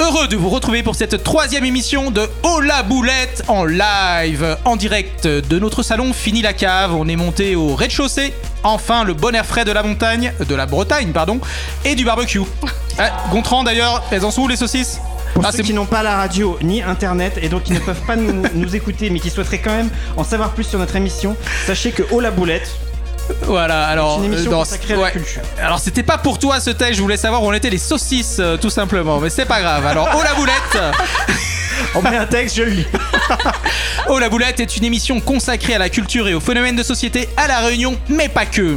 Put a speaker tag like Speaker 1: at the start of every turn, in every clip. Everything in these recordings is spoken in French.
Speaker 1: heureux de vous retrouver pour cette troisième émission de Oh la boulette en live, en direct de notre salon Fini la cave. On est monté au rez-de-chaussée. Enfin, le bon air frais de la montagne, de la Bretagne, pardon, et du barbecue. Ah, Gontran d'ailleurs, elles en sont où les saucisses
Speaker 2: Pour
Speaker 1: Ah,
Speaker 2: ceux qui n'ont pas la radio ni internet et donc qui ne peuvent pas nous, nous écouter mais qui souhaiteraient quand même en savoir plus sur notre émission, sachez que Oh la boulette,
Speaker 1: Voilà, alors.
Speaker 2: une émission
Speaker 1: euh,
Speaker 2: consacrée à la culture.
Speaker 1: Alors, c'était pas pour toi ce texte, je voulais savoir où en étaient les saucisses, euh, tout simplement, mais c'est pas grave. Alors, oh la boulette
Speaker 2: on met un texte, je le lis.
Speaker 1: Oh la boulette est une émission consacrée à la culture et aux phénomènes de société à La Réunion, mais pas que.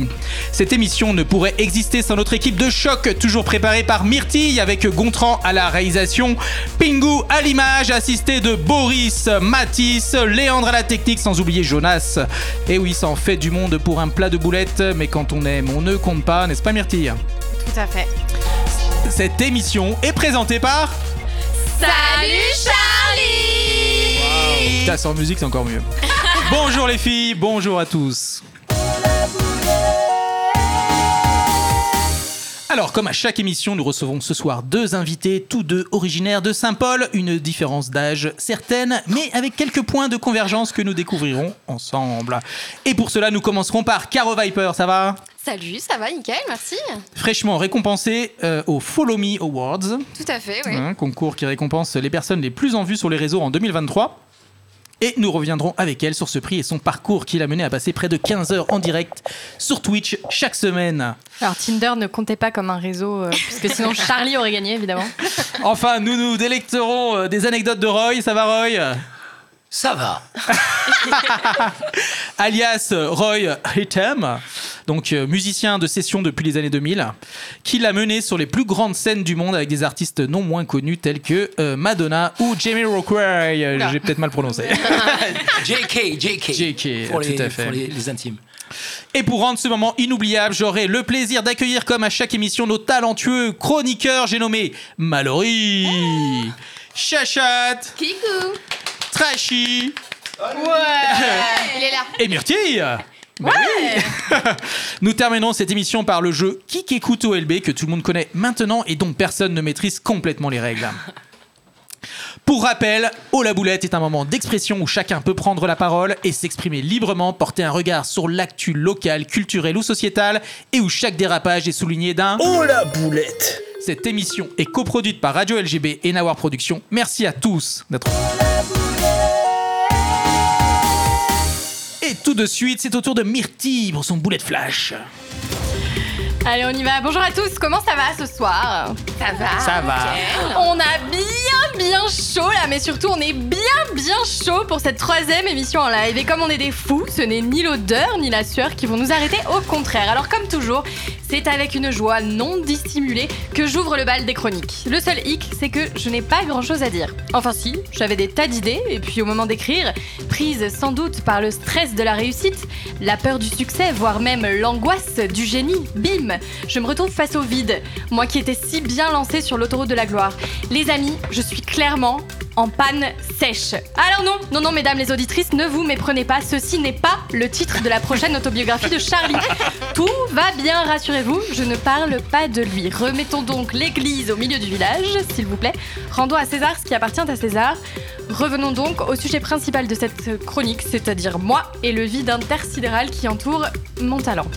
Speaker 1: Cette émission ne pourrait exister sans notre équipe de choc, toujours préparée par Myrtille avec Gontran à la réalisation, Pingu à l'image, assisté de Boris, Mathis, Léandre à la technique, sans oublier Jonas. Et oui, ça en fait du monde pour un plat de boulettes, mais quand on aime, on ne compte pas, n'est-ce pas Myrtille
Speaker 3: Tout à fait.
Speaker 1: Cette émission est présentée par...
Speaker 3: Salut Charlie
Speaker 1: Putain, sans musique, c'est encore mieux. bonjour les filles, bonjour à tous. Alors, comme à chaque émission, nous recevons ce soir deux invités, tous deux originaires de Saint-Paul, une différence d'âge certaine, mais avec quelques points de convergence que nous découvrirons ensemble. Et pour cela, nous commencerons par Caro Viper, ça va
Speaker 3: Salut, ça va, nickel, merci.
Speaker 1: Fraîchement récompensée euh, aux Follow Me Awards.
Speaker 3: Tout à fait, oui.
Speaker 1: Un Hein, concours qui récompense les personnes les plus en vue sur les réseaux en 2023. Et nous reviendrons avec elle sur ce prix et son parcours qui l'a mené à passer près de 15 heures en direct sur Twitch chaque semaine.
Speaker 4: Alors Tinder ne comptait pas comme un réseau, euh, puisque sinon Charlie aurait gagné évidemment.
Speaker 1: Enfin, nous nous délecterons euh, des anecdotes de Roy. Ça va, Roy
Speaker 5: Ça va.
Speaker 1: alias euh, Roy Item, donc euh, musicien de session depuis les années 2000, qui l'a mené sur les plus grandes scènes du monde avec des artistes non moins connus tels que euh, Madonna ou Jamie Rockway. Euh, J'ai peut-être mal prononcé.
Speaker 5: JK, JK.
Speaker 1: JK,
Speaker 5: Pour les,
Speaker 1: tout à fait.
Speaker 5: Pour les, les intimes.
Speaker 1: Et pour rendre ce moment inoubliable, j'aurai le plaisir d'accueillir, comme à chaque émission, nos talentueux chroniqueurs. J'ai nommé Mallory, Chachat,
Speaker 3: Kikou
Speaker 1: Trashy
Speaker 3: Il est là.
Speaker 1: et Myrtille. Ben oui. Nous terminerons cette émission par le jeu Qui écoute OLB que tout le monde connaît maintenant et dont personne ne maîtrise complètement les règles. Pour rappel, Oh la boulette est un moment d'expression où chacun peut prendre la parole et s'exprimer librement, porter un regard sur l'actu locale, culturelle ou sociétale et où chaque dérapage est souligné d'un
Speaker 6: Oh la boulette
Speaker 1: Cette émission est coproduite par Radio LGB et Nawar Productions. Merci à tous d'être. Et tout de suite, c'est au tour de Myrtille pour son boulet de flash.
Speaker 4: Allez on y va, bonjour à tous, comment ça va ce soir
Speaker 3: Ça va
Speaker 1: Ça va.
Speaker 4: On a bien bien chaud là, mais surtout on est bien bien chaud pour cette troisième émission en live. Et comme on est des fous, ce n'est ni l'odeur ni la sueur qui vont nous arrêter, au contraire. Alors comme toujours, c'est avec une joie non dissimulée que j'ouvre le bal des chroniques. Le seul hic, c'est que je n'ai pas grand chose à dire. Enfin si, j'avais des tas d'idées, et puis au moment d'écrire, prise sans doute par le stress de la réussite, la peur du succès, voire même l'angoisse du génie, bim, je me retrouve face au vide, moi qui étais si bien lancée sur l'autoroute de la gloire. Les amis, je suis clairement en panne sèche. Alors non, non, non, mesdames les auditrices, ne vous méprenez pas, ceci n'est pas le titre de la prochaine autobiographie de Charlie. Tout va bien, rassurez-vous, je ne parle pas de lui. Remettons donc l'église au milieu du village, s'il vous plaît. Rendons à César ce qui appartient à César. Revenons donc au sujet principal de cette chronique, c'est-à-dire moi et le vide intersidéral qui entoure mon talent.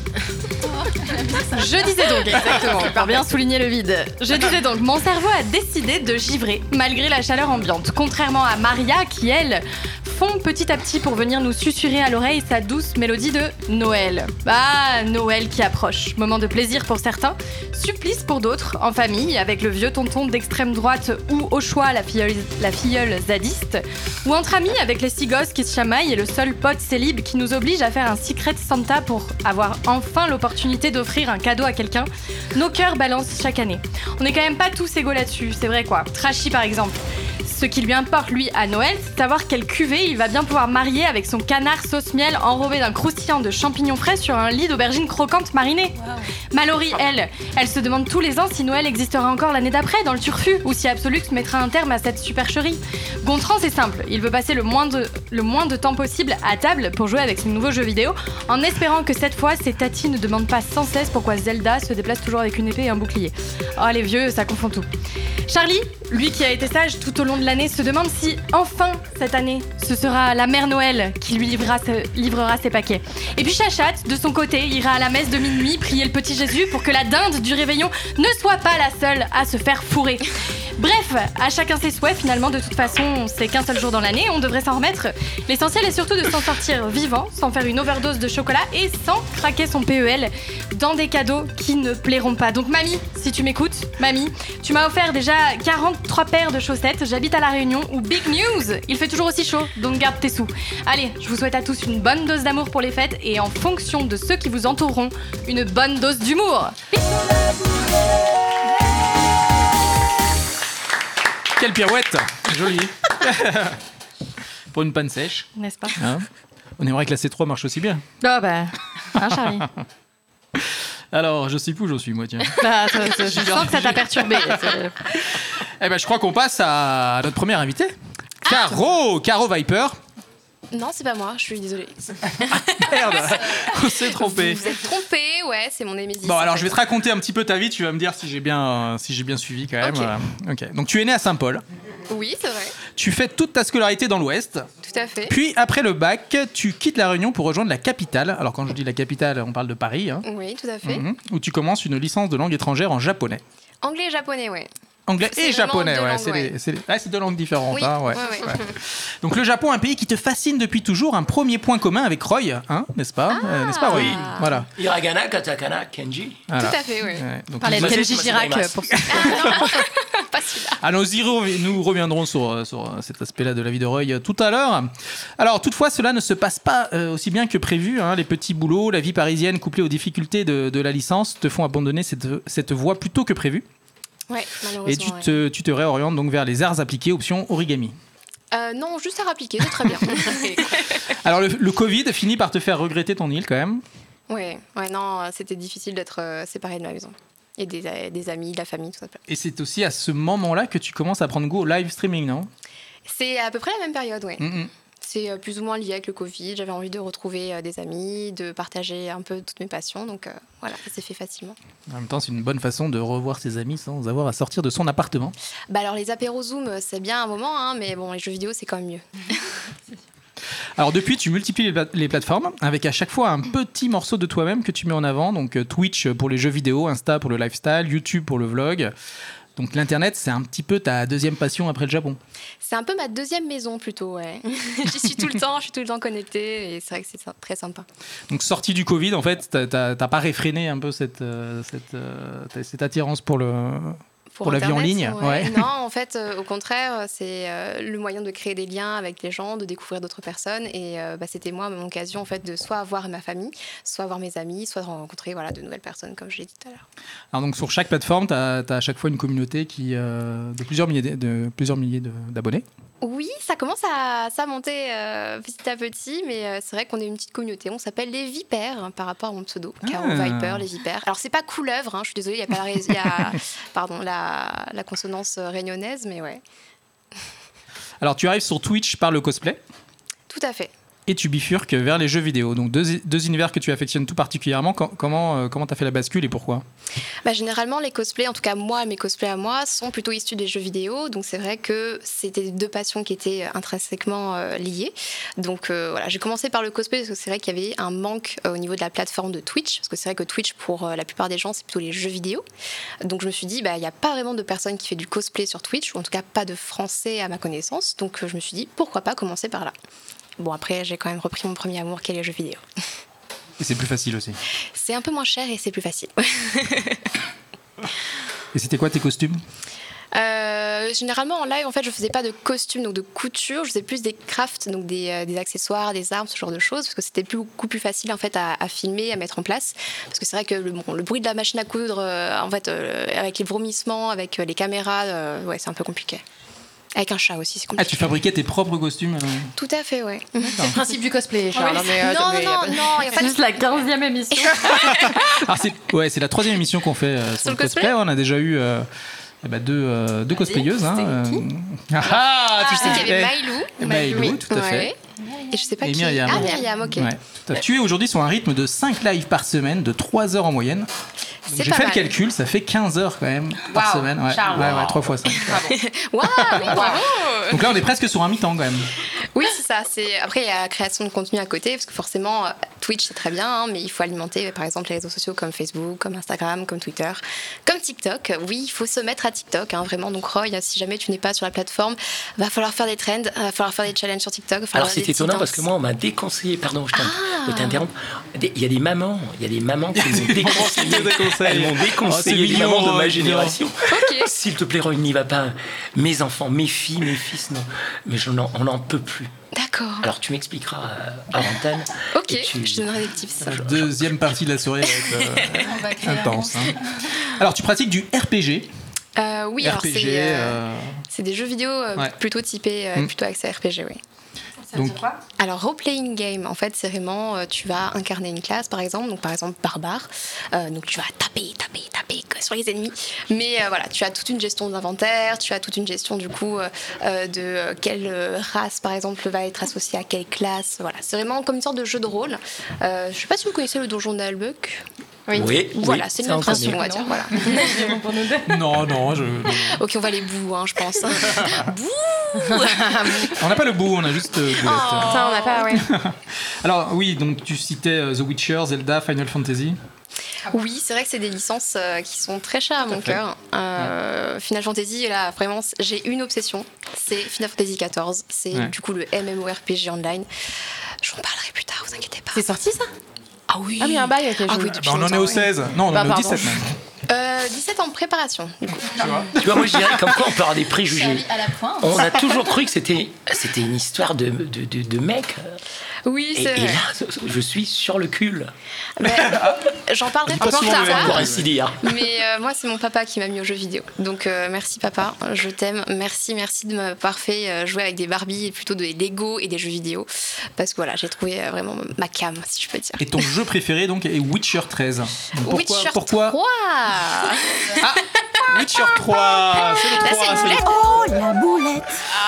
Speaker 4: Je disais donc, exactement, pour bien souligner le vide. Je disais donc, mon cerveau a décidé de givrer malgré la chaleur ambiante, contrairement à Maria qui, elle, fond petit à petit pour venir nous susurrer à l'oreille sa douce mélodie de Noël. Ah, Noël qui approche. Moment de plaisir pour certains, supplice pour d'autres, en famille, avec le vieux tonton d'extrême droite ou au choix la filleule, la filleule zadiste, ou entre amis avec les six gosses qui se chamaillent et le seul pote célib qui nous oblige à faire un secret Santa pour avoir enfin l'opportunité d'offrir un cadeau à quelqu'un, nos cœurs balancent chaque année. On n'est quand même pas tous égaux là-dessus, c'est vrai quoi. Trashy par exemple. Ce qui lui importe, lui, à Noël, c'est de savoir quelle cuvée il va bien pouvoir marier avec son canard sauce miel enrobé d'un croustillant de champignons frais sur un lit d'aubergines croquantes marinées. Mallory, elle, elle se demande tous les ans si Noël existera encore l'année d'après dans le turfu ou si Absolux mettra un terme à cette supercherie. Gontran, c'est simple, il veut passer le moins, de, le moins de temps possible à table pour jouer avec ses nouveaux jeux vidéo en espérant que cette fois, ses tatis ne demandent pas sans cesse pourquoi Zelda se déplace toujours avec une épée et un bouclier. Oh, les vieux, ça confond tout. Charlie, lui qui a été sage tout au long de l'année, se demande si enfin cette année ce sera la mère Noël qui lui livrera, ce- livrera ses paquets. Et puis Chachate, de son côté, ira à la messe de minuit prier le petit Jésus pour que la dinde du réveillon ne soit pas la seule à se faire fourrer. Bref, à chacun ses souhaits finalement, de toute façon, c'est qu'un seul jour dans l'année, on devrait s'en remettre. L'essentiel est surtout de s'en sortir vivant, sans faire une overdose de chocolat et sans craquer son PEL dans des cadeaux qui ne plairont pas. Donc mamie, si tu m'écoutes, mamie, tu m'as offert déjà 43 paires de chaussettes, j'habite à La Réunion où Big News, il fait toujours aussi chaud, donc garde tes sous. Allez, je vous souhaite à tous une bonne dose d'amour pour les fêtes et en fonction de ceux qui vous entoureront, une bonne dose d'humour.
Speaker 1: Quelle pirouette Jolie. Pour une panne sèche.
Speaker 4: N'est-ce pas
Speaker 1: hein. On aimerait que la C3 marche aussi bien.
Speaker 4: Ah bah, hein Charlie
Speaker 1: Alors, je sais plus où j'en suis, moi, tiens.
Speaker 4: Bah, ça- ça- Je sens que ça t'a perturbé. c'est-
Speaker 1: eh ben, je crois qu'on passe à notre première invitée.
Speaker 3: Ah,
Speaker 1: Caro Caro Viper.
Speaker 3: Non, c'est pas moi, je suis désolée.
Speaker 1: Merde On s'est trompé.
Speaker 3: Vous êtes trompé, ouais, c'est mon Némésis.
Speaker 1: Bon, alors, je vais te raconter un petit peu ta vie. Tu vas me dire si j'ai bien, euh, si j'ai bien suivi, quand même.
Speaker 3: Ok.
Speaker 1: Euh, ok. Donc, tu es né à Saint-Paul.
Speaker 3: Oui, c'est vrai,
Speaker 1: Tu fais toute ta scolarité dans l'Ouest.
Speaker 3: tout à fait.
Speaker 1: Puis, après le bac, tu quittes La Réunion pour rejoindre la capitale. Alors, quand je dis la capitale, on parle de Paris. hein.
Speaker 3: Oui, tout à fait.
Speaker 1: Mhm. Où tu commences une licence de langue étrangère en japonais.
Speaker 3: Anglais et japonais, ouais.
Speaker 1: Anglais
Speaker 3: C'est
Speaker 1: et
Speaker 3: vraiment
Speaker 1: japonais,
Speaker 3: deux
Speaker 1: ouais,
Speaker 3: langues,
Speaker 1: c'est
Speaker 3: ouais.
Speaker 1: les- c'est les- ouais, c'est deux langues différentes.
Speaker 3: Oui,
Speaker 1: hein, ouais,
Speaker 3: ouais, ouais.
Speaker 1: ouais. Donc le Japon, un pays qui te fascine depuis toujours, un premier point commun avec Roy, hein, n'est-ce pas Euh, N'est-ce pas Roy
Speaker 3: Oui.
Speaker 1: Voilà.
Speaker 5: Hiragana, katakana, kenji.
Speaker 1: voilà.
Speaker 3: Tout à fait, ouais.
Speaker 1: Ouais, donc,
Speaker 4: Parlait de
Speaker 1: nous-
Speaker 4: Kenji Girac euh, pour
Speaker 3: Pas celui-là.
Speaker 1: Ah non, zéro, mais nous reviendrons sur, euh, sur euh, cet aspect-là de la vie de Roy euh, tout à l'heure. Alors, toutefois, cela ne se passe pas euh, aussi bien que prévu. hein. Les petits boulots, la vie parisienne couplée aux difficultés de, de la licence te font abandonner cette, cette voie plus tôt que prévu.
Speaker 3: Ouais, malheureusement.
Speaker 1: Et tu
Speaker 3: ouais.
Speaker 1: te, tu te réorientes donc vers les arts appliqués, option origami.
Speaker 3: Euh, non, juste à rappliquer, c'est très bien.
Speaker 1: Alors, le, le Covid finit par te faire regretter ton île quand même.
Speaker 3: ouais, ouais, non, euh, c'était difficile d'être euh, séparé de ma maison. Et des, euh, des amis, de la famille, tout ça.
Speaker 1: Et c'est aussi à ce moment-là que tu commences à prendre goût au live streaming, non
Speaker 3: C'est à peu près la même période, ouais.
Speaker 1: Mm, mm.
Speaker 3: C'est euh, plus ou moins lié avec le Covid. J'avais envie de retrouver euh, des amis, de partager un peu toutes mes passions. Donc euh, voilà, ça s'est fait facilement.
Speaker 1: En même temps, c'est une bonne façon de revoir ses amis sans avoir à sortir de son appartement.
Speaker 3: Bah alors les apéros Zoom, euh, c'est bien un moment, hein, mais bon, les jeux vidéo, c'est quand même mieux.
Speaker 1: Alors depuis, tu multiplies les, pla- les plateformes avec à chaque fois un petit morceau de toi-même que tu mets en avant. Donc euh, Twitch pour les jeux vidéo, Insta pour le lifestyle, YouTube pour le vlog. Donc l'internet, c'est un petit peu ta deuxième passion après le Japon.
Speaker 3: C'est un peu ma deuxième maison plutôt, ouais. J'y suis tout le temps, je suis tout le temps connectée et c'est vrai que c'est sy- très sympa.
Speaker 1: Donc sortie du Covid, en fait, t'as- t'as t'as pas réfréné un peu cette, euh, cette, euh, cette attirance pour le, Pour la vie en
Speaker 3: Internet,
Speaker 1: ligne, ouais.
Speaker 3: Non, en fait, euh, au contraire, euh, c'est euh, le moyen de créer des liens avec les gens, de découvrir d'autres personnes. Et euh, bah, c'était moi mon occasion en fait de soit avoir ma famille, soit avoir mes amis, soit de rencontrer voilà de nouvelles personnes, comme je l'ai dit tout à l'heure.
Speaker 1: Alors donc sur chaque plateforme, tu as, à chaque fois une communauté qui, euh, de plusieurs milliers de- de plusieurs milliers de- d'abonnés.
Speaker 3: Oui, ça commence à, ça monter euh, petit à petit, mais euh, c'est vrai qu'on est une petite communauté. On s'appelle les Vipères hein, par rapport à mon pseudo, Caro
Speaker 1: Ah.
Speaker 3: Viper, les Vipères. Alors c'est pas couleuvre, hein, je suis désolée, il y a pas la, ré- il y a, pardon, la, la consonance euh, réunionnaise, mais ouais,
Speaker 1: Alors tu arrives sur Twitch par le cosplay
Speaker 3: tout à fait.
Speaker 1: et tu bifurques vers les jeux vidéo. Donc deux, deux univers que tu affectionnes tout particulièrement. Com- comment euh, comment t'as fait la bascule et pourquoi
Speaker 3: Bah, généralement, les cosplays, en tout cas moi, mes cosplays à moi, sont plutôt issus des jeux vidéo. Donc c'est vrai que c'était deux passions qui étaient intrinsèquement euh, liées. Donc euh, voilà, j'ai commencé par le cosplay parce que c'est vrai qu'il y avait un manque euh, au niveau de la plateforme de Twitch. Parce que c'est vrai que Twitch, pour euh, la plupart des gens, c'est plutôt les jeux vidéo. Donc je me suis dit, bah, il n'y a pas vraiment de personne qui fait du cosplay sur Twitch, ou en tout cas pas de français à ma connaissance. Donc euh, je me suis dit, pourquoi pas commencer par là Bon, après, j'ai quand même repris mon premier amour qui est les jeux vidéo.
Speaker 1: Et c'est plus facile aussi.
Speaker 3: C'est un peu moins cher et c'est plus facile.
Speaker 1: Et c'était quoi tes costumes
Speaker 3: Euh, généralement en live, en fait, je faisais pas de costume, donc de couture. Je faisais plus des crafts, donc des, euh, des accessoires, des armes, ce genre de choses, parce que c'était plus- beaucoup plus facile en fait à, à filmer, à mettre en place. Parce que c'est vrai que le, bon, le bruit de la machine à coudre, euh, en fait, euh, avec les vomissements, avec euh, les caméras, euh, ouais, c'est un peu compliqué. Avec un chat aussi, c'est
Speaker 1: Ah,
Speaker 3: compliqué.
Speaker 1: tu fabriquais tes propres costumes euh.
Speaker 3: Tout à fait, ouais.
Speaker 6: le principe du cosplay, Charles.
Speaker 4: Oui.
Speaker 6: mais, euh,
Speaker 3: non,
Speaker 6: mais,
Speaker 3: non,
Speaker 6: euh,
Speaker 3: non, il a pas
Speaker 4: C'est
Speaker 3: de
Speaker 4: juste la 15e émission.
Speaker 1: Ah, c'est ouais, c'est la troisième émission qu'on fait euh,
Speaker 3: le
Speaker 1: sur, le
Speaker 3: cosplay Ah,
Speaker 1: cosplay. On a déjà eu euh, eh ben, deux, euh, deux cosplayeuses. hein,
Speaker 4: c'était
Speaker 1: euh. Ah, ah, tu
Speaker 3: Je sais
Speaker 1: sais
Speaker 3: qu'il y avait
Speaker 1: eh,
Speaker 3: Maïlou.
Speaker 1: Maïlou,
Speaker 3: oui.
Speaker 1: tout à fait.
Speaker 3: Et je sais pas
Speaker 1: Et
Speaker 3: qui.
Speaker 1: Myriam.
Speaker 3: Ah, Myriam, ok.
Speaker 1: ouais, tout à fait. Tu es aujourd'hui sur un rythme de 5 lives par semaine, de 3 heures en moyenne. Donc,
Speaker 3: C'est
Speaker 1: J'ai
Speaker 3: pas
Speaker 1: fait le
Speaker 3: mal.
Speaker 1: calcul, ça fait 15 heures quand même par
Speaker 6: Waouh,
Speaker 1: semaine. Ouais,
Speaker 6: Charles.
Speaker 1: ouais, ouais, trois fois ça.
Speaker 3: Waouh, bravo.
Speaker 1: Donc là, on est presque sur un mi-temps quand même.
Speaker 3: Oui, c'est ça. C'est... Après, il y a la création de contenu à côté, parce que forcément, euh, Twitch, c'est très bien, hein, mais il faut alimenter, par exemple, les réseaux sociaux comme Facebook, comme Instagram, comme Twitter, comme TikTok. Oui, il faut se mettre à TikTok, hein, vraiment. Donc, Roy, si jamais tu n'es pas sur la plateforme, va falloir faire des trends, va falloir faire des challenges sur TikTok. va falloir
Speaker 5: Alors
Speaker 3: faire
Speaker 5: c'est
Speaker 3: des
Speaker 5: étonnant
Speaker 3: petites
Speaker 5: parce que
Speaker 3: danses. Ah.
Speaker 5: moi on m'a déconseillé, pardon je t'in- de t'interrompre, Des- il y a des mamans, il y a des mamans qui m'ont déconseillé, elles m'ont déconseillé,
Speaker 1: Oh, c'est
Speaker 5: les mamans
Speaker 1: mignon,
Speaker 5: de ma
Speaker 1: mignon.
Speaker 5: génération. S'il te plaît Roy, n'y va pas, mes enfants, mes filles, mes fils, non, mais je n'en- on n'en peut plus.
Speaker 3: D'accord.
Speaker 5: Alors tu m'expliqueras euh, à l'antenne.
Speaker 3: Ok,
Speaker 5: et tu-
Speaker 3: je te donnerai des tips.
Speaker 1: La deuxième partie de la soirée va être
Speaker 6: on va
Speaker 1: euh,
Speaker 6: créer un
Speaker 1: intense. hein. Alors, tu pratiques du RPG.
Speaker 3: Euh, oui, alors
Speaker 1: RPG,
Speaker 3: c'est, euh,
Speaker 1: euh,
Speaker 3: c'est des jeux vidéo euh,
Speaker 1: Ouais.
Speaker 3: plutôt typés, euh,
Speaker 1: Mm.
Speaker 3: plutôt axés RPG, oui.
Speaker 1: donc,
Speaker 3: Alors, role-playing game, en fait, c'est vraiment, euh, tu vas incarner une classe, par exemple, donc par exemple barbare, Euh, donc tu vas taper, taper, taper que sur les ennemis, mais euh, voilà, tu as toute une gestion de l'inventaire, tu as toute une gestion du coup euh, euh, de euh, quelle euh, race, par exemple, va être associée à quelle classe, voilà, c'est vraiment comme une sorte de jeu de rôle. Euh, je sais pas si vous connaissez le donjon d'Albuck,
Speaker 5: Oui, oui,
Speaker 3: voilà, c'est
Speaker 5: ça,
Speaker 3: une
Speaker 5: on connaît.
Speaker 3: attraction, on va dire, voilà.
Speaker 1: euh, non, non, je-
Speaker 3: ok, on va les bouts, hein, je pense. bouh
Speaker 1: on n'a pas le bout, on a juste. euh, Boulette.
Speaker 3: Oh.
Speaker 6: Putain, on n'a pas, ouais.
Speaker 1: Alors oui, donc tu citais euh, The Witcher, Zelda, Final Fantasy.
Speaker 3: Ah Oui, c'est vrai que c'est des licences euh, qui sont très chères à mon
Speaker 1: fait.
Speaker 3: cœur. Euh, Final Fantasy, là, vraiment, c- j'ai une obsession, c'est Final Fantasy XIV. C'est
Speaker 1: Ouais.
Speaker 3: du coup le MMORPG online. Je vous en parlerai plus tard, vous inquiétez pas.
Speaker 6: C'est sorti ça
Speaker 3: Ah oui.
Speaker 6: Ah oui, un bail, ok.
Speaker 3: Ah
Speaker 6: je-
Speaker 3: oui,
Speaker 1: Bah, on en est au 16. Non, on
Speaker 6: Bah,
Speaker 1: en est au
Speaker 6: pardon.
Speaker 1: 17 même.
Speaker 3: Euh, 17 en préparation. du coup.
Speaker 5: Tu vois, moi je dirais comme quoi on peut avoir des préjugés.
Speaker 6: Charlie à la pointe.
Speaker 5: On a toujours cru que c'était c'était une histoire de, de, de, de mec.
Speaker 3: Oui,
Speaker 5: Et,
Speaker 3: c'est
Speaker 5: et
Speaker 3: vrai.
Speaker 5: là, je suis sur le cul.
Speaker 3: Mais, J'en parlerai plus
Speaker 1: souvent
Speaker 3: tard.
Speaker 1: le même
Speaker 5: Pour ainsi dire.
Speaker 3: Mais euh, moi, c'est mon papa qui m'a mis aux jeux vidéo. Donc euh, merci papa, je t'aime. Merci, merci de m'avoir fait euh, jouer avec des Barbie et plutôt des Lego et des jeux vidéo. Parce que voilà, j'ai trouvé euh, vraiment ma cam, si je peux dire.
Speaker 1: Et ton jeu préféré donc est Witcher 13. Donc, pourquoi
Speaker 3: Witcher
Speaker 1: pourquoi
Speaker 3: 3 Ah.
Speaker 1: Witcher 3 Ah, C'est le
Speaker 3: Là,
Speaker 1: 3,
Speaker 3: Ah, c'est une
Speaker 1: c'est le-
Speaker 3: blague.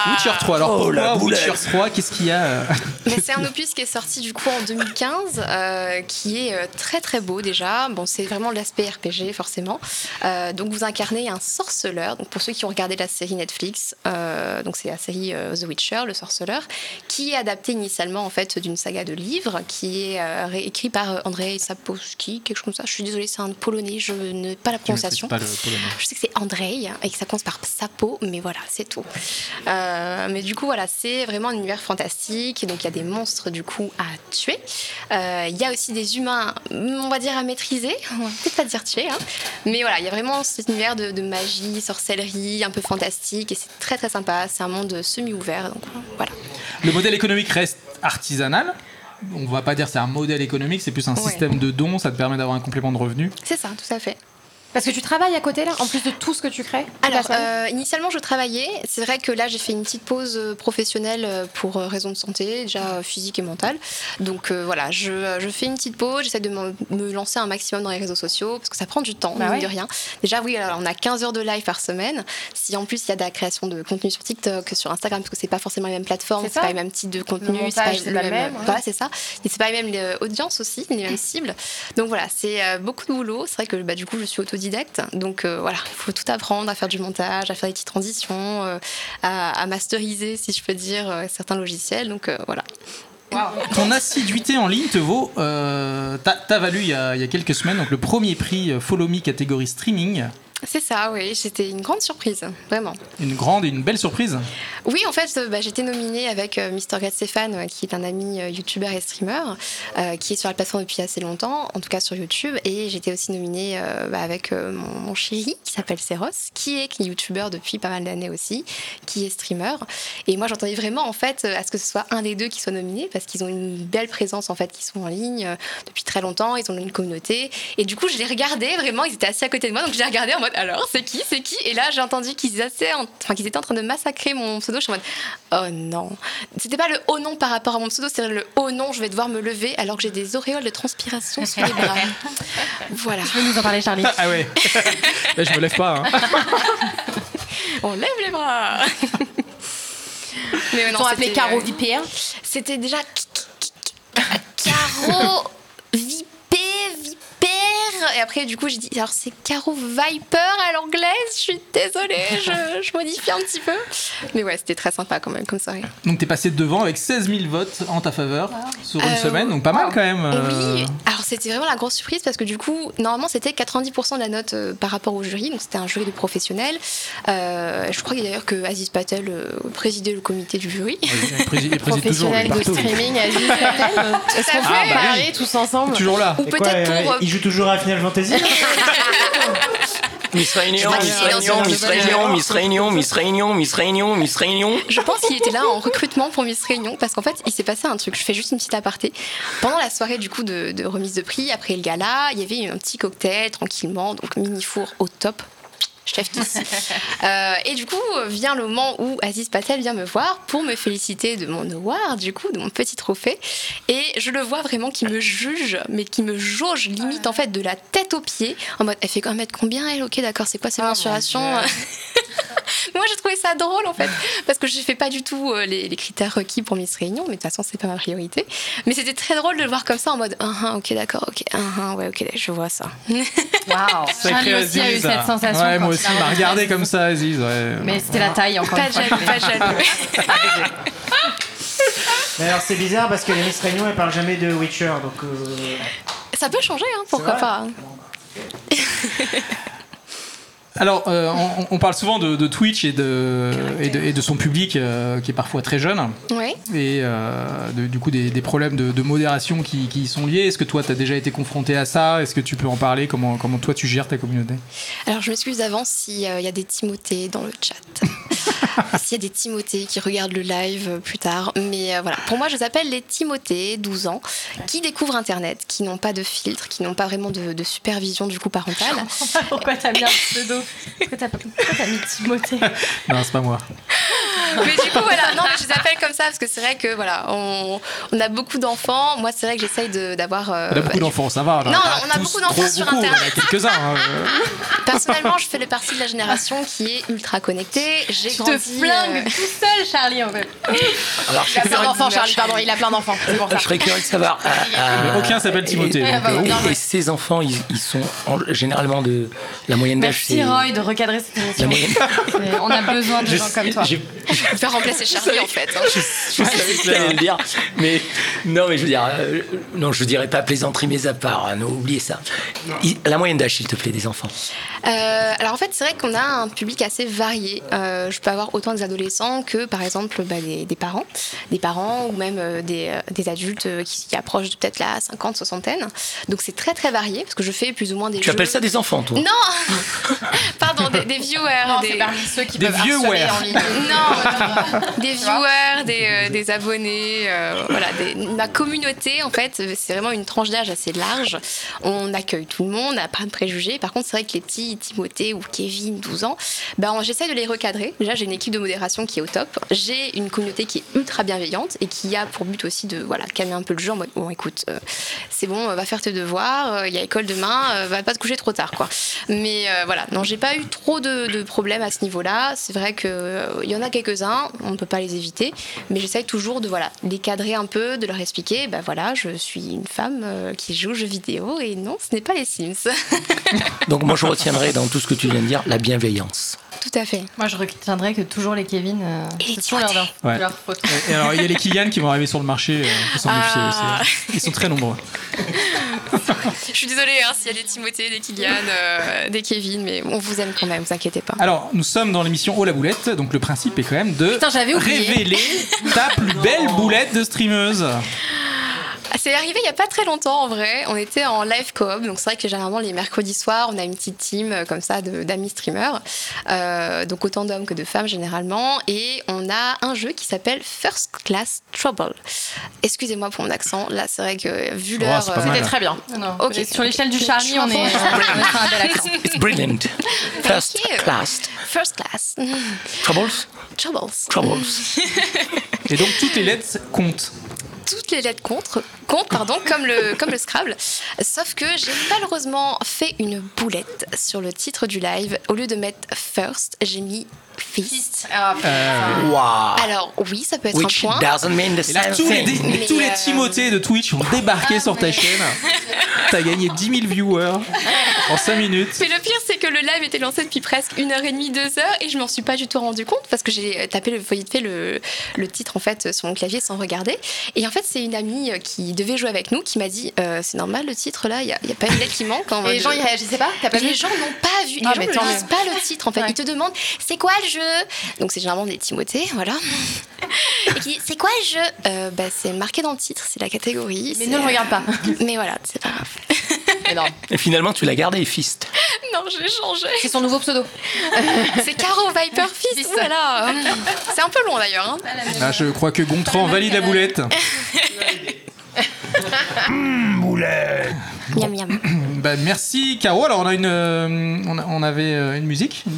Speaker 1: Witcher 3. Alors
Speaker 5: Oh, la
Speaker 1: pourquoi
Speaker 5: boulette.
Speaker 1: Witcher 3 Qu'est-ce qu'il y a euh,
Speaker 3: Mais c'est un opus qui est sorti du coup en 2015, euh, qui est euh, très très beau déjà. Bon, c'est vraiment l'aspect RPG forcément. Euh, donc vous incarnez un sorceleur. Donc pour ceux qui ont regardé la série Netflix, euh, donc c'est la série euh, The Witcher, le sorceleur, qui est adapté initialement en fait d'une saga de livres qui est euh, réécrit par euh, Andrzej Sapkowski, quelque chose comme ça. Je suis désolée, c'est un polonais, je n'ai pas la prononciation.
Speaker 1: Je ne sais pas le-
Speaker 3: Je sais que c'est Andrei hein, et que ça commence par Sapo, mais voilà, c'est tout. Euh, mais du coup, voilà, c'est vraiment un univers fantastique. Donc, il y a des monstres, du coup, à tuer. Euh, Il y a aussi des humains, on va dire, à maîtriser. On va peut-être pas dire tuer, hein. Mais voilà, il y a vraiment cet univers de, de magie, sorcellerie, un peu fantastique. Et c'est très, très sympa. C'est un monde semi-ouvert. Donc, voilà.
Speaker 1: Le modèle économique reste artisanal. On va pas dire c'est un modèle économique, c'est plus un
Speaker 3: Ouais.
Speaker 1: système de dons, ça te permet d'avoir un complément de revenu.
Speaker 3: C'est ça, tout à fait.
Speaker 6: Parce que tu travailles à côté là, en plus de tout ce que tu crées
Speaker 3: Alors,
Speaker 6: Personne
Speaker 3: euh, initialement, je travaillais. C'est vrai que là, j'ai fait une petite pause euh, professionnelle euh, pour euh, raison de santé, déjà euh, physique et mentale. Donc euh, voilà, je, euh, je fais une petite pause, j'essaie de m'en- me lancer un maximum dans les réseaux sociaux, parce que ça prend du temps,
Speaker 6: Bah
Speaker 3: mine
Speaker 6: ouais.
Speaker 3: de rien. Déjà, oui, alors, on a 15 heures de live par semaine. Si en plus, il y a de la création de contenu sur TikTok, sur Instagram, parce que c'est pas forcément les mêmes plateformes,
Speaker 6: C'est
Speaker 3: c'est pas
Speaker 6: ça.
Speaker 3: les mêmes types de contenu,
Speaker 6: montage, c'est
Speaker 3: le
Speaker 6: pas même, ouais.
Speaker 3: voilà, c'est ça. Et c'est pas les mêmes euh, audiences aussi, ni les mêmes cibles. Donc voilà, c'est euh, beaucoup de boulot. C'est vrai que bah, du coup, je suis autodidacte. Donc euh, voilà, il faut tout apprendre à faire du montage, à faire des petites transitions, euh, à, à masteriser, si je peux dire, euh, certains logiciels. Donc euh, voilà.
Speaker 1: Ton assiduité en ligne te vaut, euh, t'a t'a valu il y, a, il y a quelques semaines donc le premier prix euh, Follow Me catégorie streaming.
Speaker 3: C'est ça, oui. J'étais une grande surprise, vraiment.
Speaker 1: Une grande et une belle surprise.
Speaker 3: Oui, en fait, euh, bah, j'étais nominée avec euh, Mr. Gat Stéphane, euh, qui est un ami euh, youtubeur et streamer, euh, qui est sur la plateforme depuis assez longtemps, en tout cas sur YouTube. Et j'étais aussi nominée euh, bah, avec euh, mon, mon chéri, qui s'appelle Seros, qui est youtubeur depuis pas mal d'années aussi, qui est streamer. Et moi, j'entendais vraiment, en fait, euh, à ce que ce soit un des deux qui soit nominé, parce qu'ils ont une belle présence, en fait, qui sont en ligne euh, depuis très longtemps, ils ont une communauté. Et du coup, je les regardais vraiment, ils étaient assis à côté de moi, donc je les regardais en mode, mode alors, c'est qui C'est qui Et là, j'ai entendu qu'ils étaient, en... enfin, qu'ils étaient en train de massacrer mon pseudo. Je suis en mode Oh non C'était pas le oh non par rapport à mon pseudo, c'est le oh non, je vais devoir me lever alors que j'ai des auréoles de transpiration sur les bras. voilà.
Speaker 6: Tu veux nous en parler, Charlie
Speaker 1: Ah ouais. Là, je me lève pas. hein.
Speaker 3: On lève les bras Mais ouais,
Speaker 6: Ils
Speaker 3: non,
Speaker 6: sont appelés
Speaker 3: c'était- euh,
Speaker 6: Caro VPR.
Speaker 3: C'était déjà Caro Vipé, Vipère. Et après, du coup, j'ai dit alors c'est Caro Viper à l'anglaise. Je suis désolée, je, je modifie un petit peu. Mais ouais, c'était très sympa quand même comme soirée.
Speaker 1: Donc t'es passé devant avec 16 000 votes en ta faveur
Speaker 4: Ah.
Speaker 1: sur une
Speaker 3: Euh,
Speaker 1: semaine, donc pas mal quand même. euh.
Speaker 3: Oui, alors c'était vraiment la grosse surprise parce que du coup, normalement, c'était 90% de la note euh, par rapport au jury. Donc c'était un jury de professionnels. Euh, je crois d'ailleurs que Aziz Patel euh, présidait le comité du jury.
Speaker 1: Il préside, il préside toujours.
Speaker 6: Professionnel
Speaker 1: lui,
Speaker 6: de
Speaker 1: partout.
Speaker 6: streaming, Aziz Patel. Est-ce qu'on peut
Speaker 1: Ah, bah
Speaker 6: parler tous ensemble
Speaker 1: Toujours là.
Speaker 3: Ou
Speaker 2: Et quoi,
Speaker 3: peut-être
Speaker 2: euh,
Speaker 3: pour. euh,
Speaker 2: Il joue toujours à Final Fantasy
Speaker 5: Miss Réunion,
Speaker 3: crois
Speaker 5: Miss
Speaker 3: qu'il est dans
Speaker 5: Réunion,
Speaker 3: ce
Speaker 5: Miss
Speaker 3: genre de
Speaker 5: Réunion, Miss Réunion, Miss Réunion, Miss Réunion, Miss Réunion.
Speaker 3: Je pense qu'il était là en recrutement pour Miss Réunion parce qu'en fait, il s'est passé un truc. Je fais juste une petite aparté. Pendant la soirée du coup de, de remise de prix, après le gala, il y avait eu un petit cocktail tranquillement, donc mini four au top. Je kiffe euh, et du coup, vient le moment où Aziz Patel vient me voir pour me féliciter de mon award, du coup, de mon petit trophée. Et je le vois vraiment qui me juge, mais qui me jauge limite en fait de la tête aux pieds, en mode elle fait un mètre combien elle Ok, d'accord, c'est quoi ses
Speaker 6: Ah,
Speaker 4: Oh mon
Speaker 3: mensurations
Speaker 4: Dieu.
Speaker 3: Moi, j'ai trouvé ça drôle en fait, parce que je fais pas du tout euh, les, les critères requis pour Miss Réunion, mais de toute façon, c'est pas ma priorité. Mais c'était très drôle de le voir comme ça en mode ah, ah, ok, d'accord, ok, ah, ah, ouais, ok, je vois ça.
Speaker 6: Waouh
Speaker 4: Charlie aussi a eu
Speaker 1: Aziz,
Speaker 4: cette
Speaker 1: ah.
Speaker 4: sensation
Speaker 1: Ouais,
Speaker 4: quand
Speaker 1: moi
Speaker 4: il
Speaker 1: aussi,
Speaker 4: a
Speaker 1: il m'a regardé comme ça, Aziz. ouais.
Speaker 4: Mais c'était la taille encore
Speaker 3: Pas
Speaker 4: une fois. Ah,
Speaker 3: jaloux, pas jaloux.
Speaker 2: Mais alors c'est bizarre parce que les Miss Réunion elles parlent jamais de Witcher donc. euh,
Speaker 3: Ça peut changer, hein, pourquoi
Speaker 2: vrai.
Speaker 3: pas.
Speaker 1: Alors, euh, on, on parle souvent de, de Twitch et de, et, de, et de son public euh, qui est parfois très jeune
Speaker 3: Ouais.
Speaker 1: et euh, de- du coup des, des problèmes de, de modération qui, qui y sont liés. Est-ce que toi, tu as déjà été confronté à ça Est-ce que tu peux en parler comment, comment toi, tu gères ta communauté
Speaker 3: Alors, je m'excuse d'avance s'il y a des Timothées dans le chat. s'il y a des Timothées qui regardent le live euh, plus tard. Mais euh, voilà, pour moi, je les appelle les Timothées, 12 ans, qui découvrent Internet, qui n'ont pas de filtre, qui n'ont pas vraiment de, de supervision du coup parentale.
Speaker 4: Pourquoi t'as mis un pseudo Pourquoi t'as pourquoi t'as mis Timothée
Speaker 1: Non, c'est pas moi.
Speaker 3: Euh, mais du coup, voilà, non, mais je les appelle comme ça parce que c'est vrai que voilà, on, on a beaucoup d'enfants. Moi, c'est vrai que j'essaye de- d'avoir. euh,
Speaker 1: On a beaucoup
Speaker 3: bah,
Speaker 1: d'enfants, ça va.
Speaker 3: Non,
Speaker 1: pas
Speaker 3: on a
Speaker 1: tous
Speaker 3: beaucoup
Speaker 1: trop
Speaker 3: d'enfants sur
Speaker 1: beaucoup,
Speaker 3: Internet.
Speaker 1: On en a quelques-uns. hein, euh.
Speaker 3: Personnellement, je fais partie de la génération qui est ultra connectée. J'ai
Speaker 4: Tu te
Speaker 3: grandi.
Speaker 4: flingues
Speaker 3: euh,
Speaker 4: tout seul, Charlie, en fait.
Speaker 5: Alors, je
Speaker 6: Il a
Speaker 5: serais
Speaker 6: plein
Speaker 5: curieux-
Speaker 6: d'enfants, Charlie, pardon, il a plein d'enfants. C'est pour ça.
Speaker 5: je serais curieux de savoir. euh, euh,
Speaker 1: Aucun s'appelle Timothée.
Speaker 5: Et,
Speaker 1: donc,
Speaker 4: bah,
Speaker 1: euh,
Speaker 4: oui.
Speaker 5: et-
Speaker 4: Non, mais-
Speaker 5: et ces enfants, ils, ils sont en- généralement de la moyenne d'âge.
Speaker 4: Merci
Speaker 5: c'est-
Speaker 4: Roy de recadrer cette
Speaker 5: La
Speaker 4: émission.
Speaker 5: moyenne.
Speaker 4: C'est- Bah, On a besoin de
Speaker 5: Je-
Speaker 4: gens comme toi.
Speaker 5: j'ai-
Speaker 3: Faire remplacer Charlie, en fait. hein.
Speaker 5: Je savais que t'allais le dire. Mais non, mais je veux dire, euh, non, je dirais pas plaisanterie, mais à part, hein, non, oubliez ça. Il- la moyenne d'âge, s'il te plaît, des enfants.
Speaker 3: Euh, alors en fait, c'est vrai qu'on a un public assez varié. Euh, je peux avoir autant des adolescents que par exemple bah, des, des parents, des parents ou même euh, des, euh, des adultes euh, qui, qui approchent de peut-être la cinquante, soixantaine. Donc c'est très très varié parce que je fais plus ou moins des
Speaker 5: Tu
Speaker 3: jeux.
Speaker 5: appelles ça des enfants, toi
Speaker 3: Non, pardon, des, des viewers,
Speaker 6: Non,
Speaker 3: des,
Speaker 6: c'est parmi ceux qui
Speaker 1: Des
Speaker 6: peuvent
Speaker 1: vieux
Speaker 6: harceler
Speaker 1: wear.
Speaker 6: en ligne.
Speaker 3: Non, des viewers, des, euh, des abonnés, euh, voilà, des- ma communauté en fait, euh, c'est vraiment une tranche d'âge assez large. On accueille tout le monde, on n'a pas de préjugés. Par contre, c'est vrai que les petits Timothée ou Kevin, 12 ans, ben on- j'essaie de les recadrer. Déjà, j'ai une équipe de modération qui est au top. J'ai une communauté qui est ultra bienveillante et qui a pour but aussi de voilà calmer un peu le jeu en mode bon écoute, euh, c'est bon, euh, va faire tes devoirs, euh, il y a école demain, euh, va pas te coucher trop tard quoi. Mais euh, voilà, non, j'ai pas eu trop de, de problèmes à ce niveau-là. C'est vrai que euh, il y en a quelques-uns, on ne peut pas les éviter, mais j'essaye toujours de voilà, les cadrer un peu, de leur expliquer, bah voilà, je suis une femme euh, qui joue aux jeux vidéo et non, ce n'est pas les Sims.
Speaker 5: Donc moi, je retiendrai dans tout ce que tu viens de dire la bienveillance.
Speaker 3: Tout à fait.
Speaker 4: Moi, je retiendrai que toujours les Kevin, euh,
Speaker 3: Et
Speaker 4: c'est toujours leur,
Speaker 1: Ouais.
Speaker 4: leur faute.
Speaker 1: Et alors, il y a les Kylian qui vont arriver sur le marché, euh, faut s'en méfier
Speaker 3: Ah.
Speaker 1: aussi. hein. Ils sont très nombreux.
Speaker 3: Je suis désolée hein, s'il y a des Timothée, des Kylian, euh, des Kevin, mais on vous aime quand même, vous inquiétez pas.
Speaker 1: Alors, nous sommes dans l'émission Oh la boulette, donc le principe est quand même de
Speaker 6: Putain, j'avais oublié.
Speaker 1: révéler ta plus belle boulette de streameuse.
Speaker 3: Ah, C'est arrivé il n'y a pas très longtemps en vrai. On était en live coop, donc c'est vrai que généralement les mercredis soirs, on a une petite team euh, comme ça de- d'amis streamers, Euh, donc autant d'hommes que de femmes généralement, et on a un jeu qui s'appelle First Class Trouble. Excusez-moi pour mon accent, là c'est vrai que vu
Speaker 2: Oh,
Speaker 3: l'heure. euh,
Speaker 2: c'est pas mal.
Speaker 6: C'était très bien.
Speaker 4: Non.
Speaker 3: Ok.
Speaker 4: Et Sur l'échelle du Charlie, on est. on est sur un bel accent.
Speaker 5: It's brilliant. First
Speaker 3: you.
Speaker 5: class.
Speaker 3: First Class
Speaker 5: Troubles?
Speaker 3: Troubles.
Speaker 5: Troubles.
Speaker 1: Et donc toutes les lettres comptent.
Speaker 3: toutes les lettres contre, comptent, pardon, comme le, comme le Scrabble. Sauf que j'ai malheureusement fait une boulette sur le titre du live. Au lieu de mettre first, j'ai mis fist.
Speaker 6: Ah, putain.
Speaker 5: Wow.
Speaker 3: Alors oui, ça peut être
Speaker 5: Which
Speaker 3: un point.
Speaker 5: doesn't mean the
Speaker 1: Euh, Et là,
Speaker 5: same
Speaker 1: tous les,
Speaker 5: thing.
Speaker 1: tous les
Speaker 3: euh, Ah,
Speaker 1: Timothées de Twitch ont débarqué sur ta chaîne. T'as gagné 10 000 viewers en 5 minutes.
Speaker 3: Mais le pire, c'est que le live était lancé depuis presque une heure et demie, deux heures, et je m'en suis pas du tout rendu compte parce que j'ai tapé le vite fait le, le titre en fait sur mon clavier sans regarder. Et en fait, c'est une amie euh, qui devait jouer avec nous qui m'a dit euh, c'est normal le titre là, il y, a- il y a pas une lettre qui manque. En
Speaker 6: Et
Speaker 3: mode-
Speaker 6: les gens, ils réagissaient pas T'as pas
Speaker 3: les
Speaker 6: vu
Speaker 3: gens n'ont pas vu, les
Speaker 6: Ah,
Speaker 3: gens
Speaker 6: mais
Speaker 3: ne
Speaker 6: tant
Speaker 3: lisent
Speaker 6: mieux.
Speaker 3: pas le titre en fait.
Speaker 6: Ouais.
Speaker 3: Ils te demandent c'est quoi le jeu Donc c'est généralement des Timothée, voilà. Et qui dit c'est quoi le jeu Euh, bah, C'est marqué dans le titre, c'est la catégorie.
Speaker 6: Mais
Speaker 3: c'est-
Speaker 6: ne le regarde pas.
Speaker 3: Mais voilà, c'est pas grave.
Speaker 6: Énorme.
Speaker 5: Et finalement, tu l'as gardé, Fist.
Speaker 3: Non, j'ai changé.
Speaker 6: C'est son nouveau pseudo.
Speaker 3: C'est Caro Viper Fist.
Speaker 6: Fist.
Speaker 3: ouh là là. C'est un peu long d'ailleurs. hein.
Speaker 1: Là, Ah, je crois que Gontran valide la boulette.
Speaker 3: Miam miam.
Speaker 1: Bah, merci Caro. Alors on a une, euh, on, a- on avait euh, une musique. euh,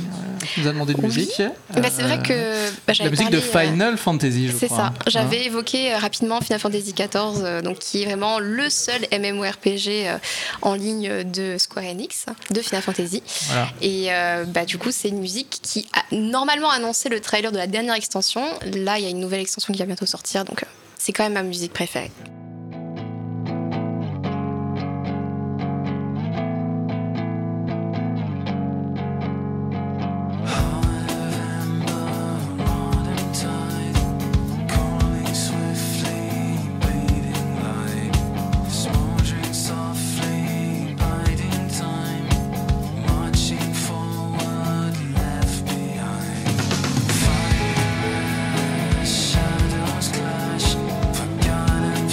Speaker 1: Tu nous as demandé une
Speaker 3: Oui.
Speaker 1: musique.
Speaker 3: Bah, c'est vrai que bah,
Speaker 1: la
Speaker 3: j'avais
Speaker 1: musique de
Speaker 3: parlé, euh,
Speaker 1: Final Fantasy, je
Speaker 3: C'est
Speaker 1: crois. Hein
Speaker 3: ça. J'avais évoqué euh, rapidement Final Fantasy XIV, euh, donc qui est vraiment le seul MMORPG euh, en ligne euh, de Square Enix, de Final Fantasy.
Speaker 1: Voilà.
Speaker 3: Et euh, bah, du coup, c'est une musique qui a normalement annoncé le trailer de la dernière extension. Là, il y a une nouvelle extension qui va bientôt sortir, donc euh, c'est quand même ma musique préférée.
Speaker 7: Shadows clash, forgotten.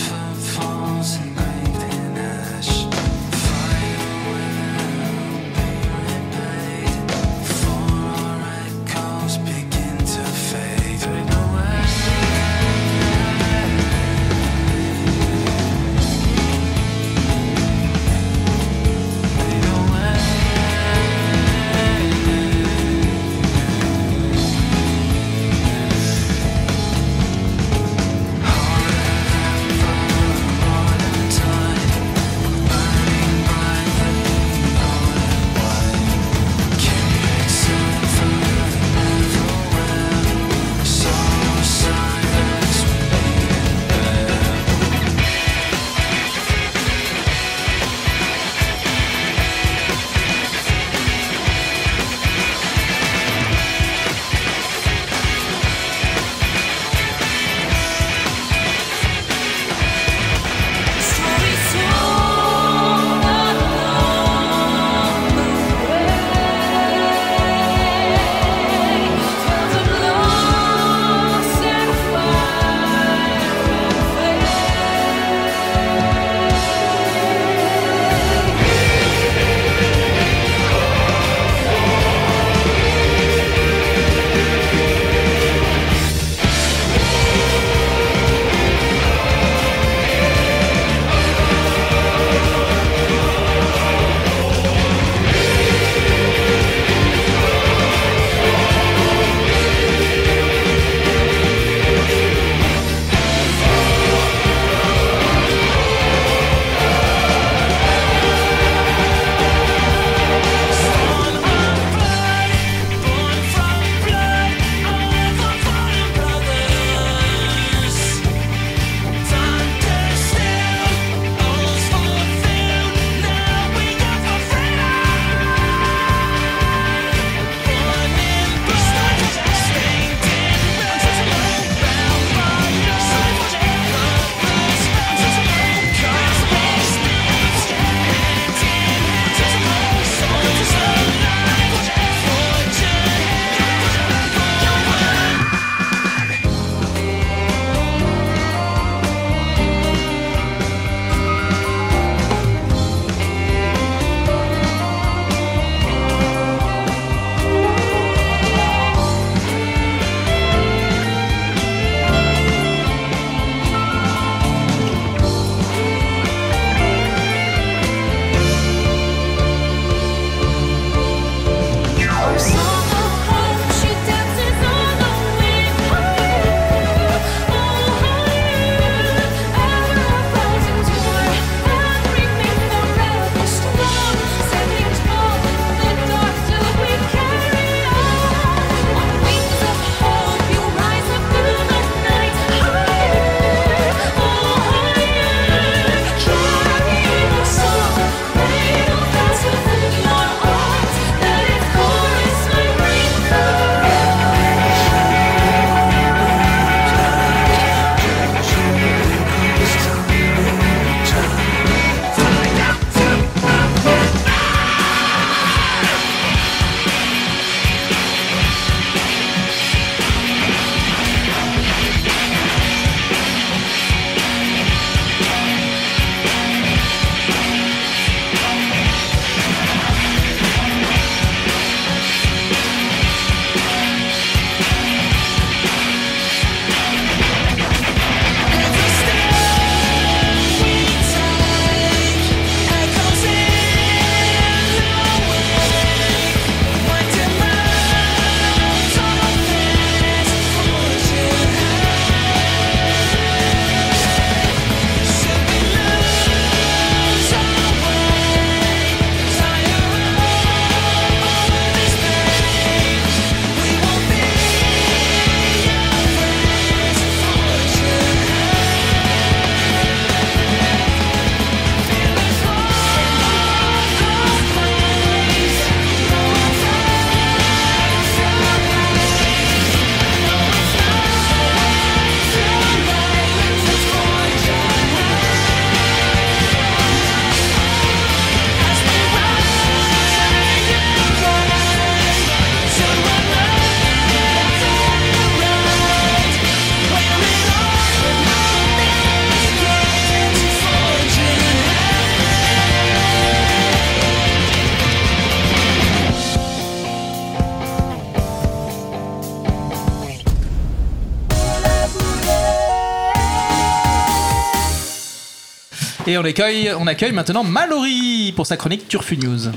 Speaker 1: Et on accueille, on accueille maintenant Mallory pour sa chronique Turfu News.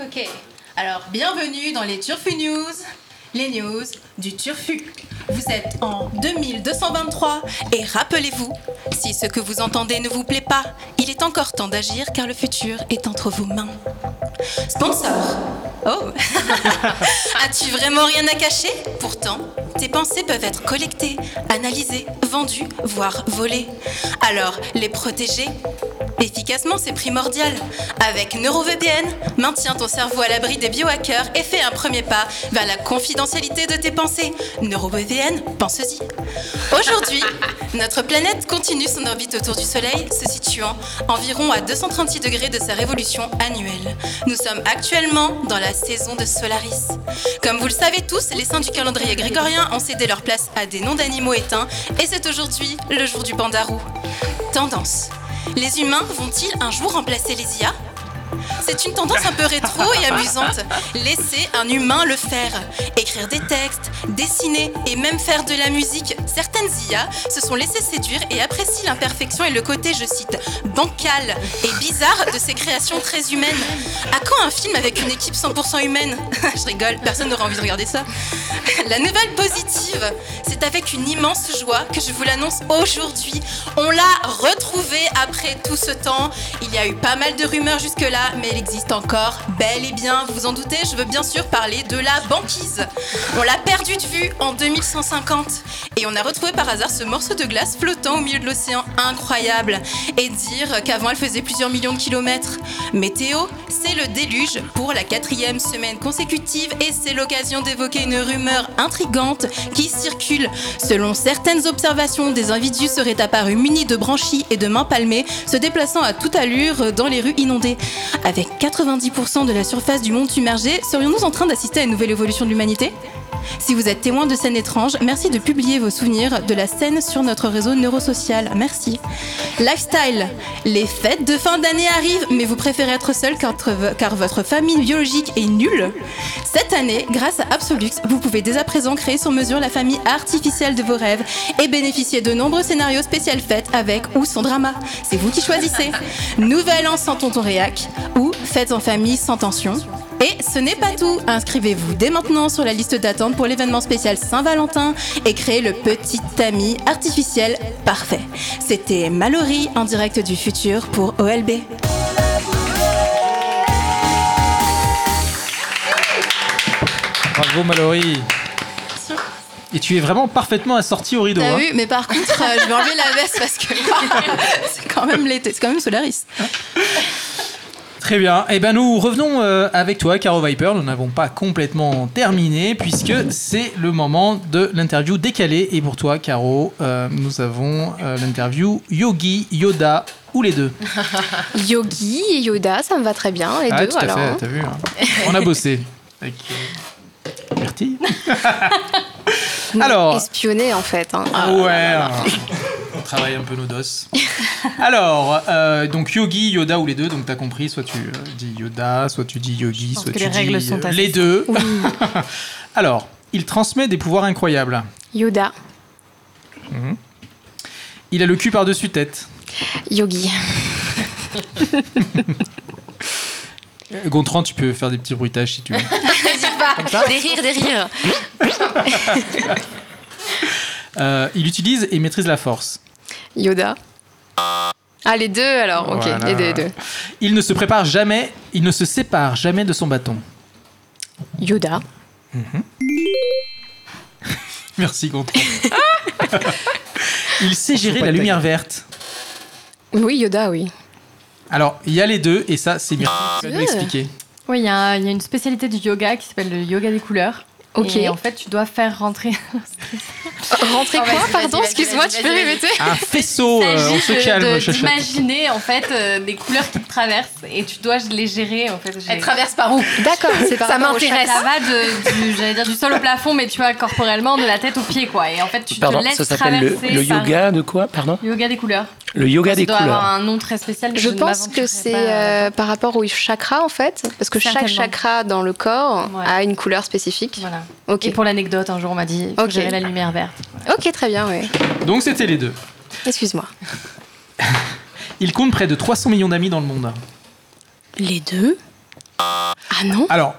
Speaker 7: Ok, alors bienvenue dans les Turfu News, les news du Turfu. Vous êtes en 2223 et rappelez-vous, si ce que vous entendez ne vous plaît pas, il est encore temps d'agir car le futur est entre vos mains. Sponsor Oh As-tu vraiment rien à cacher Pourtant, tes pensées peuvent être collectées, analysées, vendues, voire volées. Alors, les protéger Efficacement, c'est primordial. Avec NeuroVPN, maintiens ton cerveau à l'abri des biohackers et fais un premier pas vers la confidentialité de tes pensées. NeuroVPN, pense-y. Aujourd'hui, notre planète continue son orbite autour du Soleil, se situant environ à 236 degrés de sa révolution annuelle. Nous sommes actuellement dans la saison de Solaris. Comme vous le savez tous, les saints du calendrier grégorien ont cédé leur place à des noms d'animaux éteints, et c'est aujourd'hui le jour du panda roux. Tendance. Les humains vont-ils un jour remplacer les IA c'est une tendance un peu rétro et amusante. Laissez un humain le faire. Écrire des textes, dessiner et même faire de la musique. Certaines IA se sont laissées séduire et apprécient l'imperfection et le côté, je cite, bancal et bizarre de ces créations très humaines. À quand un film avec une équipe 100% humaine Je rigole, personne n'aura envie de regarder ça. La nouvelle positive, c'est avec une immense joie que je vous l'annonce aujourd'hui. On l'a retrouvée après tout ce temps. Il y a eu pas mal de rumeurs jusque-là, mais elle existe encore, bel et bien. Vous vous en doutez, je veux bien sûr parler de la banquise. On l'a perdue de vue en 2150 et on a retrouvé par hasard ce morceau de glace flottant au milieu de l'océan incroyable. Et dire qu'avant elle faisait plusieurs millions de kilomètres. Météo, c'est le déluge pour la quatrième semaine consécutive et c'est l'occasion d'évoquer une rumeur intrigante qui circule. Selon certaines observations, des individus seraient apparus munis de branchies et de mains palmées, se déplaçant à toute allure dans les rues inondées. Avec 90% de la surface du monde submergée, serions-nous en train d'assister à une nouvelle évolution de l'humanité si vous êtes témoin de scènes étranges, merci de publier vos souvenirs de la scène sur notre réseau neurosocial. Merci. Lifestyle. Les fêtes de fin d'année arrivent, mais vous préférez être seul car, car votre famille biologique est nulle. Cette année, grâce à Absolux, vous pouvez dès à présent créer sur mesure la famille artificielle de vos rêves et bénéficier de nombreux scénarios spécial fêtes avec ou sans drama. C'est vous qui choisissez. Nouvel an sans tonton réac ou fêtes en famille sans tension. Et ce n'est pas tout. Inscrivez-vous dès maintenant sur la liste d'attente pour l'événement spécial Saint-Valentin et créez le petit ami artificiel parfait. C'était Mallory en direct du futur pour OLB.
Speaker 1: Bravo Mallory. Et tu es vraiment parfaitement assortie au rideau.
Speaker 3: Bah
Speaker 7: T'as
Speaker 1: hein.
Speaker 7: vu Mais par contre, euh, je vais enlever la veste parce que c'est quand même l'été, c'est quand même Solaris.
Speaker 1: Très bien. Eh ben nous revenons euh, avec toi, Caro Viper. Nous n'avons pas complètement terminé puisque c'est le moment de l'interview décalée. Et pour toi, Caro, euh, nous avons euh, l'interview Yogi, Yoda ou les deux.
Speaker 3: Yogi et Yoda, ça me va très bien, les
Speaker 1: ah,
Speaker 3: deux.
Speaker 1: tout à
Speaker 3: alors,
Speaker 1: fait.
Speaker 3: hein.
Speaker 1: T'as vu. hein. On a bossé. Avec, euh, Myrtille. Alors. Ah
Speaker 3: Espionner, en fait. hein.
Speaker 1: ouais. On travaille un peu nos dos. Alors, euh, donc Yogi, Yoda ou les deux, donc t'as compris, soit tu euh, dis Yoda, soit tu dis Yogi, soit
Speaker 4: que
Speaker 1: tu
Speaker 4: les
Speaker 1: dis
Speaker 4: règles
Speaker 1: euh,
Speaker 4: sont assez
Speaker 1: les deux. Alors, il transmet des pouvoirs incroyables. Mhm.
Speaker 3: Yoda,
Speaker 1: Il a le cul par-dessus tête.
Speaker 3: Yogi.
Speaker 1: Euh, Gontran, tu peux faire des petits bruitages si tu veux.
Speaker 6: N'hésite pas. Des rires, des rires.
Speaker 1: Euh, il utilise et maîtrise la force.
Speaker 3: Yoda. Ah, les deux alors, ok,
Speaker 1: Voilà.
Speaker 3: les deux, les deux.
Speaker 1: Il ne se prépare jamais, il ne se sépare jamais de son bâton.
Speaker 3: Yoda. Mm-hmm.
Speaker 1: Merci Gontran. il sait gérer la lumière verte.
Speaker 3: Oui, Yoda, oui.
Speaker 1: Alors, il y a les deux, et ça, c'est Myrtille
Speaker 4: Ah.
Speaker 1: qui va nous l'expliquer.
Speaker 4: Oui, il y, a un- il y a une spécialité du yoga qui s'appelle le yoga des couleurs.
Speaker 3: Ok.
Speaker 4: Et en fait, tu dois faire rentrer.
Speaker 3: Rentrer
Speaker 4: Ah
Speaker 6: Oh,
Speaker 3: quoi,
Speaker 6: vas-y,
Speaker 3: pardon
Speaker 6: vas-y,
Speaker 3: Excuse-moi,
Speaker 6: vas-y,
Speaker 3: tu peux
Speaker 6: vas-y,
Speaker 3: répéter
Speaker 5: Ah,
Speaker 1: un faisceau.
Speaker 4: Il
Speaker 1: euh, on se
Speaker 4: s'agit de-
Speaker 1: calme,
Speaker 4: de-
Speaker 1: chachette.
Speaker 4: d'imaginer en fait euh, des couleurs qui te traversent et tu dois les gérer en fait.
Speaker 6: Elle traverse par où
Speaker 3: D'accord, c'est par
Speaker 6: Ça
Speaker 3: rapport au
Speaker 6: m'intéresse.
Speaker 4: Ça va de- du, j'allais dire, du sol au plafond, mais tu vois, corporellement, de la tête aux pieds, quoi. Et en fait, tu
Speaker 5: Pardon,
Speaker 4: te laisses
Speaker 5: ça s'appelle
Speaker 4: traverser
Speaker 5: le, le
Speaker 4: par-
Speaker 5: yoga de quoi Pardon
Speaker 4: Le yoga des couleurs.
Speaker 5: Le yoga
Speaker 4: Ça
Speaker 5: des
Speaker 4: doit avoir
Speaker 5: couleurs.
Speaker 4: un nom très spécial. mais
Speaker 3: Je
Speaker 4: ne
Speaker 3: pense que
Speaker 4: m'aventurerai
Speaker 3: c'est
Speaker 4: pas.
Speaker 3: euh, par rapport au chakra en fait, parce que chaque
Speaker 4: Certainement.
Speaker 3: chakra dans le corps
Speaker 4: Ouais.
Speaker 3: a une couleur spécifique.
Speaker 4: Voilà.
Speaker 3: Ok,
Speaker 4: Et pour l'anecdote, un jour, on m'a dit, faut
Speaker 3: Ok.
Speaker 4: gérer la lumière verte.
Speaker 3: ok, très bien, oui.
Speaker 1: Donc c'était les deux.
Speaker 3: Excuse-moi.
Speaker 1: Il compte près de 300 millions d'amis dans le monde.
Speaker 4: Les deux Ah non
Speaker 1: Alors,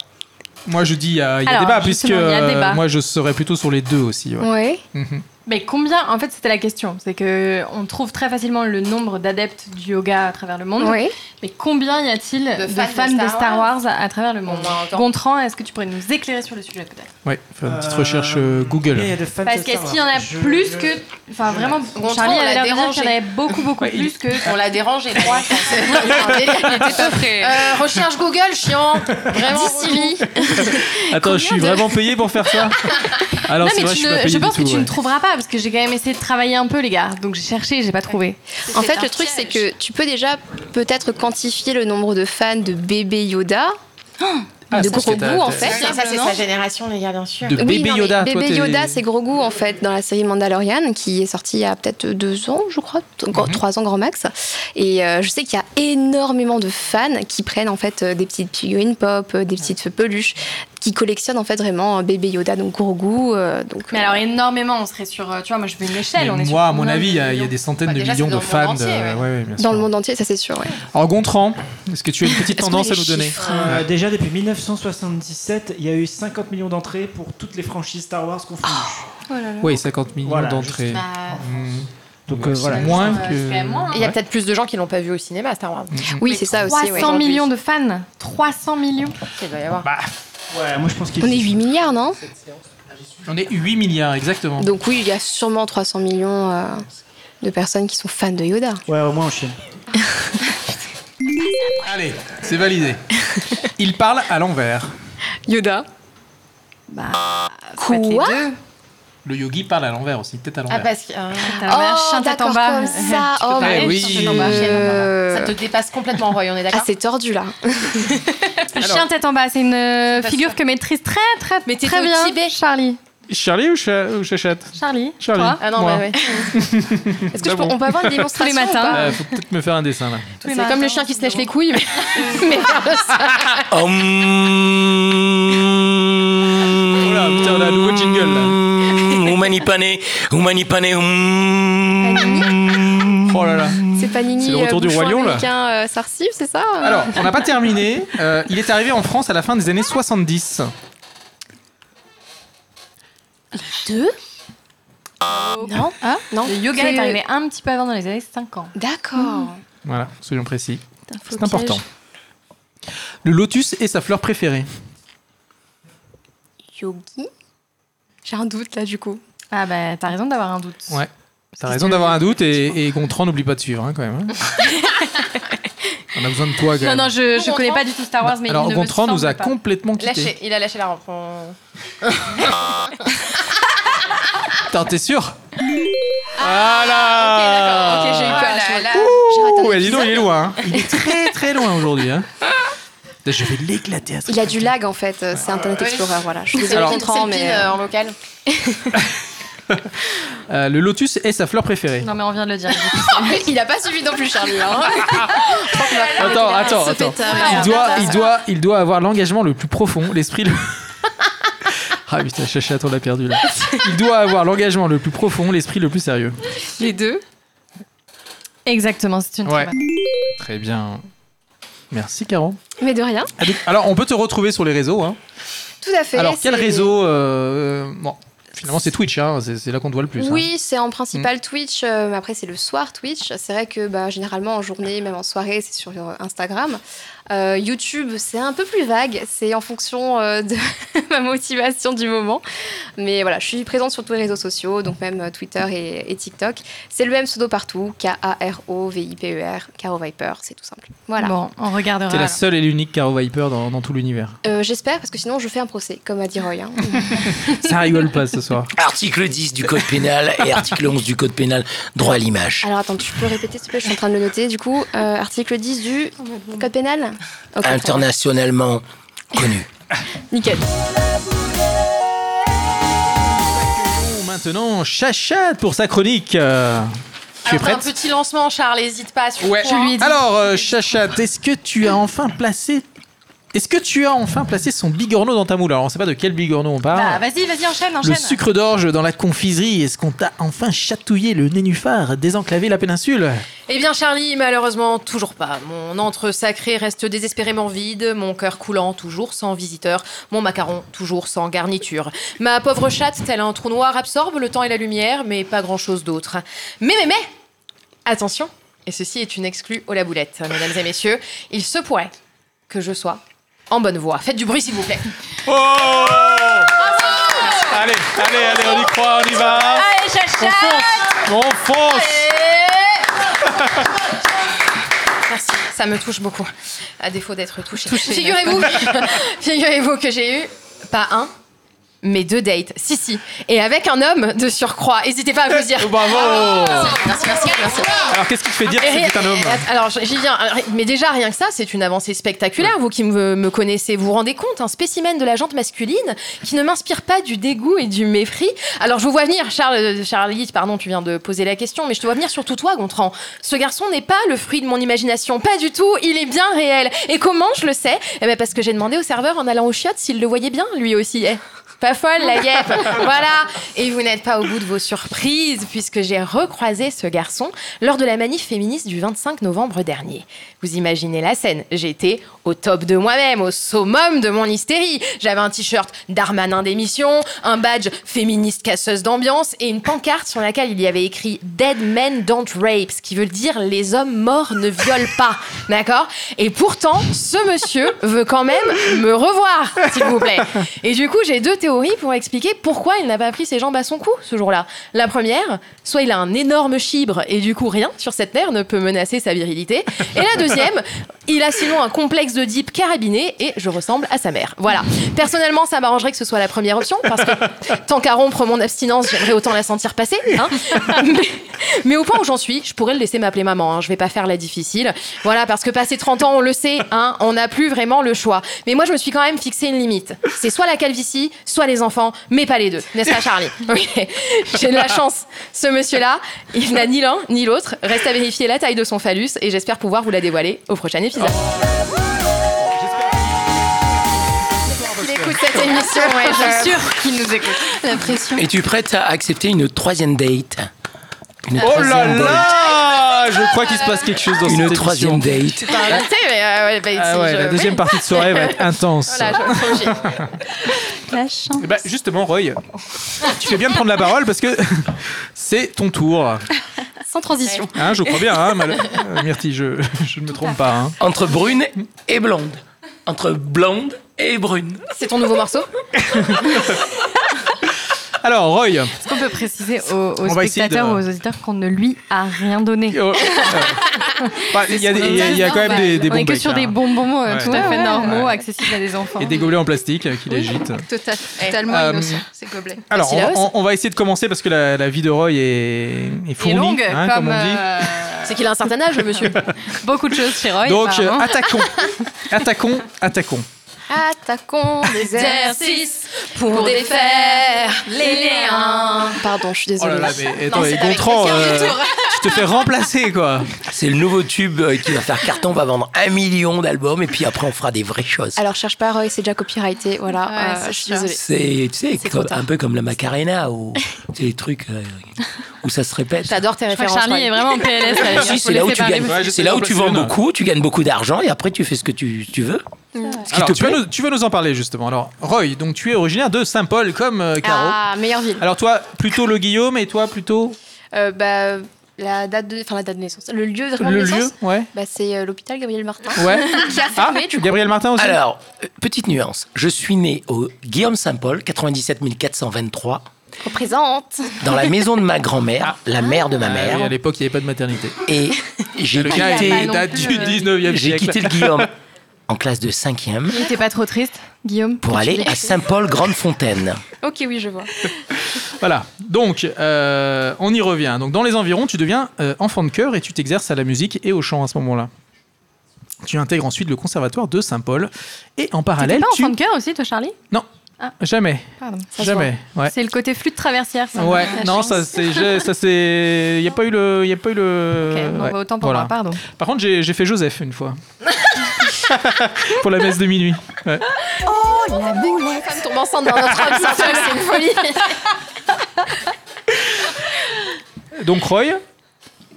Speaker 1: moi je dis, euh, il y a
Speaker 4: Alors, justement,
Speaker 1: débat, puisque
Speaker 4: il y a
Speaker 1: euh,
Speaker 4: débat.
Speaker 1: moi je serais plutôt sur les deux aussi. ouais.
Speaker 3: Ouais.
Speaker 1: Mhm.
Speaker 4: Mais combien En fait, c'était la question. C'est que on trouve très facilement le nombre d'adeptes du yoga à travers le monde.
Speaker 3: Ouais.
Speaker 4: Mais combien y a-t-il
Speaker 7: fans
Speaker 4: de,
Speaker 7: de
Speaker 4: fans de Star,
Speaker 7: Star
Speaker 4: Wars à à travers le monde
Speaker 7: On en entend.
Speaker 4: Gontran, est-ce que tu pourrais nous éclairer sur le sujet peut-être
Speaker 1: Ouais, faire une petite recherche euh, Google.
Speaker 4: Parce qu'est-ce qu'il y en a plus que. Enfin, vraiment,
Speaker 7: Gontran,
Speaker 4: Charlie
Speaker 7: on l'a
Speaker 4: a l'air de dire
Speaker 7: dérangé.
Speaker 4: qu'il y en avait beaucoup, beaucoup plus que.
Speaker 7: On l'a dérangé. là.
Speaker 6: Euh, recherche Google, chiant. Vraiment. Siri.
Speaker 1: Attends, je suis vraiment payé pour faire ça Alors,
Speaker 4: non,
Speaker 1: c'est
Speaker 4: mais
Speaker 1: vrai,
Speaker 4: tu
Speaker 1: je suis
Speaker 4: ne-
Speaker 1: pas
Speaker 4: je,
Speaker 1: payé
Speaker 4: pense que
Speaker 1: du tout,
Speaker 4: tu
Speaker 1: ouais.
Speaker 4: ne trouveras pas parce que j'ai quand même essayé de travailler un peu, les gars. Donc j'ai cherché et j'ai pas trouvé.
Speaker 3: En fait,
Speaker 7: un
Speaker 3: le truc, c'est
Speaker 7: piège.
Speaker 3: que tu peux déjà peut-être quantifier le nombre de fans de bébé Yoda.
Speaker 6: Oh
Speaker 1: Ah,
Speaker 3: de
Speaker 1: c'est parce que
Speaker 3: gros
Speaker 1: t'as-
Speaker 3: goût, en
Speaker 1: t'as-
Speaker 3: fait.
Speaker 6: Ça, c'est sa génération, les gars, bien sûr.
Speaker 1: De
Speaker 3: Oui,
Speaker 1: bébé
Speaker 3: non, mais
Speaker 1: Yoda, toi,
Speaker 3: Bébé
Speaker 1: t'es-
Speaker 3: Yoda, c'est gros goût en fait dans la série Mandalorian qui est sortie il y a peut-être deux ans, je crois, t-
Speaker 1: Mhm.
Speaker 3: gr- trois ans grand max. Et euh, je sais qu'il y a énormément de fans qui prennent en fait euh, des petites figurines pop, euh, des petites peluches, qui collectionnent en fait vraiment euh, Bébé Yoda, donc gros goût. euh, donc,
Speaker 4: Mais alors énormément, on serait sur. euh, Tu vois, moi je veux une échelle.
Speaker 1: Mais
Speaker 4: on est sur
Speaker 1: moi, à mon
Speaker 4: combien de
Speaker 1: avis, il y, a il y a
Speaker 4: millions
Speaker 1: des centaines
Speaker 6: Bah,
Speaker 1: de
Speaker 6: déjà, c'est
Speaker 1: millions
Speaker 6: dans
Speaker 1: de
Speaker 6: le
Speaker 1: fans.
Speaker 6: monde
Speaker 1: de-
Speaker 6: entier, ouais.
Speaker 1: ouais, ouais, bien
Speaker 3: dans
Speaker 1: sûr.
Speaker 3: le monde entier, ça c'est sûr. ouais.
Speaker 1: Alors, Gontran, est-ce que tu as une petite
Speaker 3: Est-ce qu'on
Speaker 1: tendance
Speaker 3: a
Speaker 1: à
Speaker 3: les
Speaker 1: nous donner
Speaker 3: chiffres
Speaker 2: Euh, déjà depuis 1977, il y a eu 50 millions d'entrées pour toutes les franchises Star Wars confondues.
Speaker 1: Oui, 50 millions
Speaker 2: Euh, Voilà,
Speaker 1: d'entrées.
Speaker 4: Bah,
Speaker 1: Hmm.
Speaker 2: Donc
Speaker 1: Ouais,
Speaker 2: euh,
Speaker 1: c'est
Speaker 2: voilà.
Speaker 1: Moins
Speaker 4: euh,
Speaker 1: que.
Speaker 4: c'est quand même moins, hein.
Speaker 6: Et Il y a
Speaker 1: Ouais. Mm-hmm.
Speaker 6: peut-être plus de gens qui l'ont pas vu au cinéma, Star Wars.
Speaker 3: Oui,
Speaker 1: hein.
Speaker 6: Mais
Speaker 3: c'est ça aussi.
Speaker 4: 300
Speaker 3: ouais.
Speaker 4: millions de fans 300 millions
Speaker 6: Il doit y avoir.
Speaker 1: Bah,
Speaker 2: Ouais, moi je pense qu'il
Speaker 3: On est 8 milliards, non
Speaker 1: On est 8 milliards, exactement.
Speaker 3: Donc oui, il y a sûrement 300 millions euh, de personnes qui sont fans de Yoda.
Speaker 2: Ouais, au moins en Chine.
Speaker 1: Allez, c'est validé. Il parle à l'envers.
Speaker 3: Yoda
Speaker 4: Bah.
Speaker 3: Quoi
Speaker 1: Le yogi parle à l'envers aussi, peut-être à
Speaker 6: Ah,
Speaker 1: l'envers.
Speaker 6: parce que. euh,
Speaker 4: T'as un chien tête en
Speaker 3: Oh, d'accord,
Speaker 4: bas.
Speaker 3: comme ça.
Speaker 4: Tu peux
Speaker 3: Oh,
Speaker 4: pas
Speaker 1: Eh
Speaker 4: aller,
Speaker 1: oui.
Speaker 4: chien tête en bas.
Speaker 3: Euh,
Speaker 6: Ça te dépasse complètement, Roy, on est
Speaker 3: Ah,
Speaker 6: d'accord
Speaker 3: c'est tordu là.
Speaker 4: Le chien tête en bas, c'est une euh, figure que maîtrise très très
Speaker 6: Mais t'étais
Speaker 4: très
Speaker 6: au
Speaker 4: bien
Speaker 6: Tibet.
Speaker 4: Charlie.
Speaker 1: Charlie ou, cha- ou Chachette
Speaker 4: Charlie.
Speaker 1: Charlie.
Speaker 4: toi,
Speaker 6: Ah non,
Speaker 1: Moi.
Speaker 6: bah ouais.
Speaker 1: Est-ce
Speaker 6: que je peux- on peut avoir
Speaker 1: Bah
Speaker 6: une
Speaker 4: Tous les
Speaker 6: démonstration ou
Speaker 4: matins.
Speaker 6: pas
Speaker 1: Faut peut-être me faire un dessin là.
Speaker 4: tous les
Speaker 6: C'est comme
Speaker 4: matins.
Speaker 6: le chien qui se lèche les couilles, mais. mais
Speaker 1: Oh là, putain, on a un nouveau jingle là.
Speaker 5: Mmh, Humanipane, humanipane, hum.
Speaker 1: Oh là là.
Speaker 3: C'est Panini.
Speaker 1: C'est le retour
Speaker 3: euh,
Speaker 1: du
Speaker 3: bouchon
Speaker 1: Roi Lion, là
Speaker 3: américain, euh, Sarcey, c'est ça
Speaker 1: Alors, on n'a pas terminé. Euh, il est arrivé en France à la fin des années 70.
Speaker 3: non,
Speaker 4: Hein
Speaker 3: non.
Speaker 4: Le yoga
Speaker 3: C'est-
Speaker 4: est arrivé un petit peu avant dans les années 50.
Speaker 3: D'accord.
Speaker 1: Voilà, soyons précis.
Speaker 4: faux
Speaker 1: C'est
Speaker 4: piège.
Speaker 1: important. Le lotus est sa fleur préférée.
Speaker 3: Yogi. J'ai un doute là du coup.
Speaker 4: Ah bah t'as raison d'avoir un doute.
Speaker 1: Ouais. T'as raison d'avoir un doute et, et Gontran n'oublie pas de suivre hein, quand même. hein. on a besoin de toi quand
Speaker 4: Non
Speaker 1: même.
Speaker 4: non je, je connais pas du tout Star Wars mais
Speaker 1: Alors
Speaker 4: il ne me
Speaker 1: Gontran nous a
Speaker 4: semble pas.
Speaker 1: complètement quitté.
Speaker 6: lâché, il a lâché la rampe. on-
Speaker 1: Putain, t'es sûr Voilà
Speaker 6: Ok, j'ai eu peur.
Speaker 7: Voilà, là,
Speaker 3: J'ai
Speaker 1: Ouais,
Speaker 3: raté un
Speaker 1: dis donc, il est
Speaker 3: épisode.
Speaker 1: loin. hein. Il est très très loin aujourd'hui. hein. Putain, Je vais l'éclater à ce
Speaker 3: Il a du lag en fait. euh, C'est Internet
Speaker 6: Ouais.
Speaker 3: Explorer, voilà. Je suis
Speaker 6: C'est
Speaker 3: désolée,
Speaker 6: le
Speaker 1: Alors-
Speaker 3: Gontran,
Speaker 6: contrant,
Speaker 3: mais
Speaker 6: mais.
Speaker 3: euh,
Speaker 6: En local.
Speaker 1: Euh, le lotus est sa fleur préférée.
Speaker 4: Non mais on vient de le dire.
Speaker 3: il a pas suivi non plus Charlie. hein.
Speaker 1: Attends, attends,
Speaker 3: se fait
Speaker 1: attends.
Speaker 3: tard.
Speaker 1: Il doit, il doit, il doit avoir l'engagement le plus profond, l'esprit le... Ah putain, chachat, on l'a perdu là. Il doit avoir l'engagement le plus profond, l'esprit le plus sérieux.
Speaker 3: Les deux.
Speaker 4: Exactement c'est une. très
Speaker 1: Ouais.
Speaker 4: bonne-
Speaker 1: Très bien. Merci, Caro.
Speaker 3: Mais de rien.
Speaker 1: Ah, donc, Alors, on peut te retrouver sur les réseaux. hein.
Speaker 4: euh,
Speaker 3: Tout à fait.
Speaker 1: Alors, quel
Speaker 3: c'est-
Speaker 1: réseau euh, Bon, finalement, c'est Twitch. hein, C'est c'est là qu'on te voit le plus. hein.
Speaker 3: Oui, c'est en principal Twitch. euh, mais après, c'est le soir Twitch. C'est vrai que bah, généralement en journée, même en soirée, c'est sur euh, Instagram. Euh, YouTube, c'est un peu plus vague. C'est en fonction euh, de ma motivation du moment. Mais voilà, je suis présente sur tous les réseaux sociaux, donc même euh, Twitter et, et TikTok. C'est le même pseudo partout. K-A-R-O-V-I-P-E-R, E Caro Viper, c'est tout simple. Voilà.
Speaker 4: Bon on regardera.
Speaker 1: T'es la
Speaker 4: alors.
Speaker 1: seule et l'unique Caro Viper dans, dans tout l'univers.
Speaker 3: Euh, J'espère, parce que sinon, je fais un procès, comme a dit Roy. hein.
Speaker 1: Ça rigole pas ce soir.
Speaker 5: Article 10 du Code pénal et article 11 du Code pénal, droit à l'image.
Speaker 3: Alors attends, tu peux répéter s'il te plaît, je suis en train de le noter. Du coup, euh, article 10 du Code pénal Ok, très bien.
Speaker 5: Internationalement connu.
Speaker 3: Nickel.
Speaker 1: Bon, Maintenant, Chachat pour sa chronique. euh, tu es
Speaker 6: Alors, t'as
Speaker 1: prête
Speaker 6: un petit lancement, Charles, hésite pas. Sur
Speaker 1: Ouais.
Speaker 6: le point.
Speaker 1: Alors, euh, Chachat, est-ce que tu as enfin placé Est-ce que tu as enfin placé son bigorneau dans ta moule Alors, on sait pas de quel bigorneau on parle.
Speaker 4: Bah, vas-y, vas-y, enchaîne, enchaîne.
Speaker 1: le sucre d'orge dans la confiserie, est-ce qu'on t'a enfin chatouillé le nénuphar, désenclavé la péninsule
Speaker 6: Eh bien, Charlie, malheureusement, toujours pas. Mon entre sacré reste désespérément vide, mon cœur coulant toujours sans visiteur, mon macaron toujours sans garniture. Ma pauvre chatte, telle un trou noir, absorbe le temps et la lumière, mais pas grand-chose d'autre. Mais, mais, mais Attention, et ceci est une exclue au la boulette, mesdames et messieurs, il se pourrait que je sois en bonne voie. Faites du bruit, s'il vous plaît.
Speaker 1: Oh Allez, allez, allez, on y croit, on y va
Speaker 4: Allez, chacha
Speaker 1: On fonce
Speaker 6: Merci, ça me touche beaucoup, à défaut d'être touchée. Figurez-vous figurez que j'ai eu pas un, mais deux dates. Si, si. Et avec un homme de surcroît. N'hésitez pas à applaudir.
Speaker 1: Bravo
Speaker 6: Merci, merci, merci.
Speaker 1: Alors, qu'est-ce qui te fait dire que
Speaker 6: Et rien-
Speaker 1: c'est un homme
Speaker 6: Alors j'y viens, mais déjà rien que ça, c'est une avancée spectaculaire. Vous qui me, me connaissez, vous vous rendez compte, un spécimen de la jante masculine qui ne m'inspire pas du dégoût et du mépris. Alors je vous vois venir, Charles, euh, Charlie, pardon, tu viens de poser la question, mais je te vois venir surtout toi, Gontran. Ce garçon n'est pas le fruit de mon imagination, pas du tout. Il est bien réel. Et comment je le sais Eh ben parce que j'ai demandé au serveur en allant au chiottes s'il le voyait bien, lui aussi. Eh, Pas folle la guêpe, voilà. Et vous n'êtes pas au bout de vos surprises puisque j'ai recroisé ce garçon lors de la manif féministe du 25 novembre dernier. Vous imaginez la scène, j'étais au top de moi-même, au summum de mon hystérie. J'avais un t-shirt Darmanin d'émission, un badge féministe casseuse d'ambiance et une pancarte sur laquelle il y avait écrit Dead men don't rape, ce qui veut dire les hommes morts ne violent pas. D'accord Et pourtant, ce monsieur veut quand même me revoir, s'il vous plaît. Et du coup, j'ai deux théories pour expliquer pourquoi il n'a pas pris ses jambes à son cou ce jour-là. La première, soit il a un énorme chibre et du coup rien sur cette terre ne peut menacer sa virilité. Et la deuxième, il a sinon un complexe de dip carabiné et je ressemble à sa mère. Voilà. Personnellement, ça m'arrangerait que ce soit la première option parce que tant qu'à rompre mon abstinence, j'aimerais autant la sentir passer. hein. Mais, mais au point où j'en suis, je pourrais le laisser m'appeler maman. hein. Je vais pas faire la difficile. Voilà, parce que passé 30 ans, on le sait, hein, on n'a plus vraiment le choix. Mais moi, je me suis quand même fixé une limite. C'est soit la calvitie, soit les enfants, mais pas les deux. N'est-ce pas, Charlie Ok. J'ai de la chance. Ce monsieur-là, il n'a ni l'un ni l'autre. Reste à vérifier la taille de son phallus et j'espère pouvoir vous la dévoiler au prochain épisode.
Speaker 7: Oh.
Speaker 6: Il écoute cette émission, ouais, je suis sûre qu'il nous écoute.
Speaker 7: La pression.
Speaker 5: Es-tu prête à accepter une troisième date Une
Speaker 1: Oh là
Speaker 5: troisième date.
Speaker 1: là Je crois qu'il se passe quelque chose dans cette
Speaker 5: Une
Speaker 1: émission.
Speaker 5: troisième date.
Speaker 6: Tu sais, mais, euh, ouais, bah,
Speaker 1: Ah
Speaker 6: si,
Speaker 1: ouais,
Speaker 6: je-
Speaker 1: la deuxième partie de soirée va être intense.
Speaker 6: Voilà, je- je- j'ai-
Speaker 7: La chance.
Speaker 1: Eh ben, justement, Roy, tu fais bien de prendre la parole parce que c'est ton tour.
Speaker 7: Sans transition.
Speaker 1: Hein, je crois bien, hein, mal- euh, Myrtille, je, je ne me trompe pas. hein.
Speaker 5: Entre brune et blonde. Entre blonde et brune.
Speaker 6: C'est ton nouveau morceau
Speaker 1: Alors, Roy,
Speaker 8: Est-ce qu'on peut préciser aux, aux
Speaker 1: On va essayer
Speaker 8: spectateurs
Speaker 1: de-
Speaker 8: ou aux auditeurs qu'on ne lui a rien donné
Speaker 1: euh, euh, bah, il y a, des- il y a- il y a quand même des, des
Speaker 8: On
Speaker 1: bons
Speaker 8: est que
Speaker 1: becs,
Speaker 8: sur
Speaker 1: hein.
Speaker 8: des bonbons euh,
Speaker 1: Ouais.
Speaker 8: tout à fait
Speaker 1: Ouais, ouais,
Speaker 8: normaux,
Speaker 1: ouais.
Speaker 8: accessibles à des enfants. Eh,
Speaker 1: Et des gobelets en plastique euh, qui l'agitent.
Speaker 7: Totalement
Speaker 1: Euh,
Speaker 7: innocent, ces gobelets.
Speaker 1: Alors, on,
Speaker 6: la
Speaker 1: on- on va essayer de commencer parce que la, la vie de Roy est, est
Speaker 8: Et
Speaker 1: fournie,
Speaker 8: longue,
Speaker 1: hein,
Speaker 8: comme,
Speaker 1: on dit.
Speaker 8: euh,
Speaker 6: C'est qu'il a un certain âge, le monsieur.
Speaker 8: beaucoup de choses chez Roy.
Speaker 1: Donc, euh,
Speaker 8: apparemment.
Speaker 1: attaquons, attaquons, attaquons.
Speaker 3: Attaquons des airs.
Speaker 6: pour défaire les liens.
Speaker 3: Pardon, je suis
Speaker 1: Oh là
Speaker 3: désolée.
Speaker 1: là, mais attends,
Speaker 6: c'est
Speaker 1: et
Speaker 6: avec
Speaker 1: Gontran,
Speaker 6: plaisir
Speaker 1: euh, tu te fais remplacer, quoi.
Speaker 5: C'est le nouveau tube euh, qui va faire carton, on va vendre un million d'albums et puis après on fera des vraies choses.
Speaker 3: Alors, cherche pas Roy, c'est déjà copyrighté. Voilà,
Speaker 8: Ouais,
Speaker 3: euh,
Speaker 8: c'est
Speaker 3: je suis
Speaker 8: sûr.
Speaker 3: désolée.
Speaker 5: C'est tu sais,
Speaker 3: C'est
Speaker 5: comme-
Speaker 3: trop tard.
Speaker 5: un peu comme la Macarena ou c'est les trucs euh, où ça se répète.
Speaker 6: J'adore tes
Speaker 8: Je crois que
Speaker 6: références.
Speaker 8: Charlie
Speaker 6: Roy.
Speaker 8: est vraiment en PLS.
Speaker 3: Euh,
Speaker 8: là, les gars, faut
Speaker 5: Si, c'est là où
Speaker 8: laisser
Speaker 5: tu
Speaker 8: parler.
Speaker 5: gagnes,
Speaker 1: Ouais, j'essaie
Speaker 5: c'est là
Speaker 1: d'en
Speaker 5: où tu
Speaker 1: placer
Speaker 5: vends
Speaker 1: une.
Speaker 5: beaucoup, tu gagnes beaucoup d'argent et après tu fais ce que tu, tu veux. Ce qui
Speaker 1: Alors,
Speaker 5: te
Speaker 1: tu, vas
Speaker 5: plaît.
Speaker 1: nous, tu vas nous en parler justement. Alors, Roy, donc tu es originaire de Saint-Paul comme euh, Caro.
Speaker 3: Ah, meilleure ville.
Speaker 1: Alors, toi, plutôt le Guillaume et toi, plutôt
Speaker 3: Euh, bah, la date de, enfin la date de naissance, le lieu de
Speaker 1: le
Speaker 3: naissance,
Speaker 1: lieu Ouais.
Speaker 3: bah, c'est euh, l'hôpital Gabriel Martin.
Speaker 1: Ouais.
Speaker 3: Qui a
Speaker 1: Ah,
Speaker 3: fermé, du coup.
Speaker 1: Gabriel Martin aussi
Speaker 5: Alors, euh, petite nuance, je suis né au Guillaume Saint-Paul, 97 423,
Speaker 3: Représente.
Speaker 5: dans la maison de ma grand-mère, la mère de ma
Speaker 1: Ah oui, à
Speaker 5: mère,
Speaker 1: l'époque, il n'y avait pas de maternité.
Speaker 5: et j'ai
Speaker 1: Le gars,
Speaker 5: quitté,
Speaker 1: il date du 19e
Speaker 5: j'ai
Speaker 1: siècle.
Speaker 5: quitté le Guillaume en classe de 5e
Speaker 8: T'es pas trop triste, Guillaume
Speaker 5: pour aller à Saint-Paul-Grande-Fontaine.
Speaker 3: Ok, oui, je vois.
Speaker 1: Voilà. Donc, euh, on y revient. Donc, dans les environs, tu deviens euh, enfant de chœur et tu t'exerces à la musique et au chant à ce moment-là. Tu intègres ensuite le conservatoire de Saint-Paul et en
Speaker 8: T'es
Speaker 1: parallèle,
Speaker 8: pas
Speaker 1: tu
Speaker 8: enfant de cœur aussi, toi, Charlie
Speaker 1: jamais,
Speaker 8: Pardon.
Speaker 1: jamais, ouais.
Speaker 8: C'est le côté flûte traversière, ça.
Speaker 1: Ouais,
Speaker 8: La
Speaker 1: non,
Speaker 8: chance.
Speaker 1: ça c'est, j'ai- ça c'est, il y a pas eu le, il y a pas eu le.
Speaker 8: Ok, bon,
Speaker 1: ouais,
Speaker 8: bah, autant pour
Speaker 1: voilà.
Speaker 8: moi, pardon.
Speaker 1: Par contre, j'ai j'ai fait Joseph une fois. pour la messe de minuit. Ouais.
Speaker 8: Oh,
Speaker 6: La femme tombe enceinte dans notre homme, ça, c'est une folie.
Speaker 1: Donc Roy,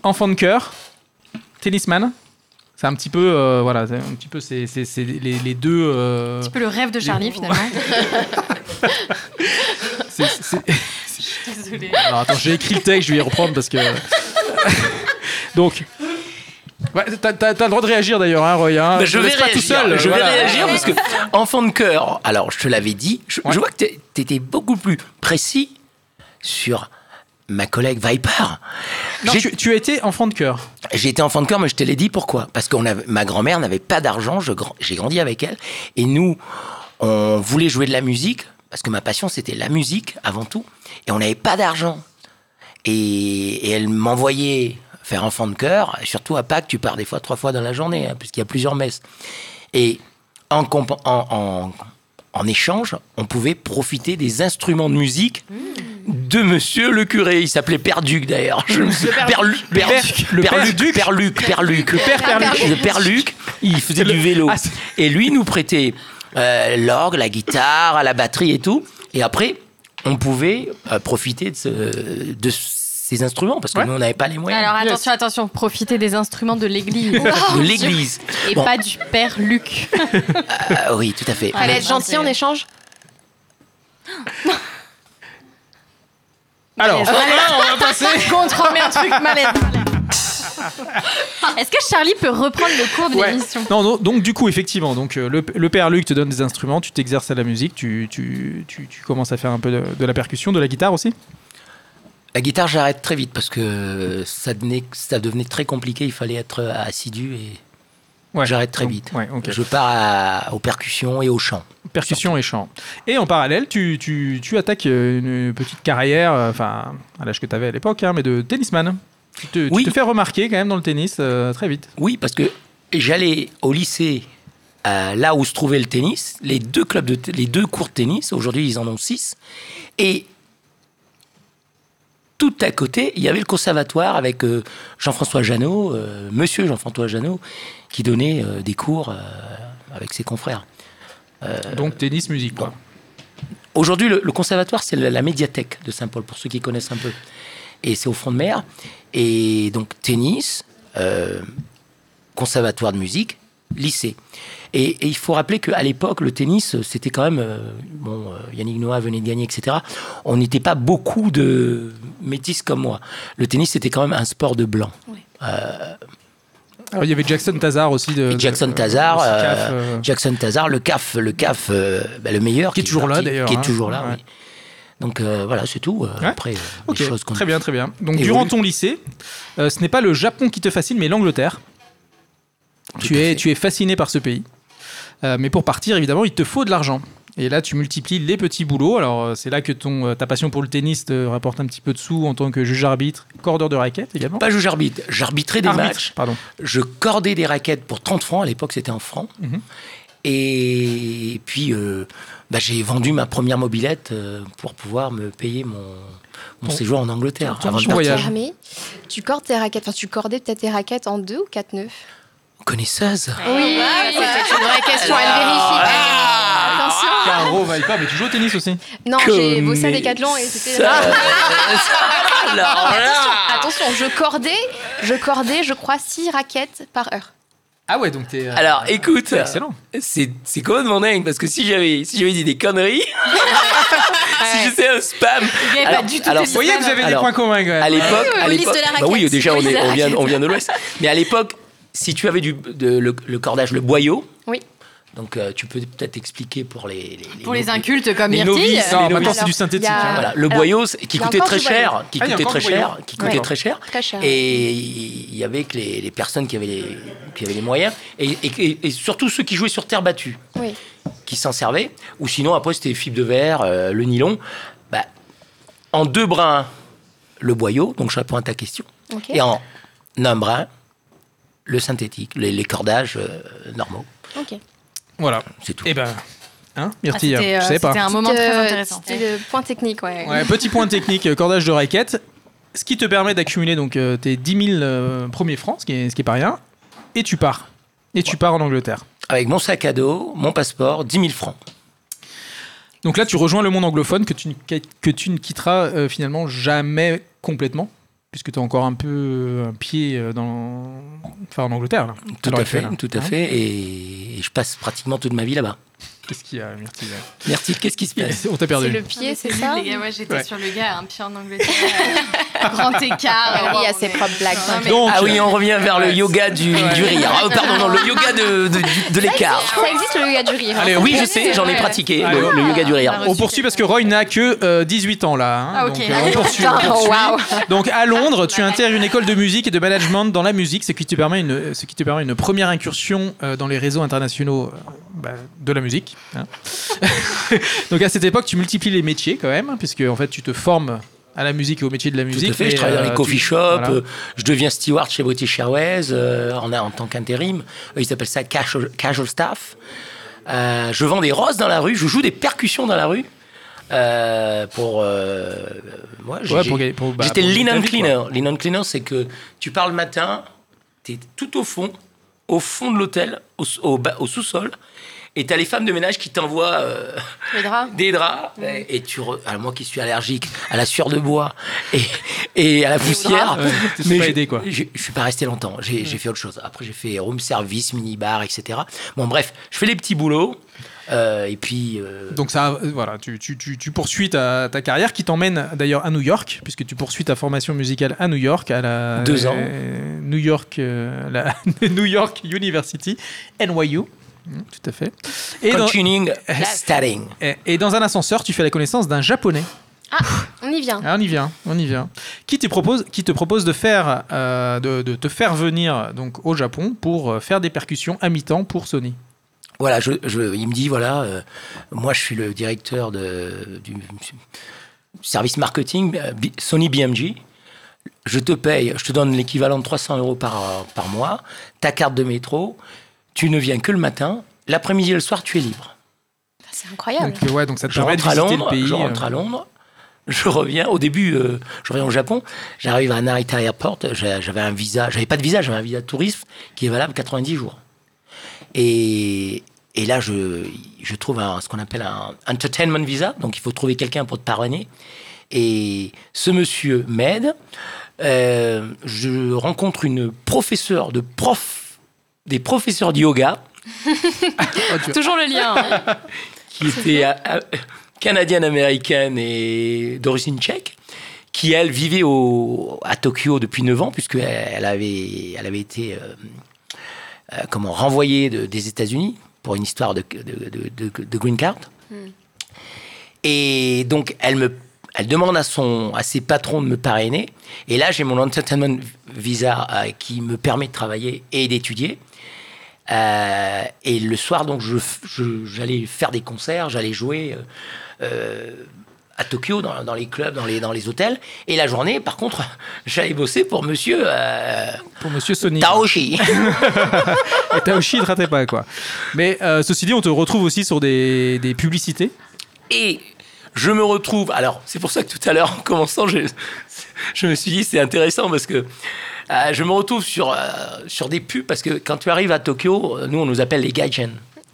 Speaker 1: enfant de cœur, tennisman. C'est un petit peu, euh, voilà, c'est un petit peu c'est, c'est- c'est les, les deux. euh,
Speaker 8: Un peu le rêve de Charlie finalement.
Speaker 1: c'est- c'est- Alors attends, j'ai écrit le texte, je vais y reprendre parce que. Donc. Ouais, t'as, t'as- t'as le droit de réagir d'ailleurs, hein, Roy. hein.
Speaker 5: Bah,
Speaker 1: Te laisse pas tout seul.
Speaker 5: je
Speaker 1: voilà.
Speaker 5: vais réagir parce que enfant de cœur. Alors je te l'avais dit. Je,
Speaker 1: Ouais.
Speaker 5: je vois que t'es- t'étais beaucoup plus précis sur ma collègue Viper.
Speaker 1: Non,
Speaker 5: J'ai-
Speaker 1: tu, tu as été enfant de cœur.
Speaker 5: J'ai été enfant de cœur, mais je te l'ai dit pourquoi. Parce que ma grand-mère n'avait pas d'argent, je grand- j'ai grandi avec elle. Et nous, on voulait jouer de la musique, parce que ma passion, c'était la musique avant tout. Et on n'avait pas d'argent. Et, et elle m'envoyait faire enfant de cœur, surtout à Pâques, tu pars des fois trois fois dans la journée, hein, puisqu'il y a plusieurs messes. Et en, compa- en- en- en échange, on pouvait profiter des instruments de musique de monsieur le curé. Il s'appelait Père Duc d'ailleurs. Je me suis- Père Lu- Père
Speaker 1: Père-
Speaker 5: Duc.
Speaker 1: le
Speaker 5: Père
Speaker 1: Père
Speaker 5: Luc,
Speaker 1: Duc.
Speaker 5: Père Luc, Père Luc.
Speaker 1: père Père Luc.
Speaker 5: Le Père Luc, il faisait
Speaker 1: Le-
Speaker 5: du vélo.
Speaker 1: Ah, c'est-
Speaker 5: Et lui nous prêtait euh, l'orgue, la guitare, la batterie et tout. Et après, on pouvait euh, profiter de, ce- de ces instruments parce que
Speaker 1: Ouais.
Speaker 5: nous, on n'avait pas les moyens.
Speaker 8: Alors attention, attention, profitez des instruments de l'église.
Speaker 5: de l'église.
Speaker 8: Et
Speaker 5: Oh, Bon,
Speaker 8: pas du père Luc.
Speaker 5: euh, oui, tout à fait.
Speaker 6: Fallait être gentil en échange.
Speaker 1: Alors, on va passer.
Speaker 8: Contre, mais un truc malade. Est-ce que Charlie peut reprendre le cours de
Speaker 1: Ouais.
Speaker 8: l'émission
Speaker 1: Non, non, donc du coup, effectivement, donc euh, le, le père Luc te donne des instruments, tu t'exerces à la musique, tu, tu, tu, tu commences à faire un peu de, de la percussion, de la guitare aussi.
Speaker 5: La guitare, j'arrête très vite parce que ça devenait, ça devenait très compliqué. Il fallait être assidu et
Speaker 1: Ouais.
Speaker 5: j'arrête très
Speaker 1: Donc,
Speaker 5: vite.
Speaker 1: ouais, ok.
Speaker 5: Je pars à- aux percussions et au chant.
Speaker 1: Percussion et chant. Et en parallèle, tu, tu, tu attaques euh, une petite carrière, euh, enfin, à l'âge que tu avais à l'époque, hein, mais de tennisman. Tu te, tu
Speaker 5: Oui.
Speaker 1: te fais remarquer quand même dans le tennis euh, très vite.
Speaker 5: Oui, parce que j'allais au lycée, euh, là où se trouvait le tennis, les deux clubs de, t- les deux cours de tennis. Aujourd'hui, ils en ont six. Et tout à côté, il y avait le conservatoire avec euh, Jean-François Janot, euh, Monsieur Jean-François Janot, qui donnait euh, des cours euh, avec ses confrères. Euh,
Speaker 1: Donc tennis, musique, quoi.
Speaker 5: Aujourd'hui, le, le conservatoire, c'est la, la médiathèque de Saint-Paul, pour ceux qui connaissent un peu. Et c'est au front de mer. Et donc, tennis, euh, conservatoire de musique, lycée. Et, et il faut rappeler qu'à l'époque, le tennis, euh, c'était quand même. euh, bon, euh, Yannick Noah venait de gagner, etc. On n'était pas beaucoup de métis comme moi. Le tennis, c'était quand même un sport de blanc. Euh,
Speaker 1: Alors il y avait Jackson Tazar aussi. De,
Speaker 5: Et Jackson
Speaker 1: de-
Speaker 5: Tazar,
Speaker 1: aussi, CAF,
Speaker 5: euh,
Speaker 1: euh,
Speaker 5: Jackson Tazar, le CAF, le CAF, euh, bah, le meilleur,
Speaker 1: Qui est toujours là,
Speaker 5: parti-
Speaker 1: d'ailleurs,
Speaker 5: qui est
Speaker 1: hein.
Speaker 5: toujours là.
Speaker 1: Ouais.
Speaker 5: oui. Donc euh, voilà, c'est tout. Euh,
Speaker 1: Ouais.
Speaker 5: Après, euh,
Speaker 1: Ok,
Speaker 5: les choses qu'on-
Speaker 1: très bien, très bien. Donc,
Speaker 5: Et
Speaker 1: durant
Speaker 5: oui.
Speaker 1: ton lycée, euh, ce n'est pas le Japon qui te fascine, mais l'Angleterre. Tu
Speaker 5: à
Speaker 1: es,
Speaker 5: fait.
Speaker 1: tu es fasciné par ce pays. Euh, mais pour partir, évidemment, il te faut de l'argent. Et là, tu multiplies les petits boulots. Alors, euh, c'est là que ton, euh, ta passion pour le tennis te rapporte un petit peu de sous en tant que juge-arbitre, cordeur de raquette également.
Speaker 5: Pas juge arbitre, j'arbitrais des
Speaker 1: Arbitre,
Speaker 5: matchs.
Speaker 1: pardon.
Speaker 5: Je cordais des raquettes pour 30 francs, à l'époque c'était en francs.
Speaker 1: Mhm.
Speaker 5: Et puis euh, bah, j'ai vendu ma première mobilette euh, pour pouvoir me payer mon, mon
Speaker 1: Ton-
Speaker 5: séjour en Angleterre.
Speaker 1: ton
Speaker 5: avant de
Speaker 1: petit
Speaker 5: partir.
Speaker 1: voyage.
Speaker 3: Fermé. Tu cordes tes raquettes, enfin tu cordais peut-être tes raquettes en deux ou quatre nœuds.
Speaker 5: Connaisseuse
Speaker 6: Oui,
Speaker 5: Ah,
Speaker 6: c'est Ah, une vraie question, elle
Speaker 5: Alors,
Speaker 6: vérifie.
Speaker 3: Attention.
Speaker 1: Caro, Viper, mais tu joues au tennis aussi.
Speaker 3: Non, j'ai bossé à Decathlon et c'était.
Speaker 5: Ah,
Speaker 1: Euh,
Speaker 5: Alors là
Speaker 3: Attention, je cordais, je cordais, je crois six raquettes par heure.
Speaker 1: Ah ouais, donc t'es. euh,
Speaker 5: Alors écoute,
Speaker 1: c'est excellent.
Speaker 5: c'est c'est complètement dingue parce que si j'avais si j'avais dit des conneries, si j'étais un spam.
Speaker 8: Il n'y avait pas
Speaker 5: Alors-
Speaker 8: du tout
Speaker 5: alors,
Speaker 8: de
Speaker 1: Vous voyez, vous avez des
Speaker 5: Alors,
Speaker 1: points communs quand même.
Speaker 5: à l'époque, à
Speaker 7: police
Speaker 5: l'époque-
Speaker 7: de la
Speaker 5: bah oui,
Speaker 7: raquette.
Speaker 5: déjà on,
Speaker 7: Police
Speaker 5: est-
Speaker 7: de la
Speaker 5: on vient, on vient de l'Ouest. Mais à l'époque, si tu avais du de- le, le cordage, le boyau.
Speaker 3: Oui.
Speaker 5: Donc euh, tu peux peut-être expliquer pour les,
Speaker 8: Pour les
Speaker 5: novi-
Speaker 8: incultes comme
Speaker 5: les
Speaker 8: Myrtille.
Speaker 5: novices,
Speaker 1: Non,
Speaker 5: les
Speaker 1: maintenant
Speaker 5: novices.
Speaker 1: c'est du synthétique.
Speaker 3: euh, Il y a-
Speaker 1: hein.
Speaker 5: Voilà, le
Speaker 3: Alors,
Speaker 5: boyau c'est- qui
Speaker 3: il y a
Speaker 5: coûtait
Speaker 3: encore
Speaker 5: très
Speaker 3: du boyau.
Speaker 5: cher, qui
Speaker 1: Ah, il y a
Speaker 5: coûtait
Speaker 1: encore
Speaker 5: très
Speaker 1: du boyau.
Speaker 5: cher, qui coûtait
Speaker 3: Ouais.
Speaker 5: très cher.
Speaker 3: Très cher.
Speaker 5: Et il y avait que les, les personnes qui avaient les, qui avaient les moyens et, et- et surtout ceux qui jouaient sur terre battue
Speaker 3: Oui.
Speaker 5: qui s'en servaient, ou sinon après c'était fibre de verre, euh, le nylon. Bah, en deux brins, le boyau, donc je réponds à ta question,
Speaker 3: Ok.
Speaker 5: et en un brin, le synthétique, les, les cordages euh, normaux,
Speaker 3: Ok.
Speaker 1: Voilà.
Speaker 5: c'est tout.
Speaker 1: Et ben.
Speaker 8: Ah,
Speaker 1: Hein, Myrtille,
Speaker 8: C'était euh,
Speaker 1: je sais pas.
Speaker 8: c'était un moment
Speaker 3: C'était,
Speaker 8: très
Speaker 3: euh,
Speaker 8: intéressant.
Speaker 3: C'était le point technique, ouais.
Speaker 1: Ouais, petit point technique, euh, cordage de raquette. Ce qui te permet d'accumuler donc euh, tes 10 000 euh, premiers francs, ce qui, est, ce qui est pas rien, et tu pars. Et tu pars en Angleterre.
Speaker 5: avec mon sac à dos, mon passeport, 10 000 francs.
Speaker 1: Donc là, tu rejoins le monde anglophone que tu, ne qui- que tu ne quitteras euh, finalement jamais complètement, puisque tu as encore un peu euh, un pied euh, dans... enfin, en Angleterre. là,
Speaker 5: Tout
Speaker 1: l'heure
Speaker 5: à fait,
Speaker 1: actuelle.
Speaker 5: tout à
Speaker 1: Hein
Speaker 5: fait. Et, et je passe pratiquement toute ma vie là-bas.
Speaker 1: Qu'est-ce qu'il y a, Myrtille
Speaker 5: Merci, qu'est-ce qui se passe
Speaker 1: On t'a perdu.
Speaker 4: C'est le pied, c'est ça
Speaker 8: Les gars, ouais, j'étais
Speaker 1: Ouais.
Speaker 8: sur le gars, un pied en Angleterre. grand écart.
Speaker 4: Oui,
Speaker 8: Ouais,
Speaker 4: à
Speaker 8: on
Speaker 4: ses
Speaker 8: est-
Speaker 4: propres blagues,
Speaker 8: Non,
Speaker 4: t'inquiète.
Speaker 8: mais-
Speaker 1: Donc,
Speaker 5: Ah oui, on revient vers le yoga du,
Speaker 1: Ouais.
Speaker 5: du rire. Ah, pardon, non, le yoga de, de- de l'écart.
Speaker 3: Ça existe le yoga du rire. hein.
Speaker 1: Allez,
Speaker 5: Oui, je
Speaker 8: Ouais,
Speaker 5: sais,
Speaker 8: c'est
Speaker 5: j'en ai
Speaker 8: vrai.
Speaker 5: pratiqué,
Speaker 1: Ah,
Speaker 5: le, le yoga du rire.
Speaker 8: on a
Speaker 1: on
Speaker 8: reçu
Speaker 1: poursuit
Speaker 8: quelqu'un.
Speaker 1: parce que Roy n'a que euh, 18 ans là. hein.
Speaker 8: Ah,
Speaker 1: Donc,
Speaker 8: ok.
Speaker 1: euh, on poursuit. on poursuit.
Speaker 3: Oh, waouh.
Speaker 1: Donc à Londres, tu intègres une école de musique et de management dans la musique, ce qui te permet une, ce qui te permet une première incursion euh, dans les réseaux internationaux euh, bah, de la musique. hein. Donc à cette époque, tu multiplies les métiers quand même, puisque en fait tu te formes à la musique et au métier de la
Speaker 5: Tout
Speaker 1: musique.
Speaker 5: à fait,
Speaker 1: mais,
Speaker 5: je travaille dans
Speaker 1: euh,
Speaker 5: les
Speaker 1: tu-
Speaker 5: coffee shops,
Speaker 1: voilà.
Speaker 5: euh, je deviens steward chez British Airways euh, en, en tant qu'intérim. Eux, Ils appellent ça casual, casual staff. Euh, je vends des roses dans la rue, je joue des percussions dans la rue. euh, pour euh, moi, j'ai-
Speaker 1: Ouais,
Speaker 5: j'ai-
Speaker 1: pour gagner- pour- bah,
Speaker 5: j'étais
Speaker 1: pour
Speaker 5: lean
Speaker 1: ta
Speaker 5: and
Speaker 1: vie, quoi.
Speaker 5: cleaner. Lean and cleaner, c'est que tu pars le matin, tu es tout au fond, au fond de l'hôtel, au, s- au bas- au sous-sol, et tu as les femmes de ménage qui t'envoient euh,
Speaker 6: Les draps. Mmh.
Speaker 5: des draps et tu re- ah, moi qui suis allergique à la sueur de bois et, et à la poussière
Speaker 1: Ouais, t'es pas
Speaker 5: je,
Speaker 1: aidé, quoi.
Speaker 5: je je suis pas resté longtemps j'ai
Speaker 6: Mmh.
Speaker 5: j'ai fait autre chose après j'ai fait room service mini bar etc bon bref je fais les petits boulots euh, et puis euh,
Speaker 1: Donc ça, euh, voilà, tu, tu- tu- tu poursuis ta, ta carrière qui t'emmène d'ailleurs à New York, puisque tu poursuis ta formation musicale à New York, à la
Speaker 5: Deux ans.
Speaker 1: euh, New York, euh, la New York University, NYU. Mm, Tout à fait. Et dans,
Speaker 5: continuing studying
Speaker 1: et- et dans un ascenseur, tu fais la connaissance d'un japonais.
Speaker 5: euh,
Speaker 3: On y vient.
Speaker 1: Ah, on y vient, on y vient. Qui te propose, qui te propose de faire, euh, de, de te faire venir donc au Japon pour euh, faire des percussions à mi-temps pour Sony.
Speaker 5: voilà je, je- il me dit voilà euh, moi je suis le directeur de, du service marketing euh, B- Sony BMG je te paye, je te donne l'équivalent de 300 euros par, par mois, ta carte de métro, tu ne viens que le matin, l'après-midi et le soir, tu es libre.
Speaker 6: Ah,
Speaker 3: C'est incroyable.
Speaker 1: Donc, euh, ouais, donc ça te
Speaker 5: Je
Speaker 1: permet de
Speaker 5: rentre à
Speaker 1: visiter
Speaker 5: Londres,
Speaker 1: le pays. euh.
Speaker 5: je rentre à Londres, je reviens, au début, euh, je reviens au Japon, j'arrive à Narita Airport, j'a- j'avais un visa, j'avais pas de visa, j'avais un visa de tourisme qui est valable 90 jours. Et, et là, je, je trouve un- ce qu'on appelle un entertainment visa, donc il faut trouver quelqu'un pour te parrainer. Et ce monsieur m'aide. Euh, je rencontre une professeure de prof, des professeurs de yoga
Speaker 8: Toujours le lien.
Speaker 5: Ah,
Speaker 8: hein.
Speaker 5: qui était à- à- canadienne-américaine et d'origine tchèque, qui elle vivait au, à Tokyo depuis 9 ans, puisque elle avait, elle avait été euh, euh, comment, renvoyée de- des États-Unis pour une histoire de, de- de- de- de green card. Et donc elle me elle demande à, son, à ses patrons de me parrainer. Et là, j'ai mon entertainment visa euh, qui me permet de travailler et d'étudier. Euh, et le soir, donc, je f- je- j'allais faire des concerts, j'allais jouer euh, euh, à Tokyo, dans, dans les clubs, dans les, dans les hôtels. Et la journée, par contre, j'allais bosser pour monsieur euh,
Speaker 1: Pour Monsieur Sony.
Speaker 5: Taoshi.
Speaker 1: Et Taoshi ne ratait pas, quoi. Mais euh, ceci dit, on te retrouve aussi sur des, des publicités.
Speaker 5: Et je me retrouve. Alors, c'est pour ça que tout à l'heure, en commençant, je, je me suis dit, c'est intéressant parce que euh, je me retrouve sur, euh, sur des pubs. Parce que quand tu arrives à Tokyo, euh, nous, on nous appelle les gaijin.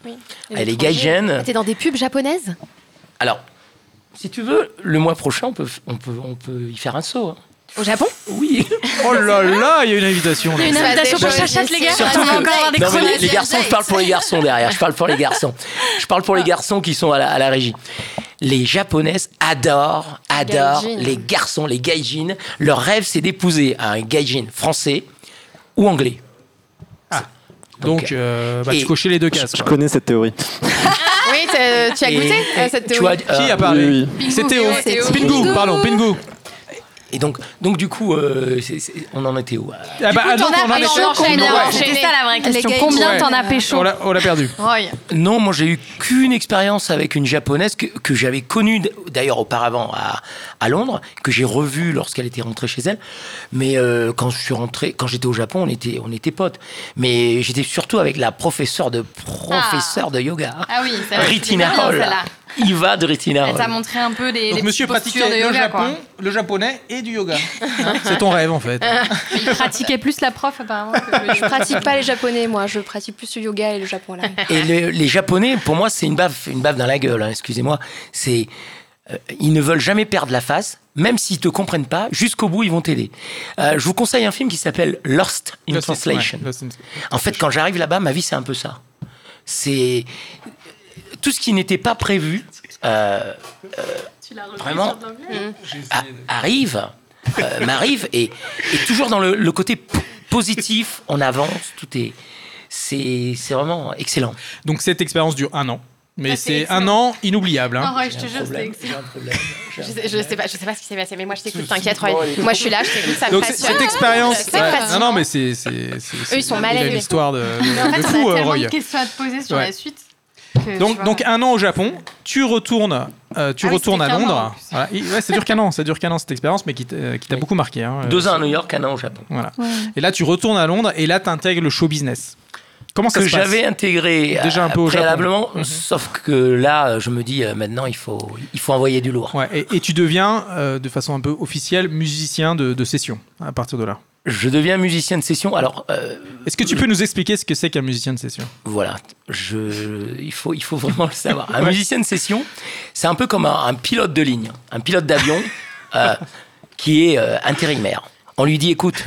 Speaker 5: Euh, les gaijin.
Speaker 6: T'es dans des pubs japonaises
Speaker 5: Alors, si tu veux, le mois prochain, on peut, on peut, on peut y faire un saut. hein.
Speaker 6: Au Japon
Speaker 5: Oui.
Speaker 1: Oh là là, il y a une invitation. là.
Speaker 8: Une
Speaker 3: Ça,
Speaker 8: invitation
Speaker 3: c'est
Speaker 8: pour
Speaker 3: joli,
Speaker 8: Chachette, les gars.
Speaker 3: c'est-
Speaker 8: On va encore avoir des
Speaker 5: Non, mais les-
Speaker 8: chroniques.
Speaker 5: les garçons, je parle pour les garçons derrière. Je parle pour les garçons. Je parle pour les garçons qui sont à la, à la régie. Les japonaises adorent, adorent
Speaker 6: Gaijin.
Speaker 5: les garçons, les gaijins. Leur rêve, c'est d'épouser un gaijin français ou anglais.
Speaker 1: Ah. Donc,
Speaker 5: Ok.
Speaker 1: euh, bah, tu
Speaker 5: Et-
Speaker 1: cochais les deux cases.
Speaker 9: Je
Speaker 1: quoi.
Speaker 9: connais cette théorie.
Speaker 6: Oui, t'as- tu as
Speaker 5: Et-
Speaker 6: goûté
Speaker 5: et
Speaker 6: à cette
Speaker 5: tu
Speaker 6: théorie
Speaker 5: vois,
Speaker 1: Qui
Speaker 5: euh,
Speaker 1: a parlé
Speaker 9: oui,
Speaker 1: C'est Théo.
Speaker 8: Théo, c'est Théo.
Speaker 1: Pingu,
Speaker 8: Pingu.
Speaker 1: pardon, Pingu.
Speaker 5: Et donc, donc du coup, euh, c'est- c'est- on en était où euh
Speaker 1: Ah bah, ah non,
Speaker 8: T'en
Speaker 1: on en
Speaker 8: as
Speaker 1: était-
Speaker 8: pécho
Speaker 1: Ouais.
Speaker 8: combien C'était
Speaker 6: enchaîné.
Speaker 8: ça la vraie question.
Speaker 3: gaijins.
Speaker 8: Combien
Speaker 1: Ouais.
Speaker 8: t'en as pécho
Speaker 1: On l'a- On l'a perdu.
Speaker 8: Roy.
Speaker 5: Non, moi j'ai eu qu'une expérience avec une japonaise que, que j'avais connue d- d'ailleurs auparavant à, à Londres, que j'ai revue lorsqu'elle était rentrée chez elle. Mais euh, quand je suis rentré, quand j'étais au Japon, on était, on était potes. Mais j'étais surtout avec la professeure de professeur de yoga.
Speaker 8: Ah oui, ça
Speaker 5: Ritinarol. Ah
Speaker 8: celle-là.
Speaker 5: Iva de Retina.
Speaker 8: Elle t'a montré un peu les,
Speaker 1: Donc
Speaker 8: les
Speaker 1: monsieur
Speaker 8: petites postures
Speaker 1: pratiquait
Speaker 8: de
Speaker 1: le
Speaker 8: yoga,
Speaker 1: Japon, le japonais et du yoga. C'est ton rêve en fait.
Speaker 5: Ah.
Speaker 8: quoi. Il pratiquait plus la prof apparemment que le
Speaker 3: Je pratique pas les japonais, moi. Je pratique plus le yoga et le Japon là.
Speaker 5: Et le- les Japonais, pour moi, c'est une baffe, une baffe dans la gueule. hein, Excusez-moi. C'est euh, ils ne veulent jamais perdre la face, même s'ils te comprennent pas. Jusqu'au bout, ils vont t'aider. Euh, je vous conseille un film qui s'appelle Lost in
Speaker 1: Lost in-
Speaker 5: Translation.
Speaker 1: ouais, Lost in-
Speaker 5: En fait, quand j'arrive là-bas, ma vie, c'est un peu ça. C'est euh, tout ce qui n'était pas prévu. euh, euh, vraiment a- arrive, euh, m'arrive et, et toujours dans le, le côté p- positif, on avance, tout est, c'est c'est vraiment excellent.
Speaker 1: Donc cette expérience dure un an. Mais
Speaker 4: Ah, c'est
Speaker 1: c'est un an inoubliable. hein.
Speaker 8: Non, ouais, je te jure, c'est
Speaker 5: Problème,
Speaker 8: excellent.
Speaker 5: j'ai un problème.
Speaker 6: Je sais, je sais pas, je sais pas ce qui s'est passé, mais moi je t'écoute, t'inquiète. Roy. Moi je suis là, je t'écoute, ça me
Speaker 1: Donc c'est-
Speaker 6: passionne.
Speaker 1: cette expérience,
Speaker 6: C'est
Speaker 1: non
Speaker 6: fascinant.
Speaker 1: non mais c'est c'est c'est- c'est-
Speaker 6: ils sont
Speaker 1: il y
Speaker 6: mal
Speaker 1: a
Speaker 6: élevés.
Speaker 1: une histoire de,
Speaker 8: Mais en
Speaker 1: de
Speaker 8: fait,
Speaker 1: fou
Speaker 8: on a
Speaker 1: euh,
Speaker 8: tellement
Speaker 1: Roy.
Speaker 8: de questions à te poser sur
Speaker 1: Ouais.
Speaker 8: la suite. que tu
Speaker 1: Donc
Speaker 8: vois.
Speaker 1: donc un an au Japon, tu retournes euh, tu
Speaker 8: Ah oui,
Speaker 1: retournes à
Speaker 8: c'était qu'un an, en
Speaker 1: Londres.
Speaker 8: plus.
Speaker 1: Voilà. Et- ouais, ça dure qu'un an, ça dure qu'un an cette expérience mais qui t'a euh, qui t'a
Speaker 5: Oui.
Speaker 1: beaucoup marqué. hein. Euh,
Speaker 5: Deux ans à New York, un an au Japon.
Speaker 1: Voilà. Et là tu retournes à Londres et là tu intègres le show business. Comment ça
Speaker 5: que
Speaker 1: se passe
Speaker 5: j'avais intégré
Speaker 1: Déjà un peu
Speaker 5: euh,
Speaker 1: au Japon.
Speaker 5: préalablement, sauf que là, je me dis euh, maintenant il faut, il faut envoyer du lourd.
Speaker 1: Ouais, et, et tu deviens euh, de façon un peu officielle musicien de, de session à partir de là.
Speaker 5: Je deviens musicien de session. Alors euh,
Speaker 1: Est-ce que tu peux nous expliquer ce que c'est qu'un musicien de session
Speaker 5: voilà, je, il, faut, il faut vraiment le savoir. Un musicien de session, c'est un peu comme un, un pilote de ligne, un pilote d'avion euh, qui est euh, intérimaire. On lui dit écoute,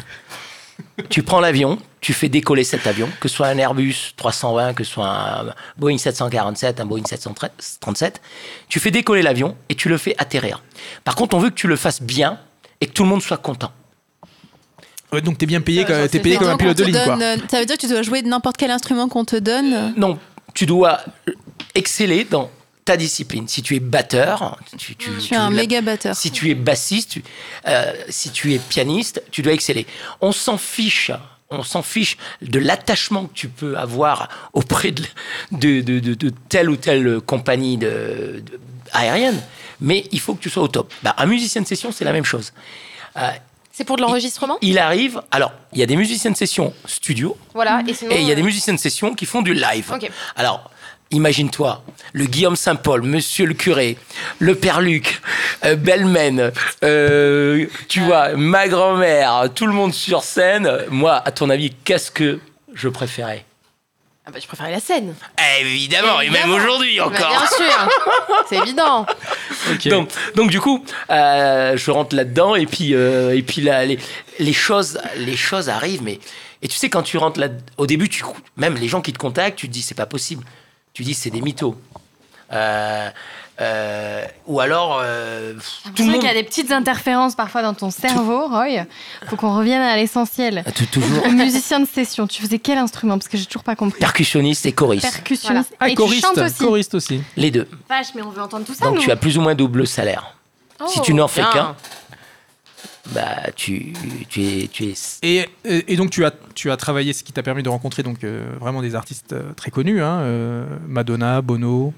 Speaker 5: tu prends l'avion, tu fais décoller cet avion, que ce soit un Airbus 320, que ce soit un Boeing 747, un Boeing 737, tu fais décoller l'avion et tu le fais atterrir. Par contre, on veut que tu le fasses bien et que tout le monde soit content.
Speaker 1: Ouais, donc t'es bien payé,
Speaker 7: Ça,
Speaker 1: quand-
Speaker 7: ça,
Speaker 1: Euh, t'es
Speaker 7: ça,
Speaker 1: payé
Speaker 7: ça,
Speaker 1: comme
Speaker 7: ça,
Speaker 1: un pilote de
Speaker 7: qu'on te
Speaker 1: ligne quoi.
Speaker 7: donne, euh, Ça veut dire que tu dois jouer de n'importe quel instrument qu'on te donne.
Speaker 5: Non, tu dois exceller dans ta discipline. Si tu es batteur, tu, tu,
Speaker 7: Je
Speaker 5: tu
Speaker 7: suis un
Speaker 5: la-
Speaker 7: méga batteur.
Speaker 5: Si tu es bassiste, tu- euh, si tu es pianiste, tu dois exceller. On s'en fiche. On s'en fiche de l'attachement que tu peux avoir auprès de, de, de- de- de telle ou telle compagnie de, de- aérienne, mais il faut que tu sois au top. Bah, un musicien de session, c'est la même chose. Euh,
Speaker 6: C'est pour de l'enregistrement
Speaker 5: il arrive, alors, il y a des musiciens de session studio,
Speaker 6: Voilà, et sinon.
Speaker 5: et il y a
Speaker 6: euh,
Speaker 5: des musiciens de session qui font du live.
Speaker 6: Ok.
Speaker 5: Alors, imagine-toi, le Guillaume Saint-Paul, Monsieur le curé, le Père Luc, euh, Bellman, euh, tu vois, ma grand-mère, tout le monde sur scène. Moi, à ton avis, qu'est-ce que je préférais
Speaker 6: Ah bah, je préférais la scène.
Speaker 5: Évidemment, et même
Speaker 6: Évidemment.
Speaker 5: aujourd'hui
Speaker 6: Bah, bien
Speaker 5: encore.
Speaker 6: sûr, c'est évident.
Speaker 1: Ok.
Speaker 5: Donc, donc du coup, euh, je rentre là-dedans et puis euh, et puis là, les, les choses les choses arrivent. Mais et tu sais quand tu rentres là, au début, tu même les gens qui te contactent, tu te dis c'est pas possible. Tu dis c'est des mythos. Euh, euh, ou alors euh, tout
Speaker 4: Ah, C'est
Speaker 5: le
Speaker 4: vrai
Speaker 5: monde.
Speaker 4: qu'il y a des petites interférences parfois dans ton cerveau, Roy. Faut qu'on revienne à l'essentiel.
Speaker 5: Ah, tout- toujours
Speaker 4: Musicien de session, tu faisais quel instrument Parce que j'ai toujours pas compris.
Speaker 5: percussionniste et choriste,
Speaker 4: Percussionniste.
Speaker 1: Ah,
Speaker 4: Et tu
Speaker 1: choriste,
Speaker 4: chantes aussi.
Speaker 1: choriste aussi.
Speaker 5: les deux.
Speaker 4: Vache, mais on veut entendre tout ça, Oh,
Speaker 5: Donc
Speaker 4: nous.
Speaker 5: tu as plus ou moins double salaire. si tu n'en fais
Speaker 6: bien.
Speaker 5: qu'un, bah tu tu es tu es
Speaker 1: Et, et- et donc tu as, tu as travaillé, ce qui t'a permis de rencontrer donc euh, vraiment des artistes euh, très connus, hein, euh, Madonna, Bono,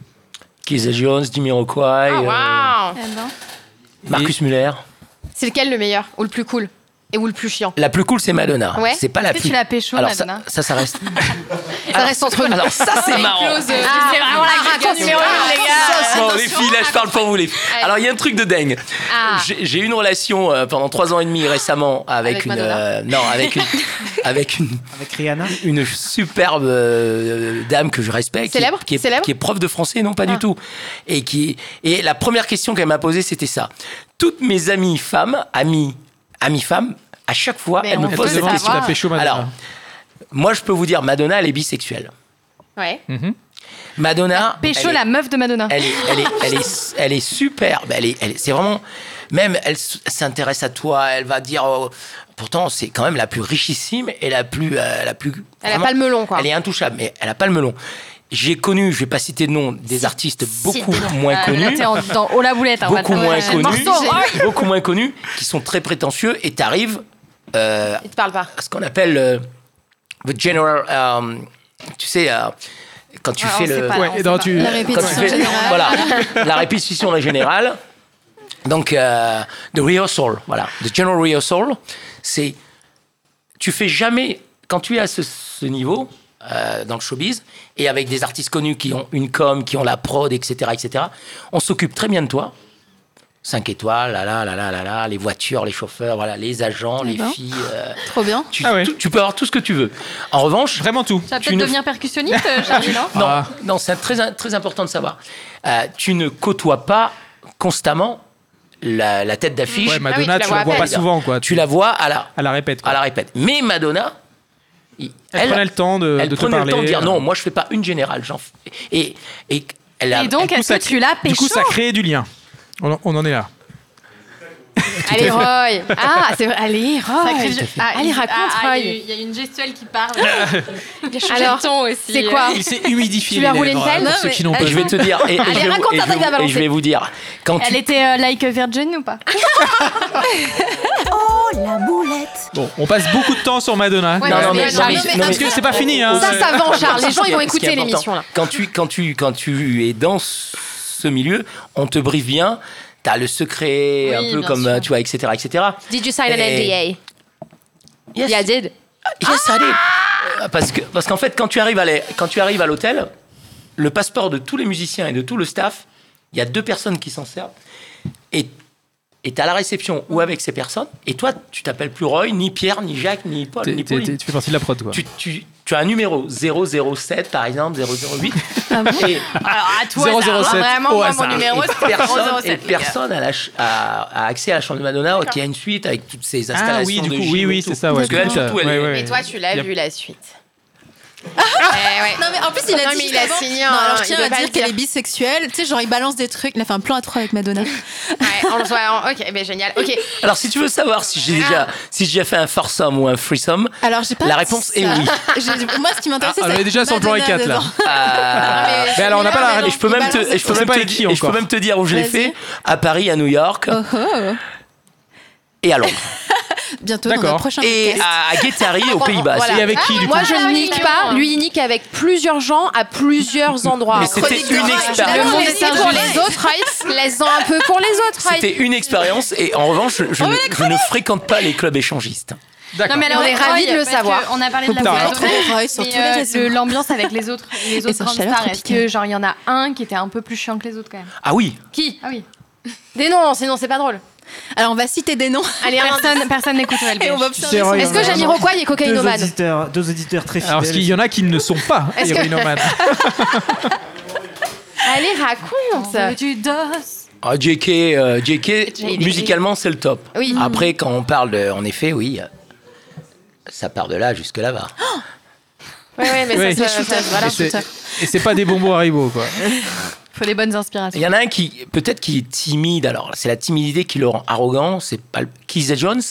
Speaker 5: Keith Jones, Jimmy Rockway,
Speaker 6: Ah, wow.
Speaker 8: Eh ben.
Speaker 5: euh, Marcus Muller.
Speaker 6: C'est lequel le meilleur Ou le plus cool Et ou le plus chiant
Speaker 5: La plus cool, c'est Madonna.
Speaker 6: Ouais.
Speaker 5: C'est pas la
Speaker 4: Est-ce que
Speaker 5: plus.
Speaker 4: tu l'as pécho,
Speaker 5: Alors ça,
Speaker 4: Madonna
Speaker 5: ça, ça reste.
Speaker 6: Ça reste entre nous.
Speaker 5: Alors ça, c'est marrant. Ah,
Speaker 6: c'est vraiment la raconte numéro une, les gars.
Speaker 5: Ça, c'est marrant, les filles, là, je parle pour vous, les filles.
Speaker 6: Allez.
Speaker 5: Alors, il y a un truc de dingue.
Speaker 6: Ah.
Speaker 5: J'ai j'ai eu une relation euh, pendant trois ans et demi récemment avec,
Speaker 6: Avec
Speaker 5: une. euh,
Speaker 6: Madonna.
Speaker 5: non, avec une. avec une,
Speaker 2: Avec Rihanna
Speaker 5: une superbe euh, dame que je respecte. qui-
Speaker 6: Célèbre
Speaker 5: qui est,
Speaker 6: Célèbre Ah.
Speaker 5: qui est prof de français, non pas du tout. Et, qui, et la première question qu'elle m'a posée, c'était ça. Toutes mes amies femmes, amies, amies femmes, à chaque fois,
Speaker 6: Mais
Speaker 5: elle me
Speaker 6: on
Speaker 5: pose
Speaker 6: peut
Speaker 5: cette
Speaker 6: savoir.
Speaker 5: question.
Speaker 1: tu as pécho Madonna.
Speaker 5: Alors, moi, je peux vous dire, Madonna, elle est bisexuelle.
Speaker 6: Ouais.
Speaker 1: Mhm.
Speaker 5: Madonna.
Speaker 4: Pécho,
Speaker 5: elle
Speaker 4: la meuf de Madonna.
Speaker 5: est- Elle est, elle est, elle est, elle est superbe. Elle est, elle est- c'est vraiment. Même, elle s- s'intéresse à toi. Elle va dire. oh, pourtant, c'est quand même la plus richissime et la plus, euh, la plus.
Speaker 6: Elle a pas le melon, quoi.
Speaker 5: Elle est intouchable, mais elle a pas le melon. J'ai connu, je vais pas citer de nom, des artistes beaucoup moins
Speaker 4: Ah, mais Là,
Speaker 5: connus.
Speaker 4: t'es en- dans Oh la boulette. hein, on va
Speaker 5: Beaucoup
Speaker 4: te-
Speaker 5: moins
Speaker 4: Ouais.
Speaker 5: connus.
Speaker 4: Morceau,
Speaker 6: hein.
Speaker 4: Roy.
Speaker 5: Beaucoup moins connus, qui sont très prétentieux et t'arrives euh,
Speaker 6: Il te parle pas.
Speaker 5: à ce qu'on appelle euh, the general. euh, tu sais, euh, quand tu
Speaker 4: Ouais,
Speaker 5: fais
Speaker 4: on sait
Speaker 5: le.
Speaker 4: pas.
Speaker 1: Ouais,
Speaker 4: on
Speaker 1: et
Speaker 4: sait
Speaker 1: dans
Speaker 4: pas.
Speaker 1: tu-
Speaker 7: La répétition
Speaker 5: Quand tu fais-
Speaker 7: générale.
Speaker 5: Voilà, la répétition générale. Donc, euh, the rehearsal, voilà. The general rehearsal, c'est. Tu fais jamais. Quand tu es à ce, ce niveau, euh, dans le showbiz et avec des artistes connus qui ont une com, qui ont la prod, etc. etc. On s'occupe très bien de toi. 5 étoiles, là là là là là là, les voitures, les chauffeurs, voilà, les agents, les
Speaker 8: D'accord.
Speaker 5: filles. euh,
Speaker 8: Trop bien.
Speaker 5: tu,
Speaker 1: Ah ouais.
Speaker 5: tu- tu peux avoir tout ce que tu veux. En revanche,
Speaker 1: Vraiment tout.
Speaker 4: Ça va
Speaker 5: Tu
Speaker 4: peut-être
Speaker 5: ne-
Speaker 4: devenir percussionniste, euh, Charlie, non
Speaker 5: non,
Speaker 1: Ah.
Speaker 5: non, c'est très, très important de savoir. Euh, tu ne côtoies pas constamment la, la tête d'affiche.
Speaker 1: Ouais, Madonna,
Speaker 6: Ah oui, tu la
Speaker 1: tu la
Speaker 6: vois
Speaker 1: vois
Speaker 6: à
Speaker 1: pas
Speaker 5: peine.
Speaker 1: souvent, quoi.
Speaker 5: Tu la vois à la,
Speaker 1: À la répète, quoi.
Speaker 5: à la répète. Mais Madonna, il-
Speaker 1: Elle, prenait le temps de,
Speaker 5: elle
Speaker 1: de te
Speaker 5: prenait
Speaker 1: parler.
Speaker 5: le temps de dire non, moi je fais pas une générale. j'en f- Et, et, elle a-
Speaker 4: Et donc,
Speaker 1: coup,
Speaker 4: est-ce
Speaker 1: ça-
Speaker 4: que tu l'as
Speaker 1: Du coup,
Speaker 4: pécho
Speaker 1: ça crée du lien. On en, on en est là.
Speaker 6: Allez, Roy. Ah, c'est vrai. Allez, Roy. Allez, raconte, Roy.
Speaker 4: Il y a une gestuelle qui parle.
Speaker 6: Alors, c'est quoi
Speaker 1: Il s'est humidifié.
Speaker 6: Tu lui as
Speaker 1: les
Speaker 6: roulé une
Speaker 5: hein,
Speaker 1: lèvres,
Speaker 6: pelle
Speaker 1: pour Ah, ceux qui n'ont pas
Speaker 5: Et je vais te dire, et, et
Speaker 6: Allez,
Speaker 5: je, vais, vous-
Speaker 6: raconte
Speaker 5: et
Speaker 6: un
Speaker 5: je
Speaker 6: truc à
Speaker 5: vais vous- et je
Speaker 6: balancer.
Speaker 5: vais vous dire, quand tu-
Speaker 4: Elle était euh, like virgin ou pas
Speaker 7: Oh,
Speaker 1: Bon, on passe beaucoup de temps sur Madonna.
Speaker 8: Ouais,
Speaker 5: Non,
Speaker 8: mais-
Speaker 5: non, mais-
Speaker 8: mais-
Speaker 5: non, mais-
Speaker 8: non, mais-
Speaker 5: non,
Speaker 1: Parce
Speaker 5: mais-
Speaker 1: que c'est pas fini, hein.
Speaker 6: Ça, ça vend, Charles. Les
Speaker 5: Ce
Speaker 6: gens,
Speaker 5: qui
Speaker 6: ils
Speaker 5: est-
Speaker 6: vont
Speaker 5: ce qui est
Speaker 6: écouter
Speaker 5: important,
Speaker 6: l'émission, là.
Speaker 5: Quand tu, quand, tu, quand tu es dans ce milieu, on te briefe bien. T'as le secret,
Speaker 8: Oui,
Speaker 5: un peu
Speaker 8: bien
Speaker 5: comme,
Speaker 8: sûr.
Speaker 5: euh, tu vois, etc. etc.
Speaker 6: Did you sign
Speaker 5: an NDA? Yes,
Speaker 6: Yeah, I did.
Speaker 5: yes, I did. Euh, Parce que parce qu'en fait, quand tu arrives à les- quand tu arrives à l'hôtel, le passeport de tous les musiciens et de tout le staff, il y a deux personnes qui s'en servent. Et et t'as la réception ou avec ces personnes. Et toi, tu t'appelles plus Roy, ni Pierre, ni Jacques, ni Paul,
Speaker 1: T'es-
Speaker 5: ni
Speaker 1: t'es-
Speaker 5: Pauline
Speaker 1: t'es- Tu fais partie de la prod, quoi.
Speaker 5: tu, tu, tu as un numéro 007 par exemple 008
Speaker 1: Ah
Speaker 5: et,
Speaker 4: Alors, à toi,
Speaker 1: 007,
Speaker 4: vraiment,
Speaker 1: au
Speaker 4: moi, mon
Speaker 1: hasard.
Speaker 4: numéro,
Speaker 5: et
Speaker 4: c'était
Speaker 5: personne,
Speaker 4: 007.
Speaker 5: et personne a, la ch- a- a accès à la chambre de Madonna qui a une suite avec toutes ces installations
Speaker 1: Ah oui, du
Speaker 5: de
Speaker 1: coup,
Speaker 5: gym
Speaker 1: oui,
Speaker 5: et
Speaker 1: oui,
Speaker 5: tout.
Speaker 1: c'est ça, ouais.
Speaker 5: parce que elle, surtout, elle
Speaker 1: Ouais,
Speaker 5: est-
Speaker 1: ouais, ouais.
Speaker 6: Et toi, tu l'as vu, la suite.
Speaker 7: Non, mais en plus, il a
Speaker 6: Ah Non,
Speaker 7: dit.
Speaker 6: mais
Speaker 7: juste
Speaker 6: il a
Speaker 7: avant-
Speaker 6: signé
Speaker 7: Non,
Speaker 6: un-
Speaker 7: alors je
Speaker 6: il
Speaker 7: tiens
Speaker 6: doit
Speaker 7: à
Speaker 6: pas
Speaker 7: dire
Speaker 6: le
Speaker 7: qu'elle
Speaker 6: dire.
Speaker 7: est bisexuelle. Tu sais, genre, il balance des trucs. Il a fait un plan à trois avec Madonna.
Speaker 6: Ouais, on le voit. Ok, mais génial. Ok.
Speaker 5: alors si tu veux savoir si j'ai déjà si j'ai déjà fait un foursome ou un threesome
Speaker 7: Alors, j'ai pas.
Speaker 5: La
Speaker 7: dit
Speaker 5: réponse est
Speaker 7: ça.
Speaker 5: oui.
Speaker 7: J'ai- Moi, ce qui m'intéresse,
Speaker 1: Ah,
Speaker 7: c'est.
Speaker 1: on est déjà sur le plan
Speaker 7: Madonna
Speaker 1: E4, là. Ah.
Speaker 7: dedans.
Speaker 5: euh,
Speaker 1: Mais alors, on n'a pas la
Speaker 5: et je peux
Speaker 7: Il
Speaker 5: même te,
Speaker 7: balance-
Speaker 5: et je peux
Speaker 1: On sait
Speaker 5: même
Speaker 1: pas
Speaker 5: te,
Speaker 1: avec qui,
Speaker 5: et je peux
Speaker 1: encore.
Speaker 5: même te dire où je l'ai
Speaker 7: Vas-y.
Speaker 5: fait à Paris à New York
Speaker 7: Oh, oh.
Speaker 5: et à Londres
Speaker 7: Bientôt dans
Speaker 1: D'accord.
Speaker 7: notre prochain
Speaker 5: et
Speaker 7: podcast.
Speaker 5: à, à Guétari aux Pays-Bas
Speaker 6: Voilà. Ah,
Speaker 1: Et avec qui, du coup
Speaker 6: Moi, je ne nique pas. Lui, il nique avec plusieurs gens à plusieurs endroits.
Speaker 5: mais c'était
Speaker 7: Chronique de
Speaker 5: une
Speaker 7: Roy.
Speaker 5: expérience
Speaker 6: Le
Speaker 7: Ah,
Speaker 6: monde
Speaker 7: mais
Speaker 6: est
Speaker 7: c'est
Speaker 6: un pour
Speaker 7: pour
Speaker 6: les
Speaker 7: les
Speaker 6: autres, Raïs. Laisse-en un peu pour les autres, Raïs.
Speaker 5: C'était une expérience et en revanche, je,
Speaker 6: Oh,
Speaker 5: je ne, je ne fréquente pas les clubs échangistes.
Speaker 1: D'accord.
Speaker 4: Non, mais alors,
Speaker 6: On est
Speaker 4: Roy,
Speaker 6: ravis de le
Speaker 4: parce que
Speaker 6: savoir.
Speaker 4: On a parlé de la
Speaker 1: Putain,
Speaker 4: voix
Speaker 1: alors,
Speaker 4: d'honneur,
Speaker 7: Roy, sur
Speaker 4: mais,
Speaker 7: tous les
Speaker 4: euh,
Speaker 7: réseaux.
Speaker 4: le- l'ambiance avec les autres, les autres
Speaker 7: sa
Speaker 4: grandes
Speaker 7: chaleur
Speaker 4: stars, est-ce
Speaker 7: tropicale.
Speaker 4: que genre il y en a un qui était un peu plus chiant que les autres quand même
Speaker 5: Ah oui,
Speaker 6: Qui
Speaker 4: Ah oui.
Speaker 6: Dénonce, sinon c'est pas drôle.
Speaker 7: Alors, on va citer des noms.
Speaker 6: Allez, un
Speaker 4: Personne, personne n'écoute
Speaker 7: Et on
Speaker 4: LBH.
Speaker 7: va
Speaker 2: Tu sais,
Speaker 7: observer.
Speaker 2: Roy,
Speaker 6: indice. Est-ce
Speaker 2: on
Speaker 6: que
Speaker 2: a vraiment
Speaker 6: Jamy est
Speaker 2: deux
Speaker 6: cocaïnomane
Speaker 2: auditeurs, deux auditeurs très fidèles.
Speaker 1: Alors, parce qu'il y en a qui ne sont pas
Speaker 6: Est-ce que-
Speaker 1: héroïnomanes.
Speaker 6: Allez, raconte.
Speaker 4: Tu doses.
Speaker 5: Ah, JK, euh, JK,
Speaker 6: JK.
Speaker 5: musicalement, c'est le top.
Speaker 6: Oui.
Speaker 5: Après, quand on parle de. En effet, oui. euh, Ça part de là jusque là-bas.
Speaker 6: Ouais, ouais, mais
Speaker 1: Oui.
Speaker 6: ça, ça, ça, voilà.
Speaker 1: Et c'est- Et c'est pas des bonbons Haribo, quoi.
Speaker 4: Faut les bonnes
Speaker 5: Il
Speaker 4: inspirations.
Speaker 5: y en a un qui, peut-être, qui est timide. Alors, c'est la timidité qui le rend arrogant. C'est pas le- Keith et Jones.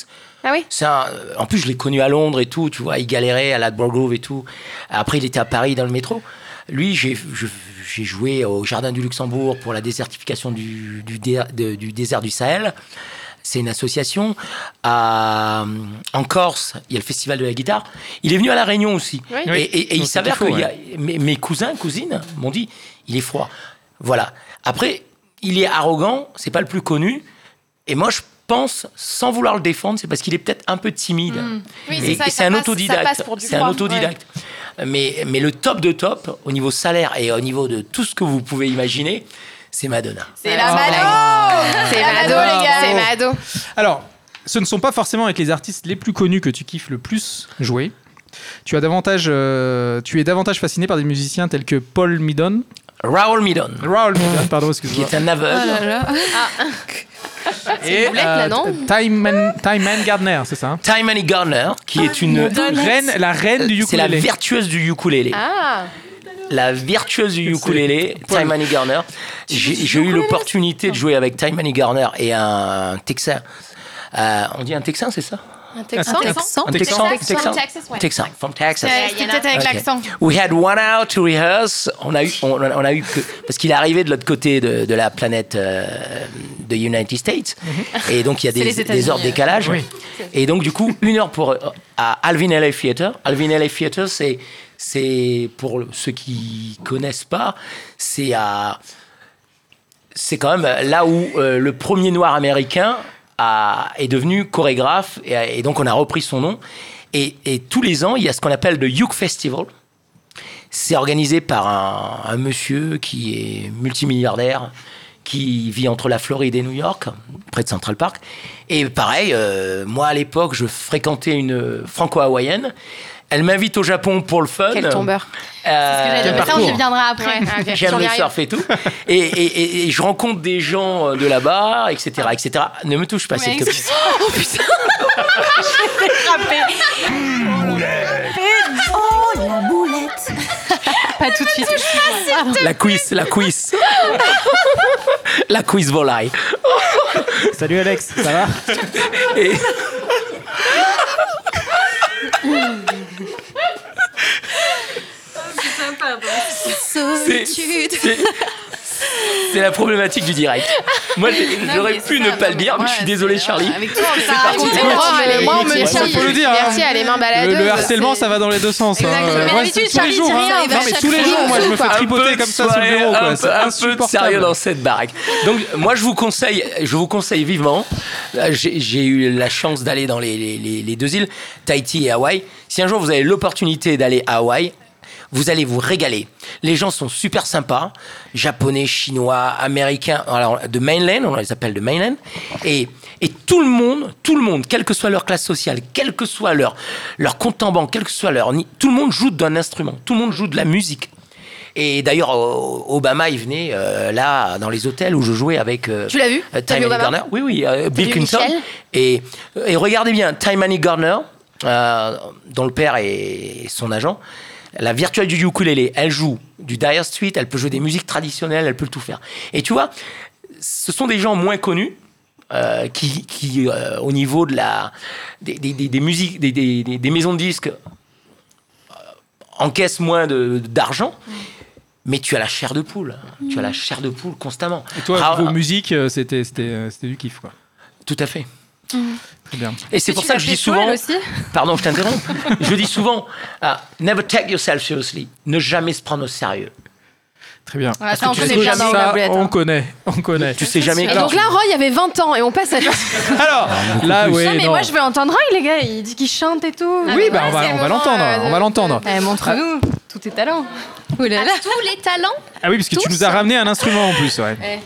Speaker 6: Ah oui
Speaker 5: C'est un- en plus, je l'ai connu à Londres et tout. Tu vois, il galérait à la Grove et tout. Après, il était à Paris dans le métro. Lui, j'ai je- j'ai joué au Jardin du Luxembourg pour la désertification du, du dé- de- du désert du Sahel. C'est une association. À- en Corse, il y a le Festival de la guitare. Il est venu à La Réunion aussi.
Speaker 6: Oui.
Speaker 5: Et, et- et il
Speaker 1: Donc,
Speaker 5: s'avère
Speaker 1: c'était
Speaker 5: que
Speaker 1: faux,
Speaker 5: y a- mes, mes cousins, cousines m'ont dit il est froid. Voilà. Après, il est arrogant, c'est pas le plus connu. Et moi, je pense, sans vouloir le défendre, c'est parce qu'il est peut-être un peu timide.
Speaker 6: Hmm. Oui, c'est
Speaker 5: Et-
Speaker 6: ça,
Speaker 5: et
Speaker 6: et ça
Speaker 5: c'est un
Speaker 6: passe- ça passe
Speaker 5: autodidacte.
Speaker 6: pour du
Speaker 5: C'est un
Speaker 6: froid,
Speaker 5: autodidacte. Mais, mais le top de top, au niveau salaire et au niveau de tout ce que vous pouvez imaginer, c'est Madonna.
Speaker 4: C'est
Speaker 6: Ah.
Speaker 4: la
Speaker 6: C'est Mado,
Speaker 1: Mado,
Speaker 6: les gars. C'est
Speaker 1: bravo.
Speaker 6: Mado.
Speaker 1: Alors, ce ne sont pas forcément avec les artistes les plus connus que tu kiffes le plus jouer. Tu, as davantage, euh, tu es davantage fasciné par des musiciens tels que Paul Midon,
Speaker 5: Raoul Midon,
Speaker 1: Raoul Midon, Ah, pardon,
Speaker 5: qui
Speaker 1: excuse-moi,
Speaker 5: est un
Speaker 4: Ah
Speaker 5: aveugle.
Speaker 1: et
Speaker 6: boulette,
Speaker 8: euh,
Speaker 5: euh,
Speaker 6: là, non
Speaker 1: Time Man, Time Man Gardner, c'est ça hein
Speaker 5: Time Annie Garner, qui
Speaker 6: Ah,
Speaker 5: est une.
Speaker 1: reine, La reine du
Speaker 5: C'est la
Speaker 1: ukulélé.
Speaker 5: vertueuse du ukulélé.
Speaker 6: Ah
Speaker 5: la virtueuse du ukulélé,
Speaker 1: Paul.
Speaker 5: Time Annie Garner. J'ai j'ai eu l'opportunité de jouer avec Time Annie Garner et un Texan. Euh, on dit un Texan, c'est ça
Speaker 6: Un
Speaker 1: Texan.
Speaker 6: Texan
Speaker 7: Texan.
Speaker 1: Un
Speaker 5: Un Texan Texan
Speaker 6: Texas, ouais.
Speaker 5: Texan, from Texas.
Speaker 4: C'était peut-être avec
Speaker 5: Ok.
Speaker 4: l'accent.
Speaker 5: We had one hour to rehearse. On a eu, on, on a eu que, parce qu'il est arrivé de l'autre côté de, de la planète euh, de United States, et donc il y a
Speaker 4: les
Speaker 5: des,
Speaker 4: États-Unis,
Speaker 5: des heures de
Speaker 4: euh.
Speaker 5: décalage. Et donc du coup, une heure pour euh, à Alvin LA Theater. Alvin LA Theater, c'est c'est pour le- ceux qui connaissent pas, c'est à c'est quand même euh, là où euh, le premier noir américain a- est devenu chorégraphe et, et donc on a repris son nom. Et, et tous les ans, il y a ce qu'on appelle le Uke Festival C'est organisé par un, un monsieur qui est multimilliardaire, qui vit entre la Floride et New York, près de Central Park. Et pareil, euh, moi à l'époque, je fréquentais une franco-hawaïenne. Elle m'invite au Japon pour le fun.
Speaker 6: Quel tombeur.
Speaker 5: Euh,
Speaker 4: Parce que j'allais dire, mais ça, on y viendra après.
Speaker 5: J'aime le surf et tout. Et, et- et- et je rencontre des gens euh, de là-bas, etc., etc. Ne me touche pas, s'il te plaît.
Speaker 4: Oh putain Pas tout de suite.
Speaker 5: La cuisse, la cuisse. la cuisse volaille.
Speaker 2: Salut Alex, ça va
Speaker 5: Et...
Speaker 7: Solitude.
Speaker 5: C'est- C'est la problématique du direct. Moi, j'ai- j'aurais pu ne pas le dire, mais je suis désolé, Charlie.
Speaker 8: Avec toi,
Speaker 4: Ça arrive,
Speaker 5: contre,
Speaker 4: mais
Speaker 5: moi,
Speaker 4: bon,
Speaker 5: tu
Speaker 4: allez.
Speaker 5: m'as
Speaker 6: moi, on me
Speaker 5: Merci,
Speaker 6: tient.
Speaker 1: on peut le dire, hein.
Speaker 6: Merci à les mains
Speaker 1: Le,
Speaker 6: baladeuses.
Speaker 1: le harcèlement,
Speaker 6: c'est-
Speaker 1: ça va dans les deux sens. hein.
Speaker 4: Exactement. Mais
Speaker 1: Moi,
Speaker 4: d'habitude,
Speaker 1: c'est tous les
Speaker 4: Charlie,
Speaker 1: jours.
Speaker 4: c'est
Speaker 1: hein.
Speaker 4: rien,
Speaker 1: Non,
Speaker 4: on va
Speaker 1: mais
Speaker 4: chaque
Speaker 1: tous les
Speaker 4: fois.
Speaker 1: jours, moi, je me fais
Speaker 5: Un peu
Speaker 1: tripoter
Speaker 5: de
Speaker 1: comme ça sur le
Speaker 5: soirée,
Speaker 1: bureau.
Speaker 5: un
Speaker 1: quoi.
Speaker 5: peu-
Speaker 1: C'est
Speaker 5: Un peu de
Speaker 1: insupportable.
Speaker 5: sérieux dans cette baraque. Donc, moi, je vous conseille, je vous conseille vivement. Là, J'ai j'ai eu la chance d'aller dans les, les- les- les deux îles, Tahiti et Hawaï. Si un jour vous avez l'opportunité d'aller à Hawaï, vous allez vous régaler. Les gens sont super sympas, japonais, chinois, américains, alors de mainland, on les appelle de mainland, et, et tout le monde, tout le monde, quelle que soit leur classe sociale, quel que soit leur, leur compte en banque, quel que soit leur, ni- tout le monde joue d'un instrument, tout le monde joue de la musique. Et d'ailleurs, o- Obama, il venait euh, là, dans les hôtels où je jouais avec. euh,
Speaker 6: Tu l'as vu
Speaker 5: euh,
Speaker 6: T'as
Speaker 5: Time
Speaker 6: vu
Speaker 5: and
Speaker 6: Obama
Speaker 5: Garner. Oui, oui, euh, Bill
Speaker 6: vu
Speaker 5: Clinton.
Speaker 6: Michel
Speaker 5: Et, et regardez bien, Time and Garner, euh, dont le père est son agent, la virtuelle du ukulélé, elle joue du Dire Street, elle peut jouer des musiques traditionnelles, elle peut tout faire. Et tu vois, ce sont des gens moins connus. euh, qui, qui, euh, au niveau de la, des, des- des- des musiques, des- des- des- des maisons de disques, encaisse moins de- d'argent, mais tu as la chair de poule. Tu as la chair de poule constamment.
Speaker 1: Et toi,
Speaker 5: Ah,
Speaker 1: vos
Speaker 5: ah,
Speaker 1: musiques, euh, c'était c'était, euh, c'était du kiff, quoi.
Speaker 5: tout à fait.
Speaker 1: Très bien.
Speaker 5: Et c'est pour ça que je dis souvent. Pardon, je t'interromps. je dis souvent ah, never take yourself seriously. Ne jamais se prendre au sérieux.
Speaker 1: Très bien.
Speaker 8: Voilà, ça, on
Speaker 5: Parce que tu
Speaker 8: connaît
Speaker 5: sais
Speaker 8: bien
Speaker 5: jamais-
Speaker 8: dans
Speaker 1: Ça,
Speaker 8: la
Speaker 4: hein.
Speaker 8: boulette.
Speaker 1: on connaît, on connaît.
Speaker 5: Tu sais jamais.
Speaker 6: Et donc là, Roy avait 20 ans et on passe à.
Speaker 1: Alors, là, oui,
Speaker 4: Non, mais
Speaker 1: non.
Speaker 4: moi, je veux entendre Roy, hein, les gars. Il dit qu'il chante et tout.
Speaker 1: Oui, bah, on va, on va l'entendre, on va l'entendre.
Speaker 4: Eh, montre-nous tous tes talents.
Speaker 6: Ouh là là.
Speaker 3: Tous les talents
Speaker 1: Ah oui, parce que tu nous as ramené un instrument en plus, ouais.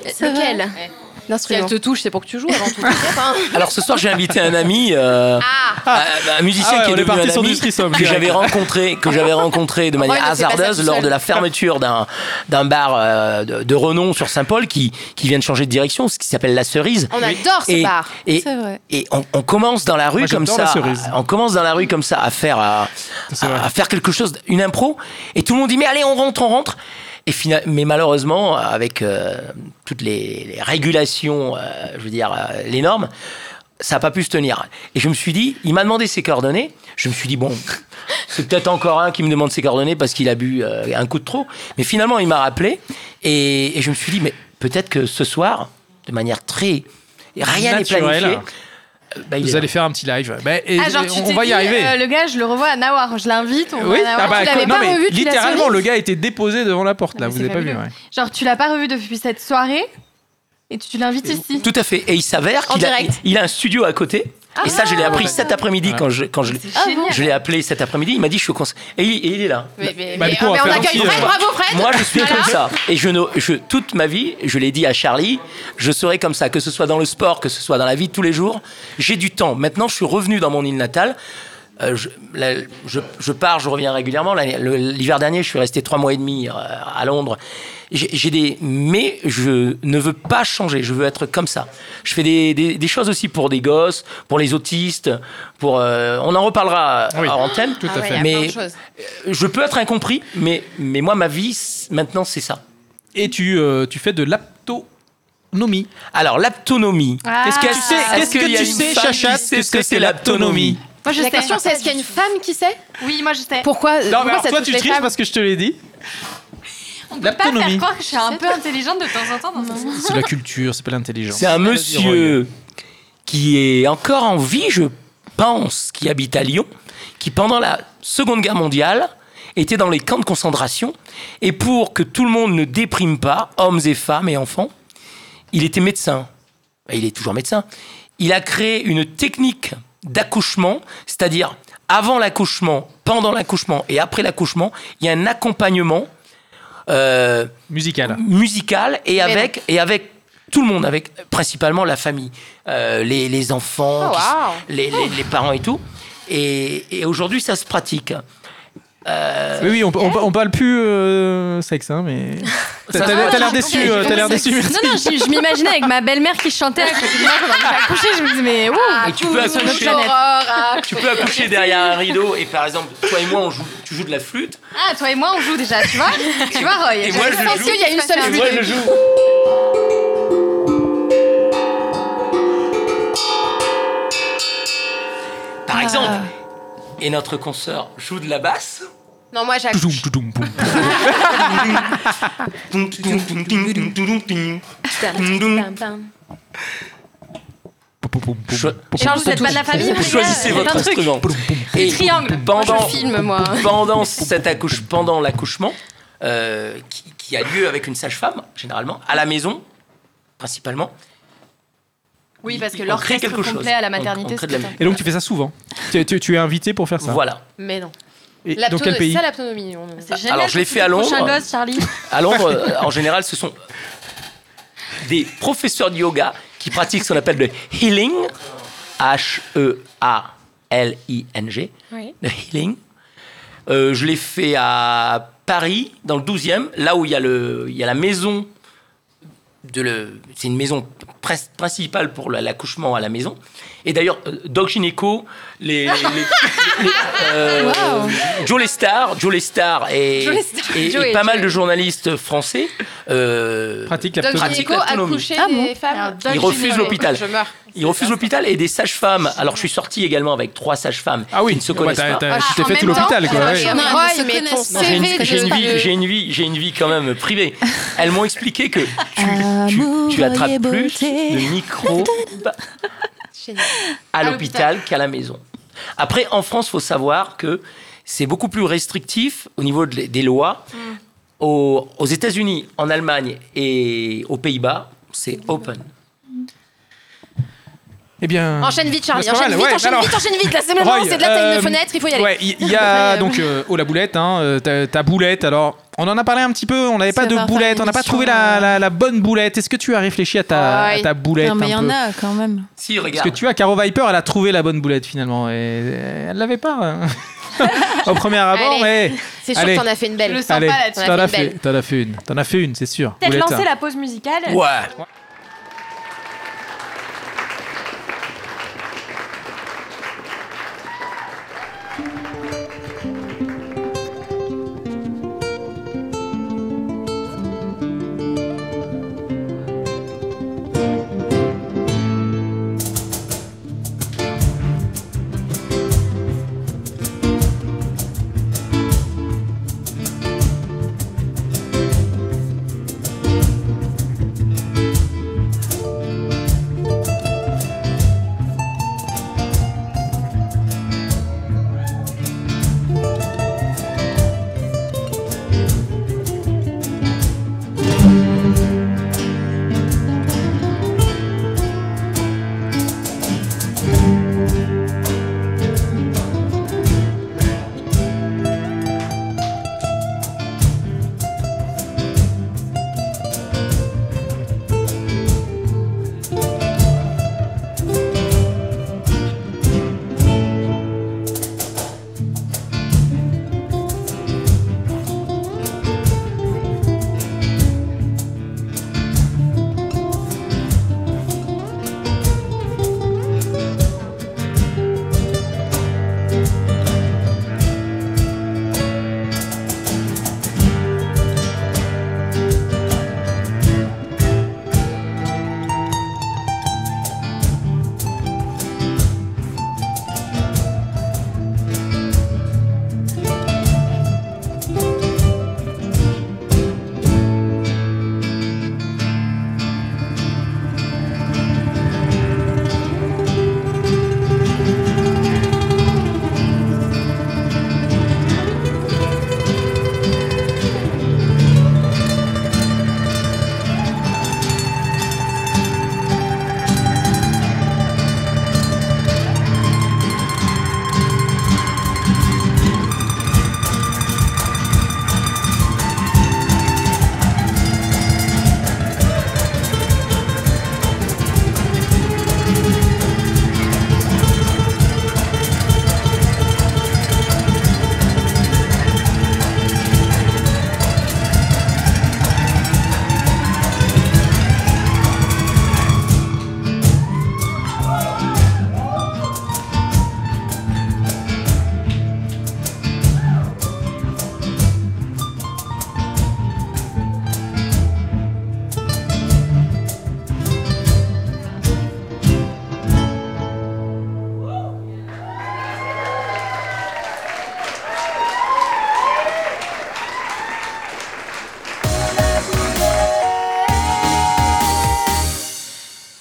Speaker 3: Lequel
Speaker 6: Si elle te touche, c'est pour que tu joues avant tout. Enfin,
Speaker 5: Alors ce soir, j'ai invité un ami,
Speaker 6: Ah.
Speaker 5: euh, un, un musicien
Speaker 1: Ah ouais,
Speaker 5: qui
Speaker 1: on
Speaker 5: est
Speaker 1: est
Speaker 5: devenu
Speaker 1: parti
Speaker 5: un
Speaker 1: sur
Speaker 5: ami
Speaker 1: du threesome,
Speaker 5: que
Speaker 1: direct.
Speaker 5: j'avais rencontré, que j'avais rencontré de
Speaker 6: Ouais,
Speaker 5: manière
Speaker 6: il ne fait pas ça
Speaker 5: hasardeuse
Speaker 6: tout
Speaker 5: lors
Speaker 6: seul.
Speaker 5: de la fermeture d'un d'un bar euh, de, de renom sur Saint-Paul qui qui vient de changer de direction, ce qui s'appelle la Cerise.
Speaker 6: on adore ce
Speaker 5: Et-
Speaker 6: bar.
Speaker 5: et-
Speaker 4: C'est vrai.
Speaker 5: Et on, on commence dans la rue
Speaker 1: Moi,
Speaker 5: comme
Speaker 1: j'adore la
Speaker 5: ça.
Speaker 1: cerise.
Speaker 5: On commence dans la rue comme ça à faire à,
Speaker 1: C'est vrai.
Speaker 5: à- à faire quelque chose, une impro. Et tout le monde dit mais allez on rentre, on rentre. Et fina- mais malheureusement avec euh, toutes les, les régulations, euh, je veux dire euh, les normes, ça n'a pas pu se tenir. Et je me suis dit, il m'a demandé ses coordonnées. Je me suis dit bon, c'est peut-être encore un qui me demande ses coordonnées parce qu'il a bu euh, un coup de trop. Mais finalement il m'a rappelé et, et je me suis dit mais peut-être que ce soir, de manière très rien n'est
Speaker 1: Naturelle.
Speaker 5: planifié. euh, bah, il est
Speaker 1: Vous
Speaker 5: là.
Speaker 1: allez faire un petit live. Bah, et-
Speaker 4: Ah, genre,
Speaker 1: et
Speaker 4: tu
Speaker 1: on
Speaker 4: t'es
Speaker 1: va y
Speaker 4: dit,
Speaker 1: arriver.
Speaker 4: euh, le gars, je le revois à Nawar. Je l'invite. on
Speaker 1: oui,
Speaker 4: va à Nawar.
Speaker 1: ah bah,
Speaker 4: Tu l'avais
Speaker 1: non,
Speaker 4: pas
Speaker 1: mais
Speaker 4: revu depuis la
Speaker 1: littéralement,
Speaker 4: série
Speaker 1: le gars a été déposé devant la porte, là,
Speaker 4: Mais
Speaker 1: vous
Speaker 4: c'est
Speaker 1: n'avez pas vu.
Speaker 4: fabuleux.
Speaker 1: ouais.
Speaker 4: Genre, tu l'as pas revu depuis cette soirée et tu l'invites ici.
Speaker 5: Tout à fait. Et il s'avère
Speaker 4: En
Speaker 5: qu'il a,
Speaker 4: direct. Ah.
Speaker 5: il a un studio à côté. et ça, je l'ai appris cet après-midi quand je, quand je,
Speaker 4: C'est génial.
Speaker 5: je l'ai appelé cet après-midi. Il m'a dit, je suis au conseil. Et il, et il est là.
Speaker 6: Mais, mais-
Speaker 1: Bah,
Speaker 6: mais-
Speaker 1: du coup, on va
Speaker 6: mais on
Speaker 1: faire un
Speaker 6: accueille
Speaker 1: petit-
Speaker 6: Fred, bravo Fred
Speaker 5: Moi, je suis comme ça. Et je, ne- je, toute ma vie, je l'ai dit à Charlie, je serai comme ça, que ce soit dans le sport, que ce soit dans la vie de tous les jours. J'ai du temps. Maintenant, je suis revenu dans mon île natale. Euh, je, la- je- je pars, je reviens régulièrement. L'année- le- L'hiver dernier, je suis resté trois mois et demi euh, à Londres. J'ai j'ai des, mais je ne veux pas changer. Je veux être comme ça. Je fais des, des- des choses aussi pour des gosses, pour les autistes, pour. euh, on en reparlera
Speaker 1: Oui.
Speaker 5: en thème.
Speaker 1: Tout à Ah ouais, fait.
Speaker 6: il y a plein de
Speaker 5: Mais
Speaker 6: choses.
Speaker 5: euh, je peux être incompris, mais mais moi, ma vie c- maintenant, c'est ça.
Speaker 1: Et tu, euh, tu fais de l'aptonomie.
Speaker 5: Alors, l'aptonomie.
Speaker 1: Qu'est-ce que tu sais,
Speaker 5: Ah, Est-ce
Speaker 1: qu'est-ce
Speaker 5: qu'il y
Speaker 1: que
Speaker 5: a
Speaker 1: tu
Speaker 5: une femme
Speaker 1: sais,
Speaker 5: qui
Speaker 1: Chachat,
Speaker 5: sait
Speaker 1: qu'est-ce que c'est l'aptonomie
Speaker 4: Moi, je
Speaker 6: La
Speaker 4: sais.
Speaker 6: question, c'est est-ce qu'il y a une femme qui sait
Speaker 4: Oui, moi, je sais.
Speaker 6: Pourquoi
Speaker 1: Non, mais
Speaker 6: pourquoi
Speaker 1: alors,
Speaker 6: ça
Speaker 1: toi,
Speaker 6: touche
Speaker 1: tu
Speaker 6: les
Speaker 1: triches
Speaker 6: femmes
Speaker 1: parce que je te l'ai dit.
Speaker 8: On peut pas faire
Speaker 1: L'aptonomie.
Speaker 8: croire que je suis un peu intelligente de temps en temps. Dans ce...
Speaker 1: C'est la culture, c'est pas l'intelligence.
Speaker 5: C'est un monsieur qui est encore en vie, je pense, qui habite à Lyon, qui pendant la Seconde Guerre mondiale était dans les camps de concentration. Et pour que tout le monde ne déprime pas, hommes et femmes et enfants, il était médecin. Et Il est toujours médecin. Il a créé une technique d'accouchement, c'est-à-dire avant l'accouchement, pendant l'accouchement et après l'accouchement, il y a un accompagnement euh,
Speaker 1: Musical.
Speaker 5: musical et avec, et avec tout le monde, avec principalement la famille, euh, les, les enfants,
Speaker 6: Oh,
Speaker 5: qui s-
Speaker 6: wow.
Speaker 5: les, les- les parents et tout. Et, et aujourd'hui, ça se pratique. Euh,
Speaker 1: Oui, oui, on, on, on parle plus euh, sexe, hein, mais. T'as
Speaker 5: Ça-
Speaker 1: t'as l'air- t'as l'air déçu, euh, t'as l'air déçu,
Speaker 4: Non, non, je, je m'imaginais avec ma belle-mère qui chantait à côté de moi quand j'ai accouché, je me disais,
Speaker 1: Ah,
Speaker 4: mais ouh,
Speaker 5: Et tu peux
Speaker 4: sur notre
Speaker 5: accoucher,
Speaker 4: planète.
Speaker 1: euh,
Speaker 5: tu peux accoucher derrière un rideau et par exemple, toi et moi, on joue, tu joues de la flûte.
Speaker 4: Ah, toi et moi, on joue déjà, tu vois Tu vois, Roy
Speaker 5: Et moi, je
Speaker 6: Parce
Speaker 5: joue.
Speaker 6: qu'il y a une seule
Speaker 5: Et
Speaker 6: flûte.
Speaker 5: moi, je joue.
Speaker 4: Ah.
Speaker 5: Par exemple, et notre consoeur joue de la basse.
Speaker 6: Non, moi j'accouche.
Speaker 1: Miss.
Speaker 5: Cho-
Speaker 4: Charles, vous êtes pas de la famille vous, les gars
Speaker 5: Choisissez
Speaker 4: C'est
Speaker 5: votre
Speaker 4: un truc.
Speaker 5: instrument. Et
Speaker 4: triangle. Moi,
Speaker 5: Pendant,
Speaker 4: je filme, moi.
Speaker 5: pendant cet accouche, pendant l'accouchement, euh, qui, qui a lieu avec une sage-femme généralement, à la maison principalement.
Speaker 4: Oui, parce que
Speaker 5: on crée
Speaker 4: l'orchestre
Speaker 5: quelque chose.
Speaker 4: complet à la
Speaker 5: On-
Speaker 4: maternité,
Speaker 5: on crée de
Speaker 4: c'est
Speaker 5: la-
Speaker 4: tout un-
Speaker 1: Et donc tu fais ça souvent. Tu, tu- tu es invité pour faire ça.
Speaker 5: Voilà.
Speaker 6: Mais non.
Speaker 1: Et dans
Speaker 6: L'apto-
Speaker 1: quel pays
Speaker 6: Ça, l'aptonomie. on-
Speaker 4: C'est génial,
Speaker 5: Alors, je l'ai
Speaker 4: c'est
Speaker 5: fait à
Speaker 4: ton prochain
Speaker 5: Londres.
Speaker 4: gosse, Charlie.
Speaker 5: À Londres, euh, en général, ce sont des professeurs de yoga qui pratiquent ce qu'on appelle le healing, E H-E-A-L-I-N-G, le healing. Euh, je l'ai fait à Paris, dans le 12e, là où il y a, le, il y a la maison. De le, c'est une maison pres- principale pour la- l'accouchement à la maison. Et d'ailleurs, euh, Doc Gynéco, les, les- les- les- euh, Joe Lestar, Joe Lestar et,
Speaker 6: Joe Lestar.
Speaker 5: et- et
Speaker 6: Joe et
Speaker 5: pas mal
Speaker 6: Joe.
Speaker 5: de journalistes français euh,
Speaker 1: Pratique
Speaker 6: Doc
Speaker 1: l'aptonomie.
Speaker 5: pratique
Speaker 6: Gynéco
Speaker 5: l'autonomie.
Speaker 6: accouchait
Speaker 4: Ah
Speaker 6: des
Speaker 4: Alors,
Speaker 6: femmes.
Speaker 4: Doc
Speaker 5: Ils refusent
Speaker 4: Gynéco.
Speaker 5: l'hôpital.
Speaker 6: Je meurs.
Speaker 5: Ils refusent l'hôpital et des sages-femmes. Alors je suis sorti également avec trois sages-femmes
Speaker 1: Ah oui,
Speaker 5: qui ne se
Speaker 1: bah,
Speaker 5: connaissent
Speaker 1: t'as-
Speaker 5: pas.
Speaker 1: t'as-
Speaker 6: Ah,
Speaker 1: tu t'es
Speaker 6: en
Speaker 1: fait
Speaker 6: même
Speaker 1: tout l'hôpital
Speaker 6: temps,
Speaker 1: quoi.
Speaker 6: alors,
Speaker 1: ouais.
Speaker 6: j'ai-
Speaker 8: Non,
Speaker 6: Roy,
Speaker 8: ils se
Speaker 6: mais ton
Speaker 8: connaissent. Non,
Speaker 5: Non, j'ai une,
Speaker 6: CV,
Speaker 5: j'ai une
Speaker 6: de-
Speaker 5: vie, j'ai une vie, j'ai une vie quand même privée. Elles m'ont expliqué que tu, tu- tu attrapes plus de micros
Speaker 6: Génial.
Speaker 5: à l'hôpital qu'à la maison. Après, en France, faut savoir que c'est beaucoup plus restrictif au niveau de- des lois. Aux, aux États-Unis, en Allemagne et aux Pays-Bas, c'est open.
Speaker 1: Eh bien.
Speaker 6: Enchaîne vite, Charlie.
Speaker 1: C'est pas
Speaker 6: Enchaîne
Speaker 1: mal,
Speaker 6: vite,
Speaker 1: ouais,
Speaker 6: enchaîne
Speaker 1: alors.
Speaker 6: vite, enchaîne vite. Là, c'est
Speaker 1: Roy,
Speaker 6: maintenant, c'est de la taille
Speaker 1: euh,
Speaker 6: de fenêtre, il faut y aller.
Speaker 1: Ouais, il y, a
Speaker 6: Faut y aller.
Speaker 1: donc euh, oh la boulette, hein, euh, ta, ta boulette. Alors, on en a parlé un petit peu. On n'avait pas
Speaker 8: Ça
Speaker 1: de
Speaker 8: va faire
Speaker 1: boulette,
Speaker 8: une
Speaker 1: on n'a pas
Speaker 8: émission,
Speaker 1: trouvé la,
Speaker 8: euh,
Speaker 1: la- la bonne boulette. Est-ce que tu as réfléchi à ta, à
Speaker 6: Ouais.
Speaker 1: ta boulette
Speaker 8: Non, mais il y
Speaker 1: un
Speaker 8: en
Speaker 1: peu
Speaker 7: Ah,
Speaker 8: a quand même.
Speaker 5: Si,
Speaker 1: Parce
Speaker 5: regarde.
Speaker 1: que tu vois, Caro Viper, elle a trouvé la bonne boulette finalement. Et euh, elle l'avait pas hein. au premier abord, mais
Speaker 6: C'est sûr
Speaker 1: Allez.
Speaker 6: que t'en as fait une
Speaker 4: Je le
Speaker 6: belle.
Speaker 4: sens pas
Speaker 1: allez,
Speaker 4: là-dessus.
Speaker 1: t'en
Speaker 6: On
Speaker 1: as
Speaker 6: a fait une
Speaker 1: fait,
Speaker 6: belle.
Speaker 1: t'en as fait une, t'en as fait une, c'est sûr.
Speaker 4: Peut-être
Speaker 1: Boulette,
Speaker 4: lancer
Speaker 1: hein.
Speaker 4: la pause musicale.
Speaker 5: Ouais.
Speaker 9: Thank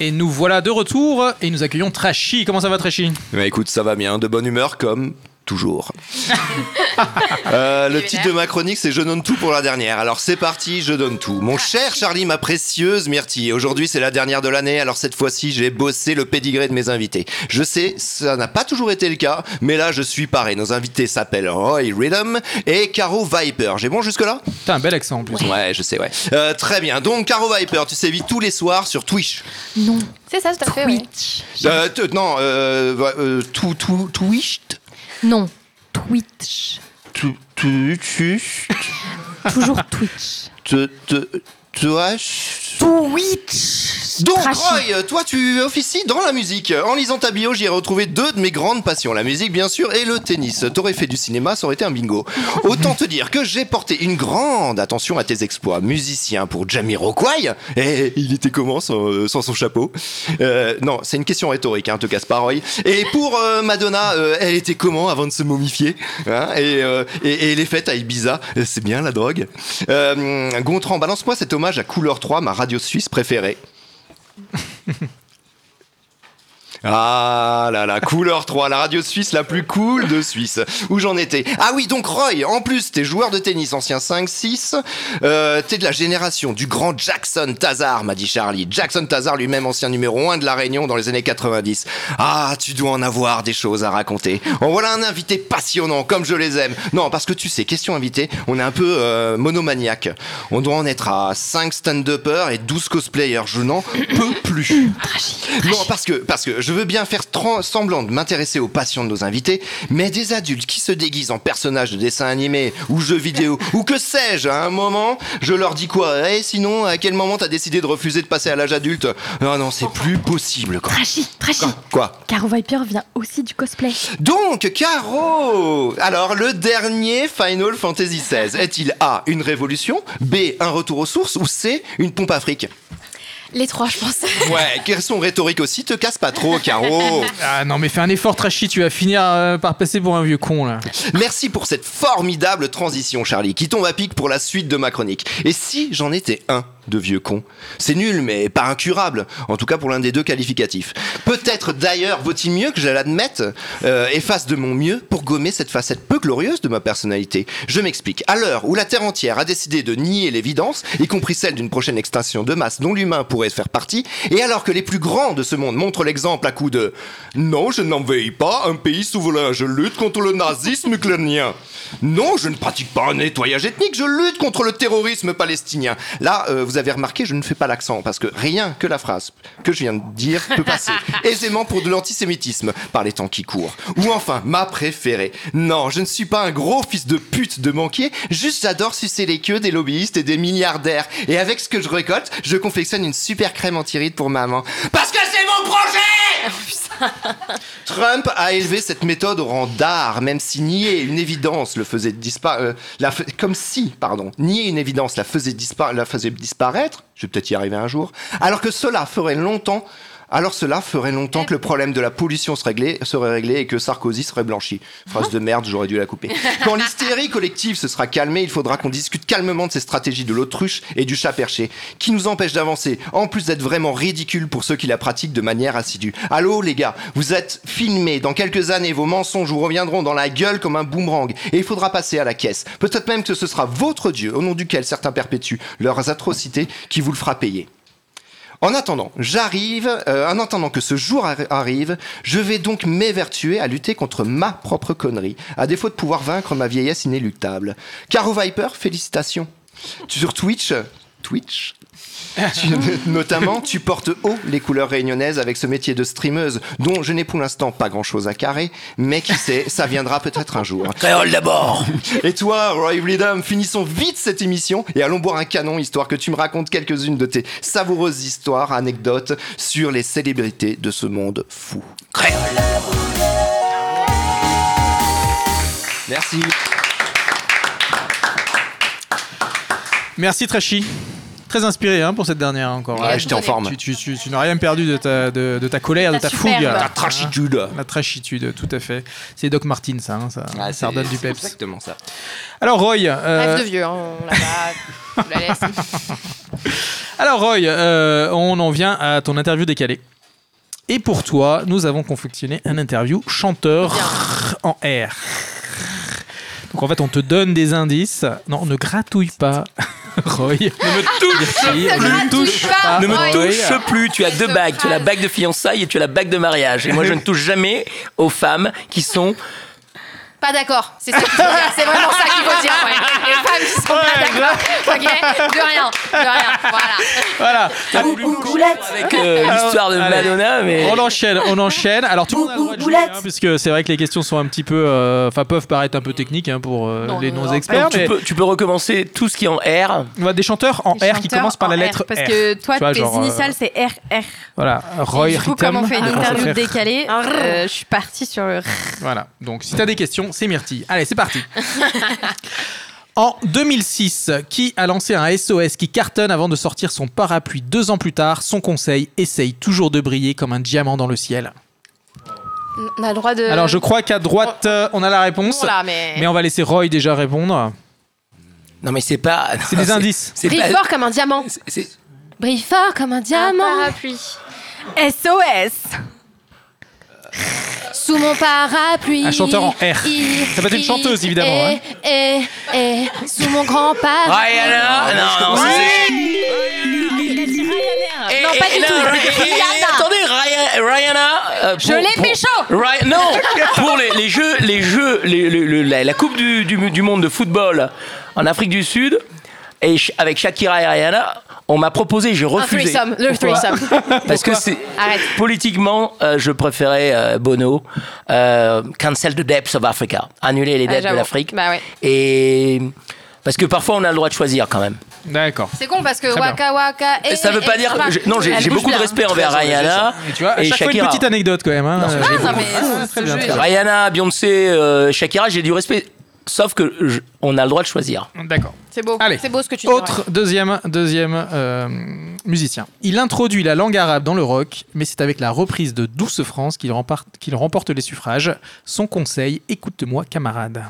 Speaker 1: Et nous voilà de retour et nous accueillons Trashy. Comment ça va Trashy
Speaker 9: Mais écoute, ça va bien, de bonne humeur comme toujours. Euh, le titre de ma chronique, c'est Je donne tout pour la dernière. Alors c'est parti, je donne tout. Mon cher Charlie, ma précieuse Myrtille, aujourd'hui c'est la dernière de l'année, alors cette fois-ci j'ai bossé le pédigré de mes invités. Je sais, ça n'a pas toujours été le cas, mais là je suis paré. Nos invités s'appellent Roy Rhythm et Caro Viper. J'ai bon jusque-là
Speaker 1: T'as un bel accent en plus.
Speaker 9: Ouais, je sais, ouais. Euh, très bien, donc Caro Viper, tu sévis tous les soirs sur Twitch.
Speaker 3: C'est ça, tout à fait. ouais.
Speaker 9: Euh, t- non, euh, euh, tout, tout, Twitch
Speaker 8: Non, Twitch.
Speaker 9: tu, tu, tu,
Speaker 8: Toujours Twitch.
Speaker 9: te, te, toi.
Speaker 8: Twitch
Speaker 9: Donc
Speaker 8: Trashy.
Speaker 9: Roy, toi tu officies dans la musique. En lisant ta bio, j'y ai retrouvé deux de mes grandes passions, la musique bien sûr et le tennis. T'aurais fait du cinéma, ça aurait été un bingo. Autant te dire que j'ai porté une grande attention à tes exploits. Musicien pour Jamiroquai, et il était comment sans, euh, sans son chapeau Euh, Non, c'est une question rhétorique, hein, te casse pas Roy. Et pour euh, Madonna, euh, elle était comment avant de se momifier Hein et, euh, et- et les fêtes à Ibiza, euh, c'est bien la drogue. Euh, Gontran, balance-moi cet hommage à Couleur 3, ma radio suisse préférée. Ah là là, couleur 3, la radio suisse la plus cool de Suisse. Où j'en étais Ah oui, donc Roy, en plus, t'es joueur de tennis, ancien 5-6. Euh, t'es de la génération du grand Jackson Tazar, m'a dit Charlie. Jackson Tazar, lui-même ancien numéro 1 de La Réunion dans les années 90. Ah, tu dois en avoir des choses à raconter. En voilà un invité passionnant, comme je les aime. Non, parce que tu sais, question invité, on est un peu euh, monomaniaque. On doit en être à 5 stand-uppers et 12 cosplayers. Je n'en peux plus. Non, parce que, parce que je veux bien faire tran- semblant de m'intéresser aux passions de nos invités, mais des adultes qui se déguisent en personnages de dessins animés ou jeux vidéo ou que sais-je, à un moment, je leur dis quoi Eh, sinon, à quel moment t'as décidé de refuser de passer à l'âge adulte Ah Non, non, c'est plus possible, quoi.
Speaker 8: Trashy, trashy.
Speaker 9: Quoi
Speaker 8: Caro Viper vient aussi du cosplay.
Speaker 9: Donc, Caro Alors, le dernier Final Fantasy XVI, est-il A, une révolution B, un retour aux sources Ou C, une pompe afrique
Speaker 3: Les trois, je pense.
Speaker 9: Ouais, question rhétorique aussi, te casse pas trop, Caro
Speaker 1: Ah non mais fais un effort Trashy, tu vas finir euh, par passer pour un vieux con là.
Speaker 9: Merci pour cette formidable transition, Charlie, qui tombe à pic pour la suite de ma chronique. Et si j'en étais un de vieux con C'est nul, mais pas incurable, en tout cas pour l'un des deux qualificatifs. Peut-être d'ailleurs vaut-il mieux que je l'admette euh, et fasse de mon mieux pour gommer cette facette peu glorieuse de ma personnalité. Je m'explique. À l'heure où la Terre entière a décidé de nier l'évidence, y compris celle d'une prochaine extinction de masse dont l'humain pourrait faire partie, et alors que les plus grands de ce monde montrent l'exemple à coup de Non, je n'envahis pas un pays souverain, je lutte contre le nazisme ukrainien. Non, je ne pratique pas un nettoyage ethnique, je lutte contre le terrorisme palestinien. Là, euh, vous avez remarqué, je ne fais pas l'accent, parce que rien que la phrase que je viens de dire peut passer aisément pour de l'antisémitisme par les temps qui courent. Ou enfin, ma préférée. Non, je ne suis pas un gros fils de pute de banquier, juste j'adore sucer les queues des lobbyistes et des milliardaires. Et avec ce que je récolte, je confectionne une super crème antiride pour maman. Parce que c'est mon projet Trump a élevé cette méthode au rang d'art, même si nier une évidence le faisait disparaître, comme si, pardon, nier une évidence la faisait, dispa- la faisait disparaître, je vais peut-être y arriver un jour, alors que cela ferait longtemps, alors cela ferait longtemps que le problème de la pollution serait réglé, serait réglé et que Sarkozy serait blanchi. Phrase de merde, j'aurais dû la couper. Quand l'hystérie collective se sera calmée, il faudra qu'on discute calmement de ces stratégies de l'autruche et du chat perché, qui nous empêchent d'avancer, en plus d'être vraiment ridicule pour ceux qui la pratiquent de manière assidue. Allô les gars, vous êtes filmés, dans quelques années vos mensonges vous reviendront dans la gueule comme un boomerang, et il faudra passer à la caisse. Peut-être même que ce sera votre Dieu, au nom duquel certains perpétuent leurs atrocités, qui vous le fera payer. En attendant, j'arrive, euh, en attendant que ce jour arri- arrive, je vais donc m'évertuer à lutter contre ma propre connerie, à défaut de pouvoir vaincre ma vieillesse inéluctable. Caro Viper, félicitations. Sur Twitch, Twitch tu- notamment, tu portes haut les couleurs réunionnaises avec ce métier de streameuse, dont je n'ai pour l'instant pas grand chose à carrer, mais qui sait, ça viendra peut-être un jour.
Speaker 5: Créole d'abord
Speaker 9: Et toi, Roy Freedom, finissons vite cette émission et allons boire un canon histoire que tu me racontes quelques-unes de tes savoureuses histoires, anecdotes sur les célébrités de ce monde fou.
Speaker 5: Créole
Speaker 9: Merci.
Speaker 1: Merci Trashy. Très inspiré hein, pour cette dernière encore.
Speaker 9: Ouais, j'étais en forme.
Speaker 1: Tu, tu- tu- tu n'as rien perdu de ta, de, de ta colère, de
Speaker 4: Ta
Speaker 1: ta
Speaker 4: superbe.
Speaker 1: fougue.
Speaker 9: La trachitude.
Speaker 1: La trachitude, tout à fait. C'est Doc Martin, ça. hein, ça,
Speaker 9: Ah,
Speaker 1: ça
Speaker 9: c'est-
Speaker 1: redonne du
Speaker 9: c'est
Speaker 1: peps.
Speaker 9: Exactement ça.
Speaker 1: Alors, Roy. euh,
Speaker 6: Rêve de vieux, hein, on l'a pas- on la laisse.
Speaker 1: Alors Roy, euh, on en vient à ton interview décalée. Et pour toi, nous avons confectionné un interview chanteur en R. Donc en fait, on te donne des indices. Non, ne gratouille pas, Roy. Ne me touche,
Speaker 6: gratouille pas,
Speaker 5: Ne me
Speaker 1: Roy.
Speaker 5: touche plus, tu as deux bagues, tu as la bague de fiançailles et tu as la bague de mariage. Et moi je ne touche jamais aux femmes qui sont
Speaker 6: Pas d'accord, c'est ça qu'il faut dire, c'est vraiment ça qu'il faut dire. ouais. Les femmes qui sont pas d'accord, ok De rien, de rien, voilà.
Speaker 1: Voilà.
Speaker 5: avec euh, l'histoire de
Speaker 1: Allez.
Speaker 5: Madonna, mais
Speaker 1: On enchaîne, on enchaîne. Alors tout le monde a le droit de jouer, hein, puisque c'est vrai que les questions sont un petit peu, euh, enfin peuvent paraître un peu techniques hein, pour euh, les non experts.
Speaker 5: Donc, tu,
Speaker 1: mais
Speaker 5: peux, tu peux recommencer tout ce qui est en R.
Speaker 1: on a des chanteurs en
Speaker 4: Les
Speaker 1: R qui
Speaker 4: chanteurs
Speaker 1: commencent par la
Speaker 4: en R,
Speaker 1: lettre
Speaker 4: Parce
Speaker 1: R.
Speaker 4: que toi,
Speaker 1: Tu vois,
Speaker 4: tes
Speaker 1: genre, euh,
Speaker 4: initiales, c'est RR.
Speaker 1: Voilà, Roy.
Speaker 4: Et du coup,
Speaker 1: Rhythm,
Speaker 4: comme on fait une
Speaker 1: de
Speaker 4: interview
Speaker 1: Roy Rhythm.
Speaker 4: décalée, euh, je suis partie sur le.
Speaker 1: Voilà. Donc, si t'as des questions, c'est Myrtille. Allez, c'est parti. En 2006, qui a lancé un SOS qui cartonne avant de sortir son parapluie deux ans plus tard Son conseil essaye toujours de briller comme un diamant dans le ciel.
Speaker 3: On a le droit de.
Speaker 6: Euh,
Speaker 1: Alors, je crois qu'à droite, euh, on a la réponse.
Speaker 6: Bon, là, oh, mais...
Speaker 1: Mais on va laisser Roy déjà répondre.
Speaker 5: Non mais c'est pas.
Speaker 1: C'est des indices.
Speaker 5: C'est
Speaker 6: Brille
Speaker 5: pas-
Speaker 6: fort comme un diamant.
Speaker 5: c'est- c'est-
Speaker 6: Brille fort comme un
Speaker 3: Un
Speaker 6: diamant.
Speaker 3: parapluie.
Speaker 4: SOS
Speaker 6: Sous mon parapluie.
Speaker 1: Un chanteur en R.
Speaker 6: I-
Speaker 1: Ça peut être une chanteuse, évidemment, hein.
Speaker 6: Et, et, et, eh, sous mon grand parapluie.
Speaker 5: Rihanna. Non, non, c'est- Et-
Speaker 6: Non, pas
Speaker 5: et-
Speaker 6: du
Speaker 5: non,
Speaker 6: tout.
Speaker 5: et- et-
Speaker 6: Rihanna.
Speaker 5: et- Attendez, Ryan- Rihanna. euh,
Speaker 4: Je
Speaker 5: pour-
Speaker 4: l'ai
Speaker 5: pour-
Speaker 4: pécho
Speaker 5: Ryan- non, pour les, les jeux, les jeux, les- le- le- la, la coupe du, du- du monde de football en Afrique du Sud et ch- avec Shakira et Rihanna, on m'a proposé, j'ai
Speaker 6: Un
Speaker 5: refusé
Speaker 6: threesome, le threesome.
Speaker 5: parce que c'est
Speaker 6: Arrête.
Speaker 5: politiquement, euh, je préférais euh, Bono, euh, cancel the debts of Africa, annuler les
Speaker 6: Ah,
Speaker 5: dettes de
Speaker 6: j'avoue.
Speaker 5: l'Afrique,
Speaker 6: Bah ouais.
Speaker 5: et parce que parfois on a le droit de choisir quand même.
Speaker 1: D'accord.
Speaker 6: C'est con parce que
Speaker 1: Très bien.
Speaker 6: waka waka. Et,
Speaker 5: ça veut pas dire que j'ai- non, j'ai
Speaker 6: Elle
Speaker 5: j'ai
Speaker 6: bouge
Speaker 5: beaucoup de
Speaker 6: bien.
Speaker 5: respect envers
Speaker 9: Très engagé,
Speaker 5: Rihanna
Speaker 1: Et tu vois, à
Speaker 5: et
Speaker 1: chaque fois, une
Speaker 5: Shakira.
Speaker 1: petite anecdote quand même. hein. Euh,
Speaker 6: Ah,
Speaker 1: j'ai
Speaker 6: non,
Speaker 1: beaucoup-
Speaker 6: mais ce- ce jeu est génial.
Speaker 5: Rihanna, Beyoncé, euh, Shakira, j'ai du respect. Sauf que je- on a le droit de choisir.
Speaker 1: D'accord.
Speaker 6: C'est beau.
Speaker 1: Allez.
Speaker 6: C'est beau ce que tu dis.
Speaker 1: Autre deuxième, deuxième euh, musicien. Il introduit la langue arabe dans le rock, mais c'est avec la reprise de Douce France qu'il remporte, qu'il remporte les suffrages. Son conseil, écoute-moi camarade.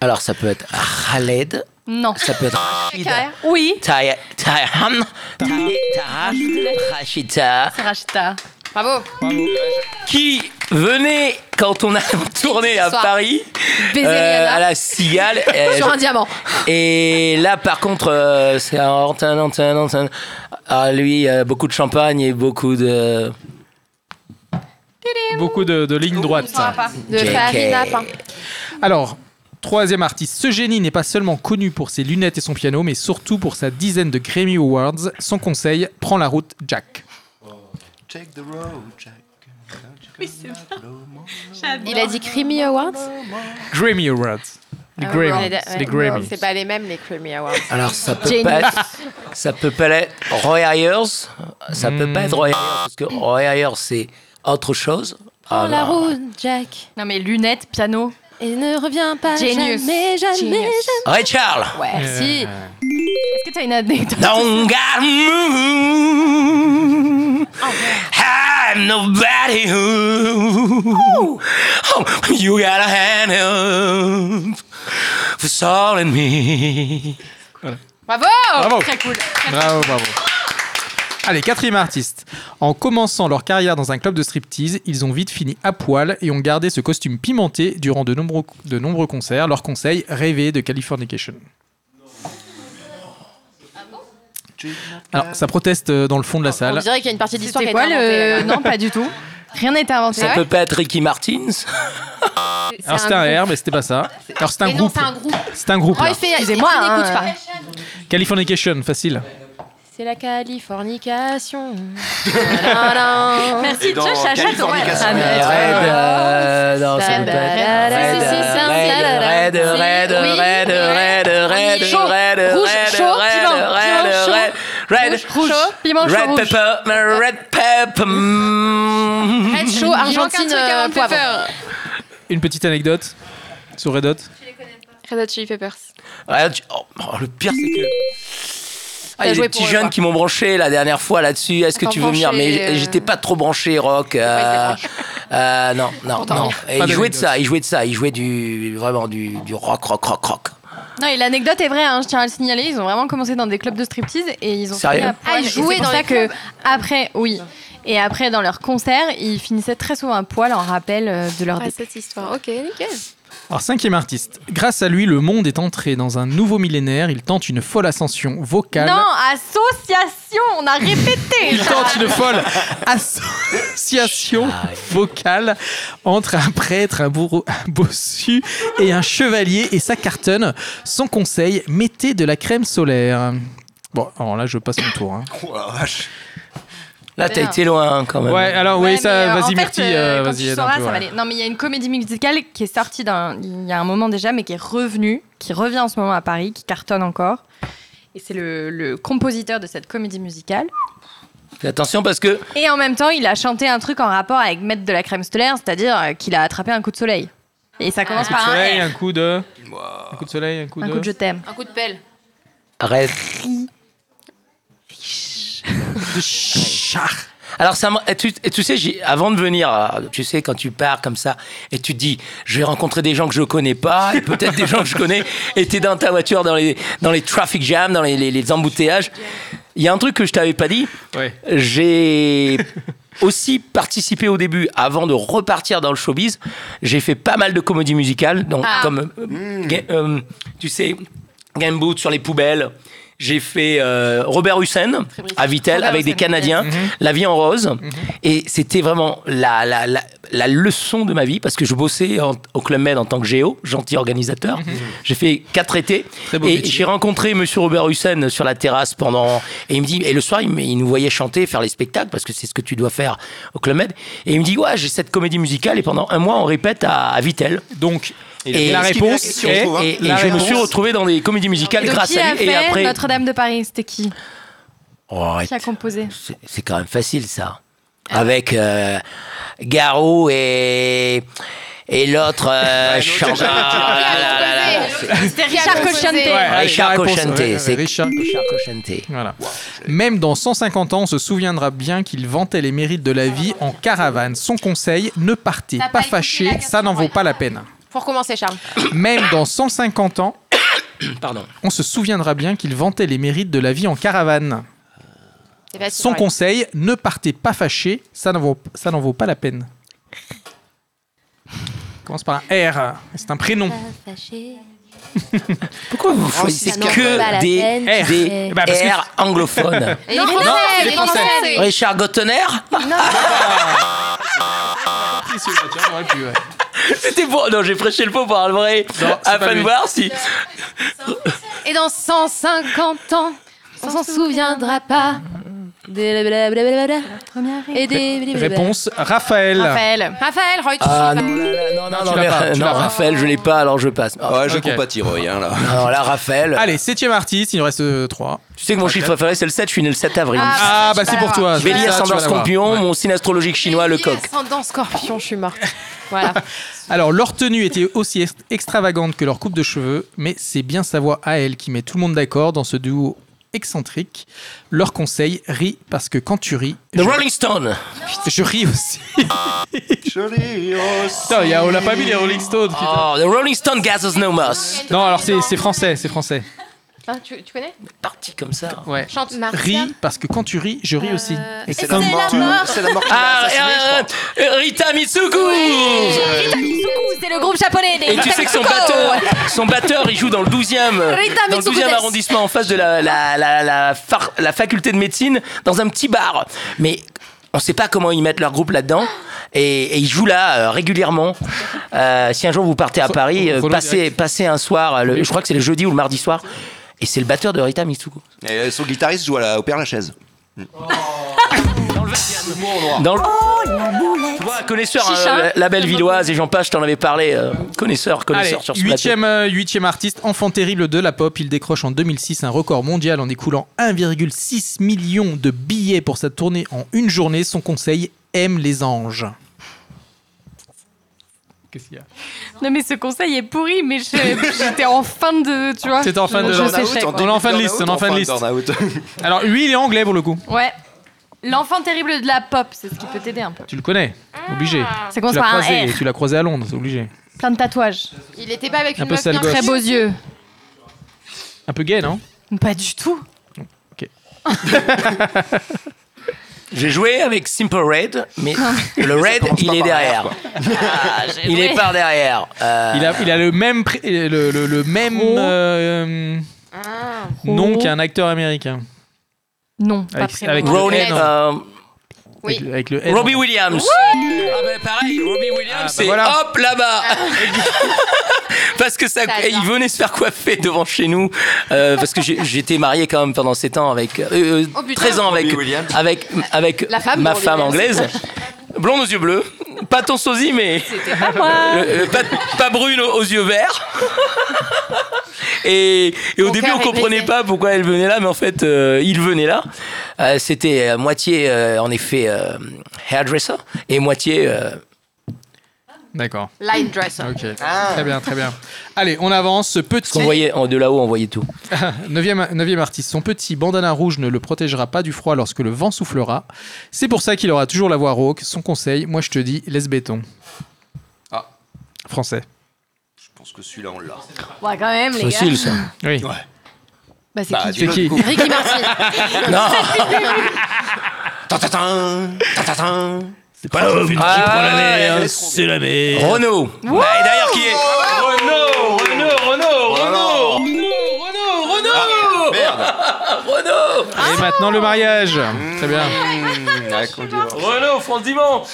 Speaker 5: Alors ça peut être Khaled,
Speaker 4: Non.
Speaker 5: ça peut être Rachid,
Speaker 4: Oui.
Speaker 5: Tay- Tayhan, Tay- Tarah, Rachida,
Speaker 4: C'est
Speaker 5: Euh,
Speaker 4: Rachita.
Speaker 6: Bravo.
Speaker 5: qui venait quand on a tourné à
Speaker 6: soir.
Speaker 5: Paris
Speaker 6: Baiser
Speaker 5: euh,
Speaker 6: Rihanna.
Speaker 5: à la Cigale. euh,
Speaker 6: Sur un diamant.
Speaker 5: Et là, par contre, euh, c'est un Antoine, Antoine, Antoine. Ah, lui, euh, beaucoup de champagne et beaucoup de.
Speaker 1: Beaucoup de, de lignes droites.
Speaker 6: De
Speaker 5: JK.
Speaker 6: Farina Pain.
Speaker 1: Alors, troisième artiste. Ce génie n'est pas seulement connu pour ses lunettes et son piano, mais surtout pour sa dizaine de Grammy Awards. Son conseil, prends la route, Jack.
Speaker 9: Check the road, Jack.
Speaker 6: Il a dit Creamy Awards.
Speaker 1: Grammy Awards. Les Grammy.
Speaker 6: Ah Ouais,
Speaker 1: Les Grammy.
Speaker 6: C'est pas les mêmes les Creamy Awards.
Speaker 5: Alors, ça peut pas être. Ça peut pas être Roy Ayers. Ça peut pas être Roy Ayers, parce que Roy Ayers, c'est autre chose.
Speaker 6: Prends la
Speaker 5: Alors,
Speaker 6: route, Jack.
Speaker 4: Non, mais lunettes, piano.
Speaker 6: Et ne reviens pas
Speaker 4: Genius. Ah,
Speaker 6: jamais, jamais, jamais.
Speaker 5: Ray Charles.
Speaker 4: Ouais.
Speaker 6: Si.
Speaker 4: Est-ce que t'as une anecdote
Speaker 5: Don't got move. I'm nobody who. Oh, you got a hand up for calling me.
Speaker 6: Bravo.
Speaker 1: Bravo.
Speaker 4: Très cool.
Speaker 1: Bravo, bravo. Allez, quatrième artiste. En commençant leur carrière dans un club de striptease, ils ont vite fini à poil et ont gardé ce costume pimenté durant de nombreux, de nombreux concerts. Leur conseil, rêver de Californication. Alors, ça proteste euh, dans le fond de la
Speaker 6: On
Speaker 1: salle.
Speaker 6: dirait qu'il y a une partie de l'histoire qui
Speaker 4: C'était
Speaker 6: est
Speaker 4: quoi le.
Speaker 6: inventée. Oh,
Speaker 4: Non, pas du tout. Rien n'était inventé.
Speaker 5: Ça peut pas être Ricky Martins.
Speaker 1: Alors, c'était un R, mais c'était pas ça. Alors, c'est un
Speaker 6: Mais non,
Speaker 1: groupe.
Speaker 6: c'est un groupe.
Speaker 1: C'est un groupe.
Speaker 6: Oh,
Speaker 1: là.
Speaker 6: il fait.
Speaker 4: Excusez-moi,
Speaker 6: il n'écoute
Speaker 4: hein,
Speaker 6: pas.
Speaker 4: euh.
Speaker 1: Californication, facile.
Speaker 6: C'est la Californication. Tadadam.
Speaker 4: Merci,
Speaker 9: Et dans
Speaker 4: Josh, à chaque fois.
Speaker 9: Californication.
Speaker 4: Ah, mais-
Speaker 5: Red, euh, non, ça peut pas être.
Speaker 6: Tadadam.
Speaker 5: Red,
Speaker 6: Si, si, si,
Speaker 5: euh,
Speaker 6: si.
Speaker 5: Red,
Speaker 6: Si,
Speaker 5: red, red,
Speaker 6: oui,
Speaker 5: red, red, red,
Speaker 6: Chaud,
Speaker 5: red,
Speaker 6: rouge,
Speaker 5: red,
Speaker 6: chaud, piment, piment chaud,
Speaker 5: red, red, red, red,
Speaker 4: Rouge, piment chaud
Speaker 5: red
Speaker 4: rouge.
Speaker 5: pepper, red pepper. mm.
Speaker 6: Red chaud,
Speaker 4: Il manque un
Speaker 6: Argentine,
Speaker 4: truc à
Speaker 6: euh,
Speaker 4: Red
Speaker 6: poivre.
Speaker 4: Pepper.
Speaker 1: Une petite anecdote sur Red Hot.
Speaker 3: Red Hot Chili Peppers.
Speaker 5: Ouais, tu- oh, oh, le pire, c'est que. Ah,
Speaker 6: T'as
Speaker 5: il y a
Speaker 6: joué
Speaker 5: des petits
Speaker 6: pour eux,
Speaker 5: jeunes
Speaker 6: quoi.
Speaker 5: qui m'ont branché la dernière fois là-dessus. Est-ce que
Speaker 3: Attends,
Speaker 5: tu veux venir
Speaker 3: branché,
Speaker 5: Mais
Speaker 3: euh,
Speaker 5: j'étais pas trop branché rock. euh, euh, non, non, non. Et
Speaker 1: Pas
Speaker 5: il jouait de
Speaker 1: d'anecdote.
Speaker 5: ça, il jouait de ça, il jouait du vraiment du, du rock, rock, rock, rock.
Speaker 4: Non, et l'anecdote est vraie, hein, je tiens à le signaler. Ils ont vraiment commencé dans des clubs de striptease et ils ont
Speaker 5: Sérieux
Speaker 4: fini à poil.
Speaker 6: Ah, ils
Speaker 4: Et
Speaker 6: jouaient
Speaker 4: c'est pour
Speaker 6: dans
Speaker 4: ça
Speaker 6: les
Speaker 4: que après, oui. Et après, dans leurs concerts, ils finissaient très souvent à poil en rappel euh, de leur
Speaker 3: Ah, cette histoire. Ok, nickel.
Speaker 1: Alors, cinquième artiste. Grâce à lui, le monde est entré dans un nouveau millénaire. Il tente une folle ascension vocale.
Speaker 4: Non, association, on a répété.
Speaker 1: Il tente une folle association
Speaker 5: Ah
Speaker 1: vocale entre un prêtre, un, bourreau, un bossu et un chevalier et ça cartonne. Son conseil, mettez de la crème solaire. Bon, alors là, je passe mon tour. hein.
Speaker 9: Oh la vache.
Speaker 5: Là, t'as
Speaker 4: Bien.
Speaker 5: été loin hein, quand même.
Speaker 1: Ouais, alors
Speaker 4: Ouais,
Speaker 1: oui, ça,
Speaker 4: mais, euh, en
Speaker 1: vas-y,
Speaker 4: fait,
Speaker 1: Myrtille,
Speaker 4: euh,
Speaker 1: euh,
Speaker 4: quand
Speaker 1: vas-y,
Speaker 4: tu
Speaker 1: aide un
Speaker 4: sauras,
Speaker 1: peu,
Speaker 4: ça va
Speaker 1: voilà.
Speaker 4: aller. Non, mais il y a une comédie musicale qui est sortie d'un- il y a un moment déjà, mais qui est revenue, qui revient en ce moment à Paris, qui cartonne encore. Et c'est le, le compositeur de cette comédie musicale.
Speaker 5: Fais Attention parce que
Speaker 4: Et en même temps, il a chanté un truc en rapport avec Maître de la crème solaire, c'est-à-dire euh, qu'il a attrapé un coup de soleil. Et ça commence par un,
Speaker 1: Soleil,
Speaker 4: R.
Speaker 1: un coup de. Un coup de soleil, un coup
Speaker 4: un
Speaker 1: de.
Speaker 4: coup de je t'aime.
Speaker 8: Un coup de pelle.
Speaker 5: arrête. Alors ça, m'a- et tu, et tu sais, j'ai- avant de venir, euh, tu sais, quand tu pars comme ça, et tu te dis, je vais rencontrer des gens que je connais pas, et peut-être des gens que je connais, et t'es dans ta voiture, dans les, dans les traffic jams, dans les, les- les embouteillages. Il y a un truc que je t'avais pas dit.
Speaker 1: Ouais.
Speaker 5: J'ai aussi participé au début, avant de repartir dans le showbiz. J'ai fait pas mal de comédies musicales,
Speaker 6: Ah.
Speaker 5: donc
Speaker 8: Ah.
Speaker 5: comme, euh, ga- euh, tu sais, Game Boot sur les poubelles. J'ai fait euh, Robert Hussein à Vittel
Speaker 8: Robert
Speaker 5: avec des
Speaker 8: Hussein.
Speaker 5: Canadiens,
Speaker 1: Mhm.
Speaker 5: La vie en rose. Et c'était vraiment la, la, la, la leçon de ma vie parce que je bossais en- au Club Med en tant que géo, gentil organisateur. J'ai fait quatre étés
Speaker 1: Mhm. Très beau
Speaker 5: et
Speaker 1: métier.
Speaker 5: j'ai rencontré Monsieur Robert Hussein sur la terrasse pendant. Et il me dit, et le soir, il, me- il nous voyait chanter, faire les spectacles, parce que c'est ce que tu dois faire au Club Med. Et il me dit, ouais, j'ai cette comédie musicale, et pendant un mois, on répète à, à Vitel.
Speaker 1: Donc,
Speaker 5: Et,
Speaker 1: la
Speaker 9: ce qui fait
Speaker 1: réponse
Speaker 9: la question,
Speaker 1: est.
Speaker 9: je trouve, hein.
Speaker 5: et- et
Speaker 1: la
Speaker 5: je me suis
Speaker 1: réponse-
Speaker 5: retrouvé dans des comédies musicales
Speaker 4: Donc,
Speaker 5: grâce
Speaker 4: qui
Speaker 5: à
Speaker 4: a
Speaker 5: lui.
Speaker 4: fait
Speaker 5: Et après.
Speaker 4: Notre-Dame de Paris, c'était qui
Speaker 5: Oh, arrête.
Speaker 4: Qui a composé
Speaker 5: C'est- c'est quand même facile, ça. Avec euh, Garou et. Et l'autre, euh, Chandra- Ah, là, là, là, là.
Speaker 4: C'était Richard
Speaker 8: composé
Speaker 1: Ouais,
Speaker 4: Cochante.
Speaker 1: allez,
Speaker 5: Richard
Speaker 1: la réponse,
Speaker 5: Cochante,
Speaker 1: ouais, ouais,
Speaker 5: c'est-
Speaker 1: Richard
Speaker 5: Richard Cochante.
Speaker 1: Voilà. Ah. Même dans 150 ans, on se souviendra bien qu'il vantait les mérites de la vie en caravane. Son conseil, ne partez
Speaker 8: T'as pas
Speaker 1: pas
Speaker 8: écouté la
Speaker 1: fâché,
Speaker 8: question,
Speaker 1: ça n'en vaut
Speaker 8: ouais.
Speaker 1: pas la peine.
Speaker 6: Pour commencer, Charles.
Speaker 1: Même dans 150 ans,
Speaker 5: Pardon.
Speaker 1: on se souviendra bien qu'il vantait les mérites de la vie en caravane.
Speaker 6: C'est facile,
Speaker 1: Son
Speaker 6: ouais.
Speaker 1: conseil, ne partez pas fâché, ça n'en vaut, ça n'en vaut pas la peine. Commence par un R, c'est un prénom.
Speaker 5: Pourquoi vous
Speaker 4: Oh,
Speaker 5: choisissez
Speaker 9: ça n'en vaut pas
Speaker 5: que des,
Speaker 1: peine.
Speaker 5: des
Speaker 1: Eh ben, parce que-
Speaker 5: R anglophones
Speaker 8: Et les Français,
Speaker 1: c'est
Speaker 8: les
Speaker 1: les
Speaker 8: Français.
Speaker 1: Français.
Speaker 5: Richard Gottener
Speaker 1: Ah,
Speaker 5: C'était pour. Non, j'ai prêché le faux par le vrai.
Speaker 1: Non, c'est pas
Speaker 5: Afin de
Speaker 1: lui.
Speaker 5: voir si.
Speaker 6: Et dans 150 ans, on s'en souviendra pas. Des blablabla. Et des blablabla.
Speaker 1: Réponse, Raphaël.
Speaker 4: Raphaël.
Speaker 6: Raphaël, Roy, tu
Speaker 5: Ah
Speaker 6: sais pas.
Speaker 5: non, non, non, non,
Speaker 1: tu l'as
Speaker 5: mais-
Speaker 1: pas, tu
Speaker 5: non,
Speaker 1: l'as pas.
Speaker 5: Raphaël, je l'ai pas, alors je passe. Ah,
Speaker 9: Ouais, je
Speaker 1: Ok.
Speaker 9: compatis, Roy, hein, là.
Speaker 5: Alors là, Raphaël.
Speaker 1: Allez, septième artiste, il nous reste euh, trois.
Speaker 5: Tu sais que mon chiffre préféré, c'est le 7, je suis né le 7 avril.
Speaker 1: Ah, bah c'est pour toi. ça, tu
Speaker 5: Bélier,
Speaker 1: vas
Speaker 5: ascendant
Speaker 1: l'avoir.
Speaker 5: scorpion, mon signe astrologique chinois, le coq.
Speaker 6: Ascendant scorpion, je suis morte. Voilà.
Speaker 1: Alors, leur tenue était aussi ex- extravagante que leur coupe de cheveux, mais c'est bien sa voix à elle qui met tout le monde d'accord dans ce duo excentrique. Leur conseil, ris, parce que quand tu ris,
Speaker 5: The Rolling Stone.
Speaker 1: je ris aussi.
Speaker 9: Chérie, oh,
Speaker 1: Putain, y a- on n'a pas mis les Rolling Stones. putain.
Speaker 5: Oh, The Rolling Stone gathers no moss.
Speaker 1: Non, alors c'est c'est français, c'est français.
Speaker 6: Hein, tu, tu connais
Speaker 5: Parti comme ça.
Speaker 1: Ouais.
Speaker 6: Chante.
Speaker 1: Ris, parce que quand tu ris, je ris aussi. Et
Speaker 9: Euh, C'est la mort, c'est la mort qui l'a
Speaker 5: Ah,
Speaker 9: assassiné, je
Speaker 5: euh,
Speaker 9: crois.
Speaker 5: euh, Rita Mitsuko
Speaker 4: C'est le groupe japonais des
Speaker 5: Et tu sais que son
Speaker 4: Mitsuko.
Speaker 5: batteur, son batteur, il joue dans le 12e, euh,
Speaker 6: Rita
Speaker 5: dans le
Speaker 6: Mitsuko
Speaker 5: 12e
Speaker 6: des.
Speaker 5: arrondissement, en face de la, la, la, la far- la faculté de médecine, dans un petit bar. Mais on sait pas comment ils mettent leur groupe là-dedans. Et, et ils jouent là euh, régulièrement. Euh, si un jour vous partez à
Speaker 1: Faut-
Speaker 5: Paris, euh,
Speaker 1: faut le
Speaker 5: passez,
Speaker 1: direct.
Speaker 5: passez un soir, euh, le- je crois que c'est le jeudi ou le mardi soir. Et c'est le batteur de Rita Mitsuko.
Speaker 9: Et, euh, son guitariste joue à la- au Père Lachaise.
Speaker 6: Ah.
Speaker 5: Dans le... Oh, Tu vois, connaisseur, hein, la, la belle villoise et j'en passe, je t'en avais parlé. euh, connaisseur,
Speaker 1: Allez,
Speaker 5: connaisseur sur ce plateau.
Speaker 1: huitième, euh, huitième artiste, enfant terrible de la pop, il décroche en 2006 un record mondial en écoulant 1,6 million de billets pour sa tournée en une journée. Son conseil, aime les anges. Qu'est-ce qu'il y a
Speaker 4: Non, mais ce conseil est pourri, mais je- j'étais en fin de. Tu vois
Speaker 1: T'étais en fin de-
Speaker 4: Ah, je
Speaker 1: Burnout,
Speaker 4: séchais, quoi.
Speaker 1: On est en fin de liste, on est en fin de liste. Alors lui, il est anglais pour le coup.
Speaker 4: Ouais. L'enfant terrible de la pop, c'est ce qui peut t'aider un peu.
Speaker 1: Tu le connais,
Speaker 4: Ah.
Speaker 1: obligé.
Speaker 4: Ça commence
Speaker 1: tu l'as
Speaker 4: par un
Speaker 1: croisé,
Speaker 4: R.
Speaker 1: tu l'as croisé à Londres, c'est obligé.
Speaker 4: Plein de tatouages.
Speaker 6: Il était pas avec
Speaker 1: Un
Speaker 6: une
Speaker 1: peu
Speaker 6: meuf
Speaker 1: sale
Speaker 6: bien
Speaker 1: gosse.
Speaker 4: Très beaux yeux.
Speaker 1: Un peu gay, non
Speaker 4: Pas du tout.
Speaker 5: J'ai joué avec Simple Red, mais le Red,
Speaker 9: commence
Speaker 5: il
Speaker 9: pas
Speaker 5: est
Speaker 9: par
Speaker 5: derrière.
Speaker 9: R,
Speaker 6: Ah,
Speaker 5: il est par derrière. Euh,
Speaker 1: il, a, il a le même pré- le, le- le même euh,
Speaker 5: Ah,
Speaker 1: nom qu'un acteur américain.
Speaker 4: Non, pas
Speaker 1: Avec-
Speaker 4: très
Speaker 1: avec-
Speaker 4: loin.
Speaker 5: Ronan,
Speaker 1: N. hein.
Speaker 5: euh,
Speaker 1: Avec, avec le N.
Speaker 5: Robbie Williams. Ah bah pareil, Robbie Williams,
Speaker 1: bah
Speaker 5: c'est
Speaker 1: voilà.
Speaker 5: hop là-bas.
Speaker 6: Ah,
Speaker 5: parce que ça,
Speaker 6: Ça
Speaker 5: et il
Speaker 6: vient.
Speaker 5: venait se faire coiffer devant chez nous, euh, parce que j'ai- j'étais marié quand même pendant 7 ans avec euh, euh,
Speaker 6: Oh, putain.
Speaker 5: 13 ans avec
Speaker 9: Robbie Williams.
Speaker 5: avec avec
Speaker 6: La femme de
Speaker 5: ma
Speaker 6: Robbie
Speaker 5: femme
Speaker 6: Williams.
Speaker 5: anglaise. Blonde aux yeux bleus, pas ton sosie mais
Speaker 4: Pas moi.
Speaker 5: euh, euh, pas, pas brune aux, aux yeux verts. Et, et au
Speaker 6: Mon
Speaker 5: début,
Speaker 6: cœur
Speaker 5: on
Speaker 6: est
Speaker 5: comprenait
Speaker 6: brisé.
Speaker 5: pas pourquoi elle venait là, mais en fait, euh, il venait là. Euh, C'était à moitié, euh, en effet, euh, hairdresser et moitié. euh,
Speaker 1: D'accord.
Speaker 6: Light dresser.
Speaker 1: Ok.
Speaker 5: Ah.
Speaker 4: Ah.
Speaker 1: Très bien, très bien. Allez, on avance. Ce
Speaker 5: qu'on
Speaker 1: Petit
Speaker 5: voyait en- de là-haut, on voyait tout.
Speaker 1: neuvième, neuvième artiste. Son petit bandana rouge ne le protégera pas du froid lorsque le vent soufflera. C'est pour ça qu'il aura toujours la voix rauque. Son conseil, moi je te dis, laisse béton.
Speaker 9: Ah.
Speaker 1: Français.
Speaker 9: Je pense que celui-là, on l'a.
Speaker 4: Ouais, quand même, les gars.
Speaker 5: Facile, ça.
Speaker 1: Oui.
Speaker 4: Bah, c'est
Speaker 9: Bah,
Speaker 4: qui
Speaker 1: C'est
Speaker 9: dis-le,
Speaker 1: qui
Speaker 9: du coup.
Speaker 6: Ricky Martin.
Speaker 5: Non.
Speaker 9: Tatatin, tatatin.
Speaker 5: C'est pas la
Speaker 9: qui prend la mer, c'est
Speaker 5: la mer. Renault. Bah, et D'ailleurs, qui est Renault, Renault, Renault,
Speaker 9: Renault. Ah, merde.
Speaker 5: Renault,
Speaker 1: Et maintenant le mariage. Très
Speaker 5: ben,
Speaker 1: bien.
Speaker 5: hmm,
Speaker 9: Mmh, ah, qu'on dit-
Speaker 5: Renault, France Dimanche.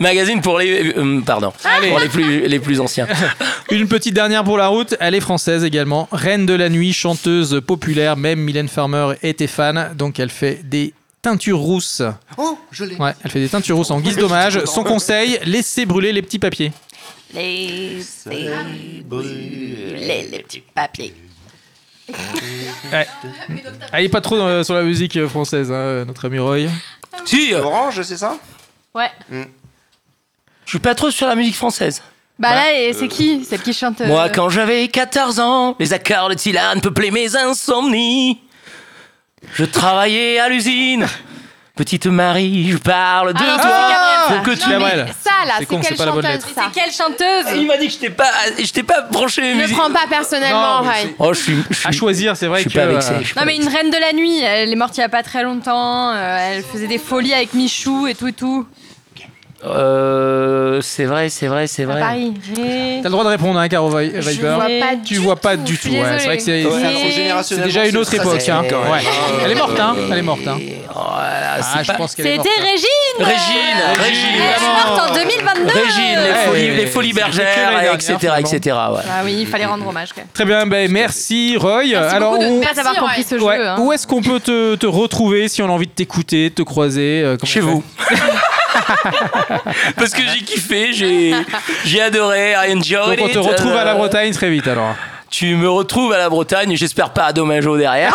Speaker 5: Magazine pour les, euh, pardon, pour les plus les plus anciens.
Speaker 1: Une petite dernière pour la route, elle est française également, reine de la nuit, chanteuse populaire, même Mylène Farmer était fan, donc elle fait des teintures rousses.
Speaker 9: Oh, je l'ai.
Speaker 1: Ouais, elle fait des teintures rousses en guise d'hommage. Son conseil, laissez brûler les petits papiers.
Speaker 7: brûler les petits papiers.
Speaker 1: Allez pas trop euh, sur la musique euh, française, hein, euh, notre ami Roy.
Speaker 5: Si, euh,
Speaker 9: Orange, c'est ça
Speaker 4: Ouais.
Speaker 5: je suis pas trop sur la musique française.
Speaker 4: Bah, là, et c'est qui Celle qui chante. euh,
Speaker 5: Moi, quand j'avais 14 ans, les accords de Tylan peuplaient mes insomnies. Je travaillais à l'usine. Petite Marie, je parle de
Speaker 4: Ah, non,
Speaker 5: toi.
Speaker 4: c'est
Speaker 1: Faut que tu Gabriel.
Speaker 6: Ça là,
Speaker 1: C'est
Speaker 6: c'est
Speaker 1: con, c'est
Speaker 6: quelle
Speaker 1: pas la bonne
Speaker 6: chanteuse ça
Speaker 4: Quelle chanteuse
Speaker 5: Il m'a dit que j'étais pas, j'étais pas branché
Speaker 6: Ne
Speaker 5: musique.
Speaker 6: prends pas personnellement,
Speaker 1: Non, mais
Speaker 6: Ray.
Speaker 5: Oh, je suis, je suis,
Speaker 1: À choisir, c'est
Speaker 5: je
Speaker 1: vrai
Speaker 5: suis
Speaker 1: que
Speaker 5: pas vexé.
Speaker 1: euh,
Speaker 5: je suis
Speaker 4: Non,
Speaker 5: pas
Speaker 4: mais une
Speaker 5: vexé.
Speaker 4: reine de la nuit. Elle est morte il y a pas très longtemps. euh, elle faisait des folies avec Michou et tout et tout.
Speaker 5: Euh, c'est vrai, c'est vrai, c'est
Speaker 4: À
Speaker 5: vrai.
Speaker 4: Paris. J'ai-
Speaker 1: t'as le droit de répondre hein, Caro Vi- Viper.
Speaker 4: vois pas
Speaker 1: Tu vois pas du tout. ouais, c'est vrai que
Speaker 9: Ouais,
Speaker 1: c'est
Speaker 9: alors,
Speaker 1: c'est- c'est
Speaker 9: générationnellement,
Speaker 1: déjà une autre
Speaker 9: très
Speaker 1: époque. hein.
Speaker 9: sexy, quand même.
Speaker 1: Ouais. Elle est morte, hein. Elle est morte. Hein.
Speaker 5: Oh là là,
Speaker 1: Ah,
Speaker 5: Euh, c'est
Speaker 1: je
Speaker 5: pas-
Speaker 1: pense qu'elle est morte.
Speaker 4: C'était Régine
Speaker 5: Régine,
Speaker 4: Elle
Speaker 5: Régine,
Speaker 4: est morte en 2022
Speaker 5: Régine, les
Speaker 1: Ouais,
Speaker 5: folies,
Speaker 1: ouais,
Speaker 5: les folies
Speaker 1: c'est que l'année
Speaker 5: bergères,
Speaker 1: dernière,
Speaker 5: etc.,
Speaker 1: finalement.
Speaker 5: etc. Ouais.
Speaker 4: Ah oui, il fallait rendre hommage. Quoi.
Speaker 1: Très bien, ben, merci Roy.
Speaker 4: Merci
Speaker 1: Alors,
Speaker 4: beaucoup de
Speaker 1: on-
Speaker 4: ne pas avoir
Speaker 6: Merci,
Speaker 4: compris ce jeu.
Speaker 1: Ouais.
Speaker 4: hein.
Speaker 1: Où est-ce qu'on peut te, te retrouver si on a envie de t'écouter, de te croiser euh, comment
Speaker 5: Chez
Speaker 1: on fait
Speaker 5: vous. Parce que j'ai kiffé, j'ai, j'ai adoré, I enjoyed
Speaker 1: Donc on
Speaker 5: it.
Speaker 1: te retrouve à la
Speaker 5: Euh,
Speaker 1: Bretagne très vite alors.
Speaker 5: Tu me retrouves à la Bretagne, j'espère pas à Domageau derrière.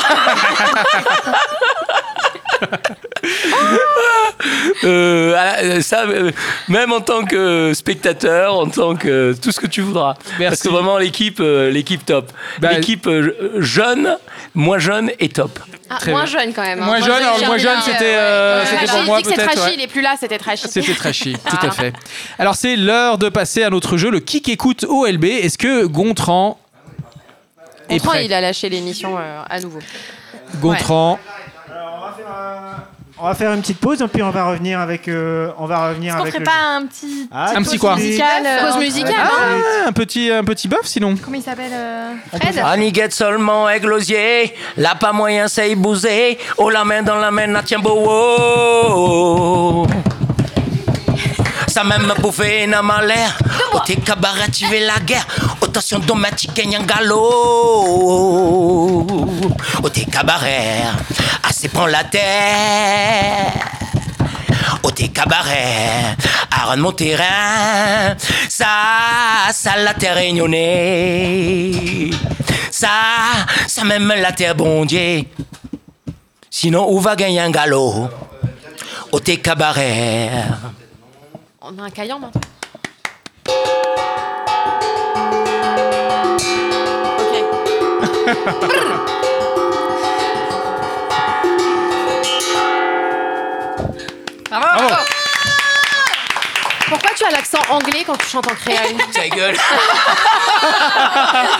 Speaker 5: Euh, à la- euh, ça, euh, même en tant que spectateur, en tant que euh, tout ce que tu voudras.
Speaker 1: Merci.
Speaker 5: Parce que vraiment l'équipe, euh, l'équipe top,
Speaker 1: Bah,
Speaker 5: l'équipe euh, jeune, moins jeune et top.
Speaker 6: Ah,
Speaker 1: Très
Speaker 6: moins
Speaker 1: bien.
Speaker 6: jeune quand même. hein.
Speaker 1: Moi jeune,
Speaker 6: j'ai
Speaker 1: alors
Speaker 6: jamais
Speaker 1: moi
Speaker 6: dit,
Speaker 1: jeune
Speaker 6: euh,
Speaker 1: c'était euh,
Speaker 6: ouais.
Speaker 1: c'était
Speaker 6: Voilà,
Speaker 1: pour
Speaker 6: j'ai
Speaker 1: moi
Speaker 6: dit que c'est
Speaker 1: peut-être.
Speaker 6: trashy,
Speaker 1: ouais.
Speaker 6: il est plus là, c'était trashy.
Speaker 1: C'était trashy, tout
Speaker 4: Ah.
Speaker 1: à fait. Alors c'est l'heure de passer à notre jeu, le qui écoute OLB. Est-ce que Gontran est
Speaker 6: Comprends,
Speaker 1: prêt
Speaker 6: Ah. il a lâché l'émission euh, à nouveau.
Speaker 1: Gontran,
Speaker 2: Alors, on va faire, euh, on va faire une petite pause, puis on va revenir avec. euh, on va revenir
Speaker 4: Est-ce qu'on
Speaker 2: avec.
Speaker 4: ferait
Speaker 2: le
Speaker 4: pas un petit.
Speaker 2: Ah,
Speaker 1: Un petit quoi
Speaker 4: musical, euh,
Speaker 6: Pause
Speaker 4: en-
Speaker 6: musicale.
Speaker 2: Ah,
Speaker 6: hein.
Speaker 1: Ah, un petit un petit bœuf sinon.
Speaker 4: Comment il s'appelle euh,
Speaker 6: Fred.
Speaker 5: Aniguette seulement églosier, là pas moyen c'est bouser, oh la main dans la main, na tiens beau. oh. Ça même bouffé n'a malheur, au tes cabaret tu veux la guerre, oh tension domatique et galop. Au tes cabaret, assez prend la terre. Au tes cabarets, à mon terrain, ça, ça la terre réunionnée, ça, ça même la terre bondier. Sinon, où va gagner un galop Au tes cabarets.
Speaker 6: On a un caillan maintenant.
Speaker 1: Bravo.
Speaker 6: Pourquoi tu as l'accent anglais quand tu chantes en créole
Speaker 5: Ta gueule.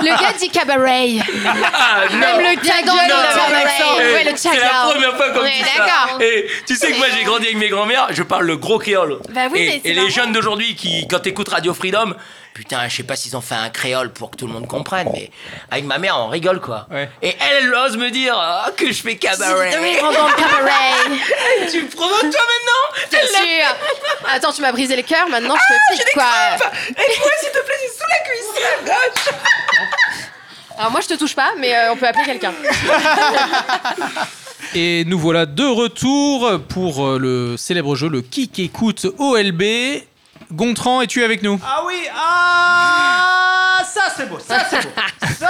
Speaker 6: Le gars dit cabaret.
Speaker 5: Ah, non.
Speaker 6: le
Speaker 8: gars, il a un
Speaker 5: Eh,
Speaker 6: Ouais, le
Speaker 5: c'est la
Speaker 6: chagal.
Speaker 5: première fois qu'on me
Speaker 6: Ouais,
Speaker 5: dit ça.
Speaker 6: d'accord.
Speaker 5: Et tu sais que moi j'ai grandi avec mes grands-mères, je parle le gros créole.
Speaker 4: Bah oui,
Speaker 5: et
Speaker 4: mais c'est
Speaker 5: et les
Speaker 4: marrant.
Speaker 5: jeunes d'aujourd'hui qui, quand t'écoutes Radio Freedom, putain, je sais pas s'ils ont fait un créole pour que tout le monde comprenne, mais avec ma mère on rigole quoi.
Speaker 1: Ouais.
Speaker 5: Et elle, elle ose me dire Ah, que je fais cabaret.
Speaker 6: Grand cabaret.
Speaker 5: tu me provoques toi maintenant
Speaker 6: Bien sûr. Attends, tu m'as brisé le cœur, maintenant Ah,
Speaker 5: Ah,
Speaker 6: je te pique quoi.
Speaker 5: Aide-moi s'il te plaît, c'est sous la cuisse à gauche.
Speaker 6: Alors moi je te touche pas, mais euh, on peut appeler quelqu'un.
Speaker 1: Et nous voilà de retour pour euh, le célèbre jeu, le Kick Écoute OLB. Gontran, es-tu avec nous
Speaker 2: Ah oui, ah ça c'est beau, ça c'est beau, ça,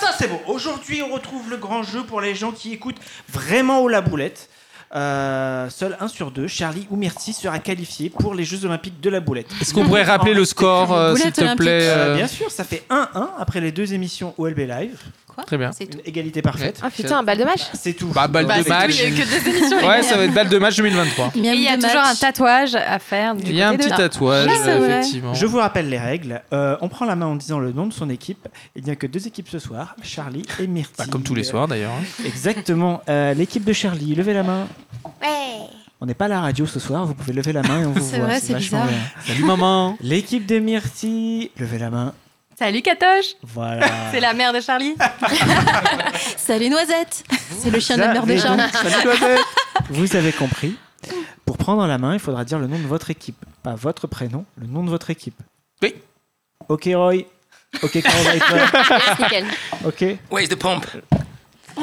Speaker 2: ça c'est beau. Aujourd'hui, on retrouve le grand jeu pour les gens qui écoutent vraiment haut la boulette. Euh, seul 1 sur 2, Charlie ou Myrtille sera qualifié pour les Jeux Olympiques de la boulette.
Speaker 1: Est-ce qu'on pourrait rappeler le score, euh, s'il te plaît
Speaker 2: Euh,
Speaker 1: euh,
Speaker 2: bien sûr, ça fait 1-1 après les deux émissions OLB Live.
Speaker 1: Très bien.
Speaker 7: C'est tout.
Speaker 2: Une égalité parfaite.
Speaker 6: Ah putain, un balle de match.
Speaker 2: C'est tout.
Speaker 1: Bah, balle de
Speaker 2: c'est
Speaker 1: match.
Speaker 2: tout.
Speaker 1: Ouais, ça va être balle de match 2023.
Speaker 8: Et il y a toujours un tatouage à faire. du
Speaker 1: Il y a un
Speaker 8: côté
Speaker 1: petit
Speaker 8: de-
Speaker 1: tatouage,
Speaker 8: Oui, c'est vrai.
Speaker 1: euh, effectivement.
Speaker 2: Je vous rappelle les règles. Euh, on prend la main en disant le nom de son équipe. Il n'y a que deux équipes ce soir, Charlie et Myrtille.
Speaker 1: Bah, comme tous les soirs d'ailleurs. hein.
Speaker 2: Exactement. Euh, L'équipe de Charlie, levez la main.
Speaker 3: Ouais.
Speaker 2: On n'est pas à la radio ce soir, vous pouvez lever la main et on vous voit.
Speaker 8: C'est vrai, c'est
Speaker 2: vachement
Speaker 8: bizarre.
Speaker 2: bien.
Speaker 1: Salut maman
Speaker 2: L'équipe de Myrtille, levez la main.
Speaker 4: Salut Katoche
Speaker 2: Voilà.
Speaker 4: C'est la mère de Charlie
Speaker 7: Salut Noisette C'est le chien de la mère de
Speaker 2: Vous
Speaker 7: Charles.
Speaker 2: avez- Salut, Claudette. Vous avez compris. Pour prendre la main, il faudra dire le nom de votre équipe. Pas votre prénom, le nom de votre équipe.
Speaker 1: Oui.
Speaker 2: Ok, Roy. Ok, Carl
Speaker 3: Nickel.
Speaker 2: Ok.
Speaker 5: Where's the pump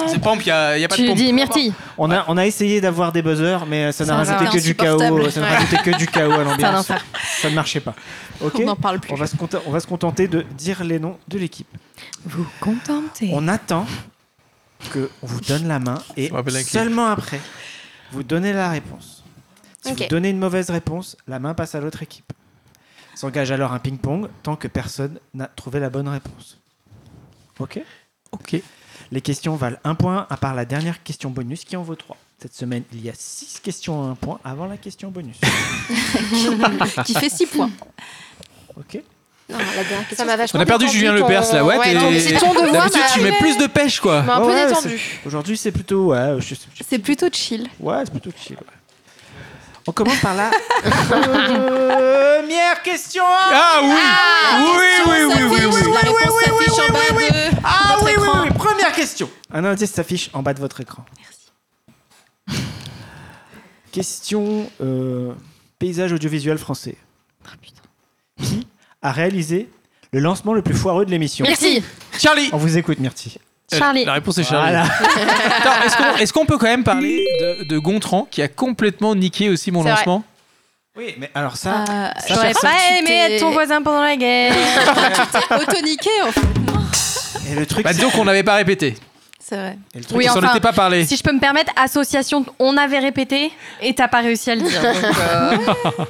Speaker 1: C'est pompe, il n'y a, y a pas de
Speaker 6: Tu
Speaker 1: pompe.
Speaker 6: dis Myrtille.
Speaker 2: On a, on a essayé d'avoir des buzzers, mais ça n'a
Speaker 8: Ça va.
Speaker 2: rajouté que du
Speaker 7: Insupportable.
Speaker 2: chaos. Ça n'a
Speaker 6: Ouais.
Speaker 2: rajouté que du chaos à
Speaker 8: C'est un
Speaker 2: l'ambiance.
Speaker 8: enfer.
Speaker 2: Ça ne marchait pas. Ok.
Speaker 7: On n'en parle plus.
Speaker 2: On va, se conten- on va se contenter de dire les noms de l'équipe.
Speaker 8: Vous contentez.
Speaker 2: On attend que on vous donne la main et
Speaker 1: Ça me rappelle la clip.
Speaker 2: seulement après, vous donnez la réponse. Si vous
Speaker 3: Ok.
Speaker 2: donnez une mauvaise réponse, la main passe à l'autre équipe. S'engage alors un ping-pong tant que personne n'a trouvé la bonne réponse. Ok
Speaker 1: Ok.
Speaker 2: Les questions valent un point, à part la dernière question bonus qui en vaut trois. Cette semaine, il y a six questions à un point avant la question bonus.
Speaker 7: qui fait 6 points.
Speaker 2: Ok
Speaker 3: Non, la dernière question.
Speaker 6: Ça m'a vachement
Speaker 1: On a perdu
Speaker 6: détendu
Speaker 1: Julien
Speaker 6: ton-
Speaker 1: Lepers là, ouais.
Speaker 6: ton
Speaker 1: t'es-
Speaker 6: petit ton de voix
Speaker 3: bah,
Speaker 1: D'habitude,
Speaker 6: m'a-
Speaker 1: tu mets plus de pêche quoi.
Speaker 6: m'a un peu
Speaker 2: Ouais, ouais,
Speaker 6: détendu.
Speaker 2: c'est- Aujourd'hui, c'est plutôt. Ouais, je sais-
Speaker 7: C'est plutôt chill.
Speaker 2: Ouais, c'est plutôt chill. On commence par la première question.
Speaker 1: Ah oui Oui, oui, oui, oui, oui.
Speaker 7: La réponse s'affiche en bas de
Speaker 2: Ah
Speaker 7: votre
Speaker 2: oui, oui,
Speaker 7: écran.
Speaker 2: oui, première question. Un indice s'affiche en bas de votre écran. Merci. Question euh, paysage audiovisuel français. Qui a réalisé le lancement le plus foireux de l'émission
Speaker 6: Merci.
Speaker 1: Charlie
Speaker 2: On vous écoute, Myrtille.
Speaker 1: Charlie Euh, La réponse est Charlie. Attends, est-ce qu'on est-ce qu'on peut quand même parler de, de Gontran qui a complètement niqué aussi mon
Speaker 6: C'est vrai.
Speaker 1: lancement
Speaker 2: Oui, mais alors ça.
Speaker 4: Euh, J'aurais pas aimé être ton voisin pendant la guerre
Speaker 7: Autoniqué, en fait.
Speaker 2: Et le truc.
Speaker 1: Bah
Speaker 2: c'est-
Speaker 1: donc on n'avait pas répété.
Speaker 7: C'est vrai.
Speaker 2: et le truc,
Speaker 4: Oui,
Speaker 1: on s'en
Speaker 4: enfin,
Speaker 1: était pas parlé.
Speaker 4: si je peux me permettre, association, on avait répété et t'as pas réussi à le dire. donc, euh,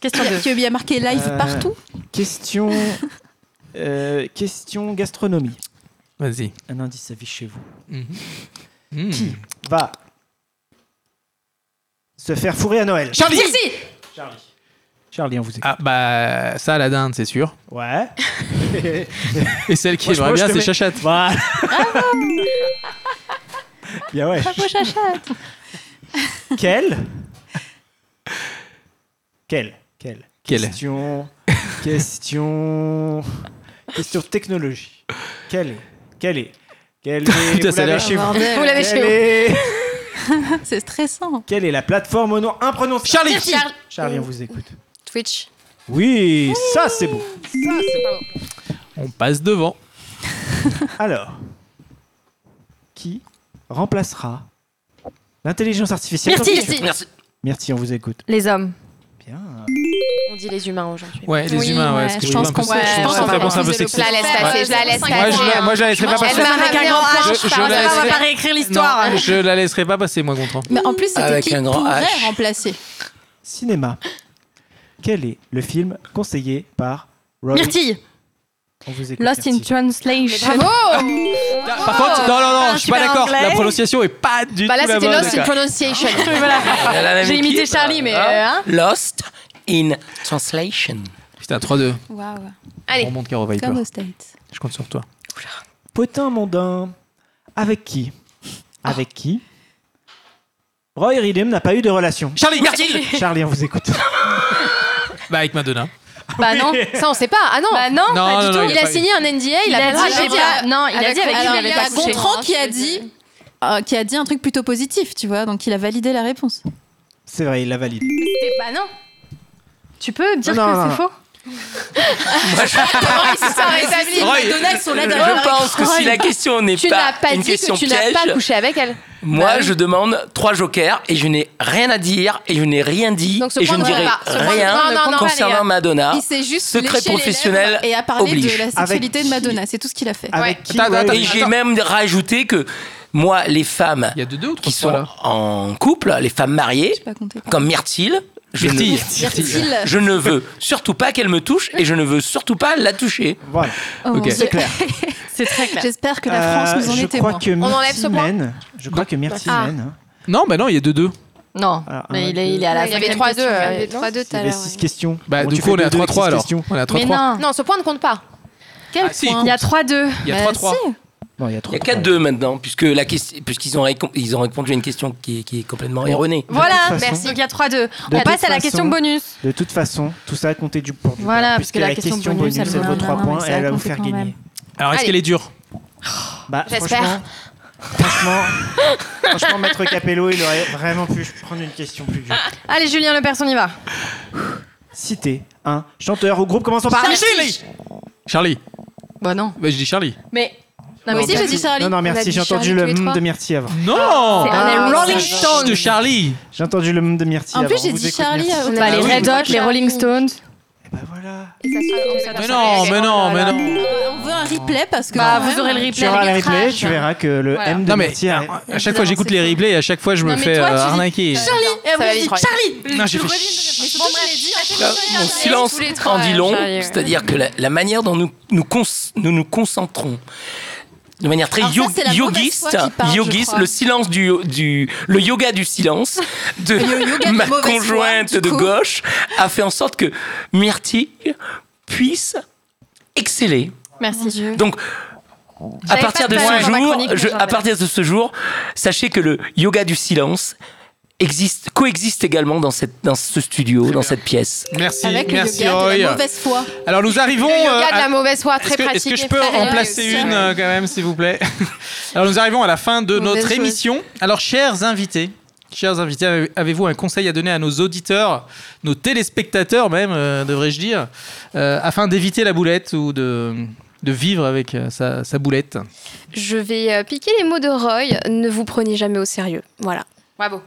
Speaker 4: Question 2.
Speaker 7: Tu as bien marqué live
Speaker 2: Euh,
Speaker 7: partout.
Speaker 2: Question. euh, question gastronomie.
Speaker 1: Vas-y. Mm-hmm.
Speaker 2: Un indice s'affiche chez vous.
Speaker 1: Hmm.
Speaker 2: Va se faire fourrer à Noël.
Speaker 1: Charlie
Speaker 2: Charlie. Charlie, on vous écoute.
Speaker 1: Ah bah ça la dinde c'est sûr.
Speaker 2: Ouais.
Speaker 1: Et celle qui
Speaker 2: Moi, je
Speaker 1: aimerait
Speaker 2: pense
Speaker 1: bien
Speaker 2: que je le
Speaker 1: c'est
Speaker 2: mets.
Speaker 1: Chachate.
Speaker 2: Voilà. Bien ouais. Quelle Quelle Quelle
Speaker 1: Quelle
Speaker 2: Question. Question. Question technologie. Quelle est Quelle est Quelle est
Speaker 1: Putain,
Speaker 2: Vous
Speaker 1: ça a
Speaker 2: l'avez
Speaker 1: l'air-
Speaker 2: chez vous.
Speaker 6: Vous l'avez chez
Speaker 2: Quelle
Speaker 6: vous.
Speaker 2: est...
Speaker 7: C'est stressant.
Speaker 2: Quelle est la plateforme au nom imprononçable
Speaker 1: Charlie
Speaker 2: Charlie, on vous écoute.
Speaker 3: Twitch.
Speaker 2: Oui, ça c'est beau.
Speaker 1: On passe devant.
Speaker 2: Alors, qui remplacera l'intelligence artificielle
Speaker 6: Myrtille.
Speaker 2: Merci.
Speaker 5: Merci.
Speaker 2: Merci, on vous écoute.
Speaker 4: Les hommes.
Speaker 2: Bien.
Speaker 6: On dit les humains aujourd'hui.
Speaker 1: Ouais, les
Speaker 7: Oui,
Speaker 1: humains, ouais.
Speaker 7: ouais,
Speaker 1: parce que
Speaker 7: je pense
Speaker 1: un peu-
Speaker 7: qu'on va-
Speaker 1: je
Speaker 7: je
Speaker 1: pense
Speaker 7: pense
Speaker 1: que
Speaker 7: qu'on
Speaker 1: cette
Speaker 7: va
Speaker 1: réponse est un peu
Speaker 7: refuser le
Speaker 1: sexiste.
Speaker 6: Je la laisse
Speaker 1: Ouais.
Speaker 6: passer, je la laisse
Speaker 1: Moi, je la-
Speaker 6: passer.
Speaker 1: moi, je la laisserai pas
Speaker 6: Elle
Speaker 1: passer.
Speaker 6: m'a
Speaker 4: avec un
Speaker 6: ramené en
Speaker 4: grand H,
Speaker 6: H,
Speaker 1: je-
Speaker 6: par
Speaker 1: je la
Speaker 6: hasard.
Speaker 1: laisserai-
Speaker 4: On va pas réécrire l'histoire.
Speaker 1: Je la laisserai pas passer, moi, Gontran.
Speaker 7: Mais en plus, c'était
Speaker 5: Avec
Speaker 7: qui
Speaker 5: un grand
Speaker 7: pourrait
Speaker 5: H.
Speaker 7: remplacer
Speaker 8: Eh,
Speaker 2: Cinéma. Quel est le film conseillé par Robbie
Speaker 6: Myrtille.
Speaker 2: On vous écoute.
Speaker 4: Lost in
Speaker 2: merci.
Speaker 4: Translation. Ah,
Speaker 1: Par contre, non, non, non, je suis pas
Speaker 4: super
Speaker 1: d'accord.
Speaker 4: anglais.
Speaker 1: La prononciation est pas du
Speaker 6: Bah là,
Speaker 1: tout la
Speaker 6: c'était
Speaker 1: bonne.
Speaker 6: Lost in Pronunciation.
Speaker 4: Voilà.
Speaker 5: Elle a la même
Speaker 4: J'ai imité
Speaker 5: équipe,
Speaker 4: Charlie, mais,
Speaker 1: Ah.
Speaker 5: hein.
Speaker 4: euh, hein.
Speaker 5: Lost in Translation.
Speaker 1: Putain, 3-2.
Speaker 8: Waouh.
Speaker 1: On monte Caro Viper.
Speaker 8: Comme aux States.
Speaker 1: Je compte sur toi.
Speaker 2: Potin mondain. Avec qui Avec qui Roy Ridham n'a pas eu de relation.
Speaker 1: Charlie,
Speaker 2: Charlie, on vous écoute.
Speaker 1: Bah, avec Madonna.
Speaker 4: Bah non.
Speaker 6: Ça, on sait pas. Ah non.
Speaker 4: Bah non,
Speaker 1: Non,
Speaker 4: pas
Speaker 1: non,
Speaker 4: du
Speaker 1: non,
Speaker 4: tout.
Speaker 1: il
Speaker 6: il a
Speaker 1: pas eu.
Speaker 6: signé un NDA, il,
Speaker 4: Il
Speaker 6: a
Speaker 4: a
Speaker 6: pas
Speaker 4: dit,
Speaker 6: dit,
Speaker 4: j'ai
Speaker 6: j'ai
Speaker 4: pas. Non, il a
Speaker 8: Avec
Speaker 4: dit avec qui il
Speaker 8: alors,
Speaker 7: Alors, il
Speaker 4: avait
Speaker 7: y
Speaker 4: pas
Speaker 7: a
Speaker 4: couché.
Speaker 7: Gontran qui a dit
Speaker 8: Euh, qui a dit un truc plutôt positif, tu vois, donc il a validé la réponse.
Speaker 2: C'est vrai, il la valide.
Speaker 4: C'était- Bah non. Tu peux dire
Speaker 2: Non, non,
Speaker 4: que
Speaker 2: non.
Speaker 4: c'est faux
Speaker 7: si
Speaker 1: Roy,
Speaker 7: Madonna, ils sont là derrière leur
Speaker 5: Je pense que si la question n'est
Speaker 6: Tu
Speaker 5: pas,
Speaker 6: n'as pas
Speaker 5: une
Speaker 6: dit
Speaker 5: question
Speaker 6: que tu n'as
Speaker 5: piège,
Speaker 6: pas couché avec elle.
Speaker 8: Bah
Speaker 5: moi je demande trois jokers et je n'ai rien à dire et je n'ai rien dit
Speaker 6: Donc, ce
Speaker 5: et je
Speaker 6: point
Speaker 5: ne
Speaker 6: ne compte
Speaker 5: dirai
Speaker 6: pas. Ce point ne-
Speaker 5: rien
Speaker 6: non, non, non,
Speaker 5: concernant
Speaker 6: allez, hein.
Speaker 5: Madonna.
Speaker 8: il s'est juste
Speaker 5: secret
Speaker 8: léché les
Speaker 5: professionnel
Speaker 8: lèvres et a parlé
Speaker 5: oblige.
Speaker 8: de la sexualité
Speaker 2: Avec
Speaker 8: de
Speaker 2: qui
Speaker 8: Madonna, c'est tout ce qu'il a fait.
Speaker 2: Avec qui
Speaker 1: Attends,
Speaker 2: Roy
Speaker 1: attends,
Speaker 5: Et
Speaker 2: Ridham
Speaker 5: j'ai même rajouté que moi, les femmes
Speaker 1: Il y a de deux ou trois
Speaker 5: qui sont
Speaker 1: fois, là.
Speaker 5: en couple, les femmes mariées,
Speaker 8: J'ai pas compté.
Speaker 5: comme Myrtille, je ne,
Speaker 1: Myrtille.
Speaker 8: Fertile.
Speaker 5: je ne veux surtout pas qu'elle me touche et je ne veux surtout pas la toucher.
Speaker 2: Voilà,
Speaker 8: Oh mon
Speaker 1: Ok.
Speaker 8: Dieu.
Speaker 2: c'est clair.
Speaker 4: C'est très clair.
Speaker 8: J'espère que la France
Speaker 2: Euh,
Speaker 8: nous en
Speaker 2: je
Speaker 8: est témoin.
Speaker 2: crois que
Speaker 6: On enlève ce point
Speaker 2: Myrtille mène. Je crois que Myrtille
Speaker 6: Ah.
Speaker 2: mène, hein.
Speaker 1: Non, bah non, il y a 2-2.
Speaker 4: Non,
Speaker 2: Alors, Ah, un,
Speaker 4: mais il est, il est à la
Speaker 6: Il y avait
Speaker 4: cinquième
Speaker 6: 3-2.
Speaker 4: question.
Speaker 6: euh,
Speaker 3: Il y avait 3-2 tout
Speaker 2: Il y
Speaker 3: à
Speaker 2: avait
Speaker 3: l'heure.
Speaker 2: 6 questions.
Speaker 1: Bah,
Speaker 2: Bon,
Speaker 1: du
Speaker 2: tu
Speaker 1: coup,
Speaker 2: fais
Speaker 1: on est à
Speaker 2: deux-deux avec
Speaker 1: 3-3
Speaker 2: six
Speaker 1: alors.
Speaker 2: questions.
Speaker 1: On est à
Speaker 4: Mais
Speaker 1: 3-3.
Speaker 4: non,
Speaker 6: Non, ce point ne compte pas.
Speaker 1: Ah,
Speaker 4: quel
Speaker 1: si,
Speaker 4: point
Speaker 1: compte.
Speaker 4: Il y a Euh, 3-2.
Speaker 1: Il y a
Speaker 8: Bah,
Speaker 1: 3-3.
Speaker 8: si.
Speaker 2: Non, il y a
Speaker 5: Il y
Speaker 2: trois
Speaker 5: a 4-2 maintenant, puisque la question- puisqu'ils ont, récon- ils ont répondu à une question qui est, qui est complètement erronée.
Speaker 4: Voilà,
Speaker 2: façon-
Speaker 4: merci. Il y a 3-2.
Speaker 2: De
Speaker 4: On
Speaker 2: toute
Speaker 4: passe à la question
Speaker 2: façon-
Speaker 4: bonus.
Speaker 2: De toute façon, tout ça a compté du pour du
Speaker 4: Voilà,
Speaker 2: point,
Speaker 4: parce que la question bonus, elle
Speaker 2: elle
Speaker 4: vaut
Speaker 2: vaut
Speaker 4: un
Speaker 2: 3
Speaker 8: point,
Speaker 2: points
Speaker 8: mais
Speaker 2: et
Speaker 8: ça
Speaker 2: elle va
Speaker 8: compte
Speaker 2: vous faire
Speaker 8: quand même.
Speaker 2: gagner.
Speaker 1: Alors, est-ce
Speaker 6: Allez.
Speaker 1: qu'elle est dure
Speaker 2: Bah,
Speaker 6: J'espère.
Speaker 2: franchement, franchement, franchement, Maître Capello, il aurait vraiment pu prendre une question plus dure.
Speaker 4: Allez, Julien Le Lepers, on y va.
Speaker 2: Citer un chanteur ou groupe commençant par
Speaker 1: Charlie Charlie.
Speaker 4: Bah non.
Speaker 1: Bah, je dis Charlie.
Speaker 4: Mais. Non, mais si, j'ai dit Charlie.
Speaker 2: bah, Non, non,
Speaker 3: On a
Speaker 2: merci,
Speaker 3: dit
Speaker 2: j'ai entendu
Speaker 3: Charlie
Speaker 2: le
Speaker 3: tous les
Speaker 2: hum
Speaker 3: trois.
Speaker 2: de Myrtille avant.
Speaker 1: Non
Speaker 4: C'est- on est
Speaker 6: Ah,
Speaker 4: Rolling
Speaker 6: c'est-
Speaker 1: Chut,
Speaker 4: Stones.
Speaker 1: de Charlie.
Speaker 2: J'ai entendu le hum de Myrtille
Speaker 8: En
Speaker 2: avant.
Speaker 8: plus,
Speaker 2: on
Speaker 8: j'ai
Speaker 2: vous
Speaker 8: dit
Speaker 2: écoute,
Speaker 8: Charlie.
Speaker 2: merci.
Speaker 8: euh,
Speaker 4: Bah, les
Speaker 3: Ah oui.
Speaker 4: Red Hot, les Rolling Stones.
Speaker 2: Bah voilà.
Speaker 3: Et ça se passe-
Speaker 1: Mais non, mais non, mais non.
Speaker 8: On veut un replay parce que.
Speaker 4: Bah,
Speaker 8: quand
Speaker 4: vous
Speaker 8: même, hein.
Speaker 4: aurez le
Speaker 2: Tu
Speaker 4: replay.
Speaker 2: auras
Speaker 4: avec
Speaker 2: le
Speaker 4: les
Speaker 2: replay,
Speaker 4: trash.
Speaker 2: tu verras que le
Speaker 4: Voilà.
Speaker 2: M de
Speaker 1: Non, mais
Speaker 2: Myrtille.
Speaker 1: à, à chaque fois, j'écoute les replays et à chaque fois, je me
Speaker 4: mais
Speaker 1: fais
Speaker 4: toi,
Speaker 1: euh,
Speaker 4: tu dis-
Speaker 1: arnaquer.
Speaker 4: Charlie Et
Speaker 6: va
Speaker 4: après, je
Speaker 6: vite,
Speaker 4: dis
Speaker 6: Roy.
Speaker 4: Charlie
Speaker 1: Non, j'ai
Speaker 4: Tu
Speaker 1: fait
Speaker 4: reviens, je- bon, bref.
Speaker 5: Là, mon silence
Speaker 6: tous les trois,
Speaker 5: en dit
Speaker 6: ouais,
Speaker 5: long,
Speaker 6: Charlie, ouais.
Speaker 5: c'est-à-dire que la, la manière dont nous nous, cons- nous nous concentrons de manière très
Speaker 8: Alors ça,
Speaker 5: yogi-
Speaker 8: c'est la mauvaise foi
Speaker 5: yogiste,
Speaker 8: qui parle, je
Speaker 5: yogiste,
Speaker 8: crois.
Speaker 5: le silence du, du le yoga du silence de
Speaker 8: yoga de mauvaise
Speaker 5: ma
Speaker 8: foi,
Speaker 5: conjointe
Speaker 8: du
Speaker 5: de
Speaker 8: coup.
Speaker 5: gauche a fait en sorte que Myrtille puisse exceller.
Speaker 8: Merci Dieu.
Speaker 5: Donc à
Speaker 4: J'avais
Speaker 5: partir
Speaker 4: pas
Speaker 5: de
Speaker 4: de
Speaker 5: ce
Speaker 4: talent dans ma
Speaker 5: jour,
Speaker 4: chronique, mais
Speaker 5: je-
Speaker 4: j'en
Speaker 5: à
Speaker 4: avais.
Speaker 5: partir de ce jour, sachez que le yoga du silence existe coexiste également dans cette dans ce studio, dans cette pièce.
Speaker 1: Merci,
Speaker 8: Avec le
Speaker 1: merci
Speaker 8: yoga de la
Speaker 1: Roy.
Speaker 8: mauvaise foi.
Speaker 1: Alors, nous arrivons.
Speaker 6: Le
Speaker 1: euh,
Speaker 6: yoga de
Speaker 1: à-
Speaker 6: la mauvaise foi,
Speaker 1: Est-ce
Speaker 6: très
Speaker 1: que, est-ce
Speaker 6: pratique.
Speaker 1: que je peux
Speaker 6: Très
Speaker 1: en placer
Speaker 6: réussi.
Speaker 1: une euh, quand même, s'il vous plaît Alors nous arrivons à la fin de
Speaker 6: Mauvaise
Speaker 1: notre
Speaker 6: chose.
Speaker 1: émission. Alors chers invités, chers invités, avez- avez-vous un conseil à donner à nos auditeurs, nos téléspectateurs même, euh, devrais-je dire, euh, afin d'éviter la boulette ou de, de vivre avec euh, sa, sa boulette
Speaker 3: Je vais euh, piquer les mots de Roy. Ne vous prenez jamais au sérieux. Voilà.
Speaker 6: Bravo.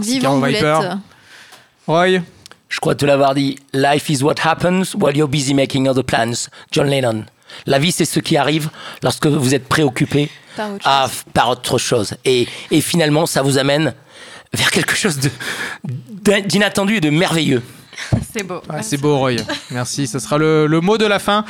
Speaker 8: Vive
Speaker 1: Caro
Speaker 8: en
Speaker 1: Viper.
Speaker 8: boulette.
Speaker 1: Roy
Speaker 5: Je crois te l'avoir dit. Life is what happens while you're busy making other plans. John Lennon. La vie, c'est ce qui arrive lorsque vous êtes préoccupé
Speaker 8: Par autre
Speaker 5: à- par autre chose. Et, et finalement, ça vous amène vers quelque chose de- d'in- d'inattendu et de merveilleux.
Speaker 4: C'est beau.
Speaker 1: Ah, c'est beau, Roy. Merci. Ce sera le, le mot de la fin.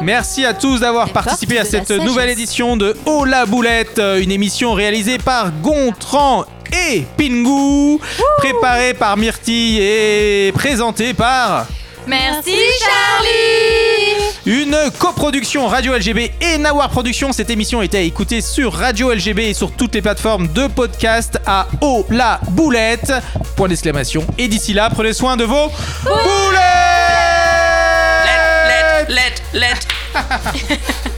Speaker 1: Merci à tous d'avoir
Speaker 8: Les
Speaker 1: participé à
Speaker 8: portes de la
Speaker 1: cette
Speaker 8: sagesse.
Speaker 1: nouvelle édition de Oh la boulette, euh, une émission réalisée par Gontran et Pingu, préparée par Myrtille et présentée par
Speaker 4: Merci, Charlie
Speaker 1: une coproduction Radio LGB et Nawar Productions. Cette émission était à écouter sur Radio LGB et sur toutes les plateformes de podcast à Oh la boulette. Point d'exclamation. Et d'ici là, prenez soin de vos boulettes. Ah.
Speaker 5: Let, let, let, let.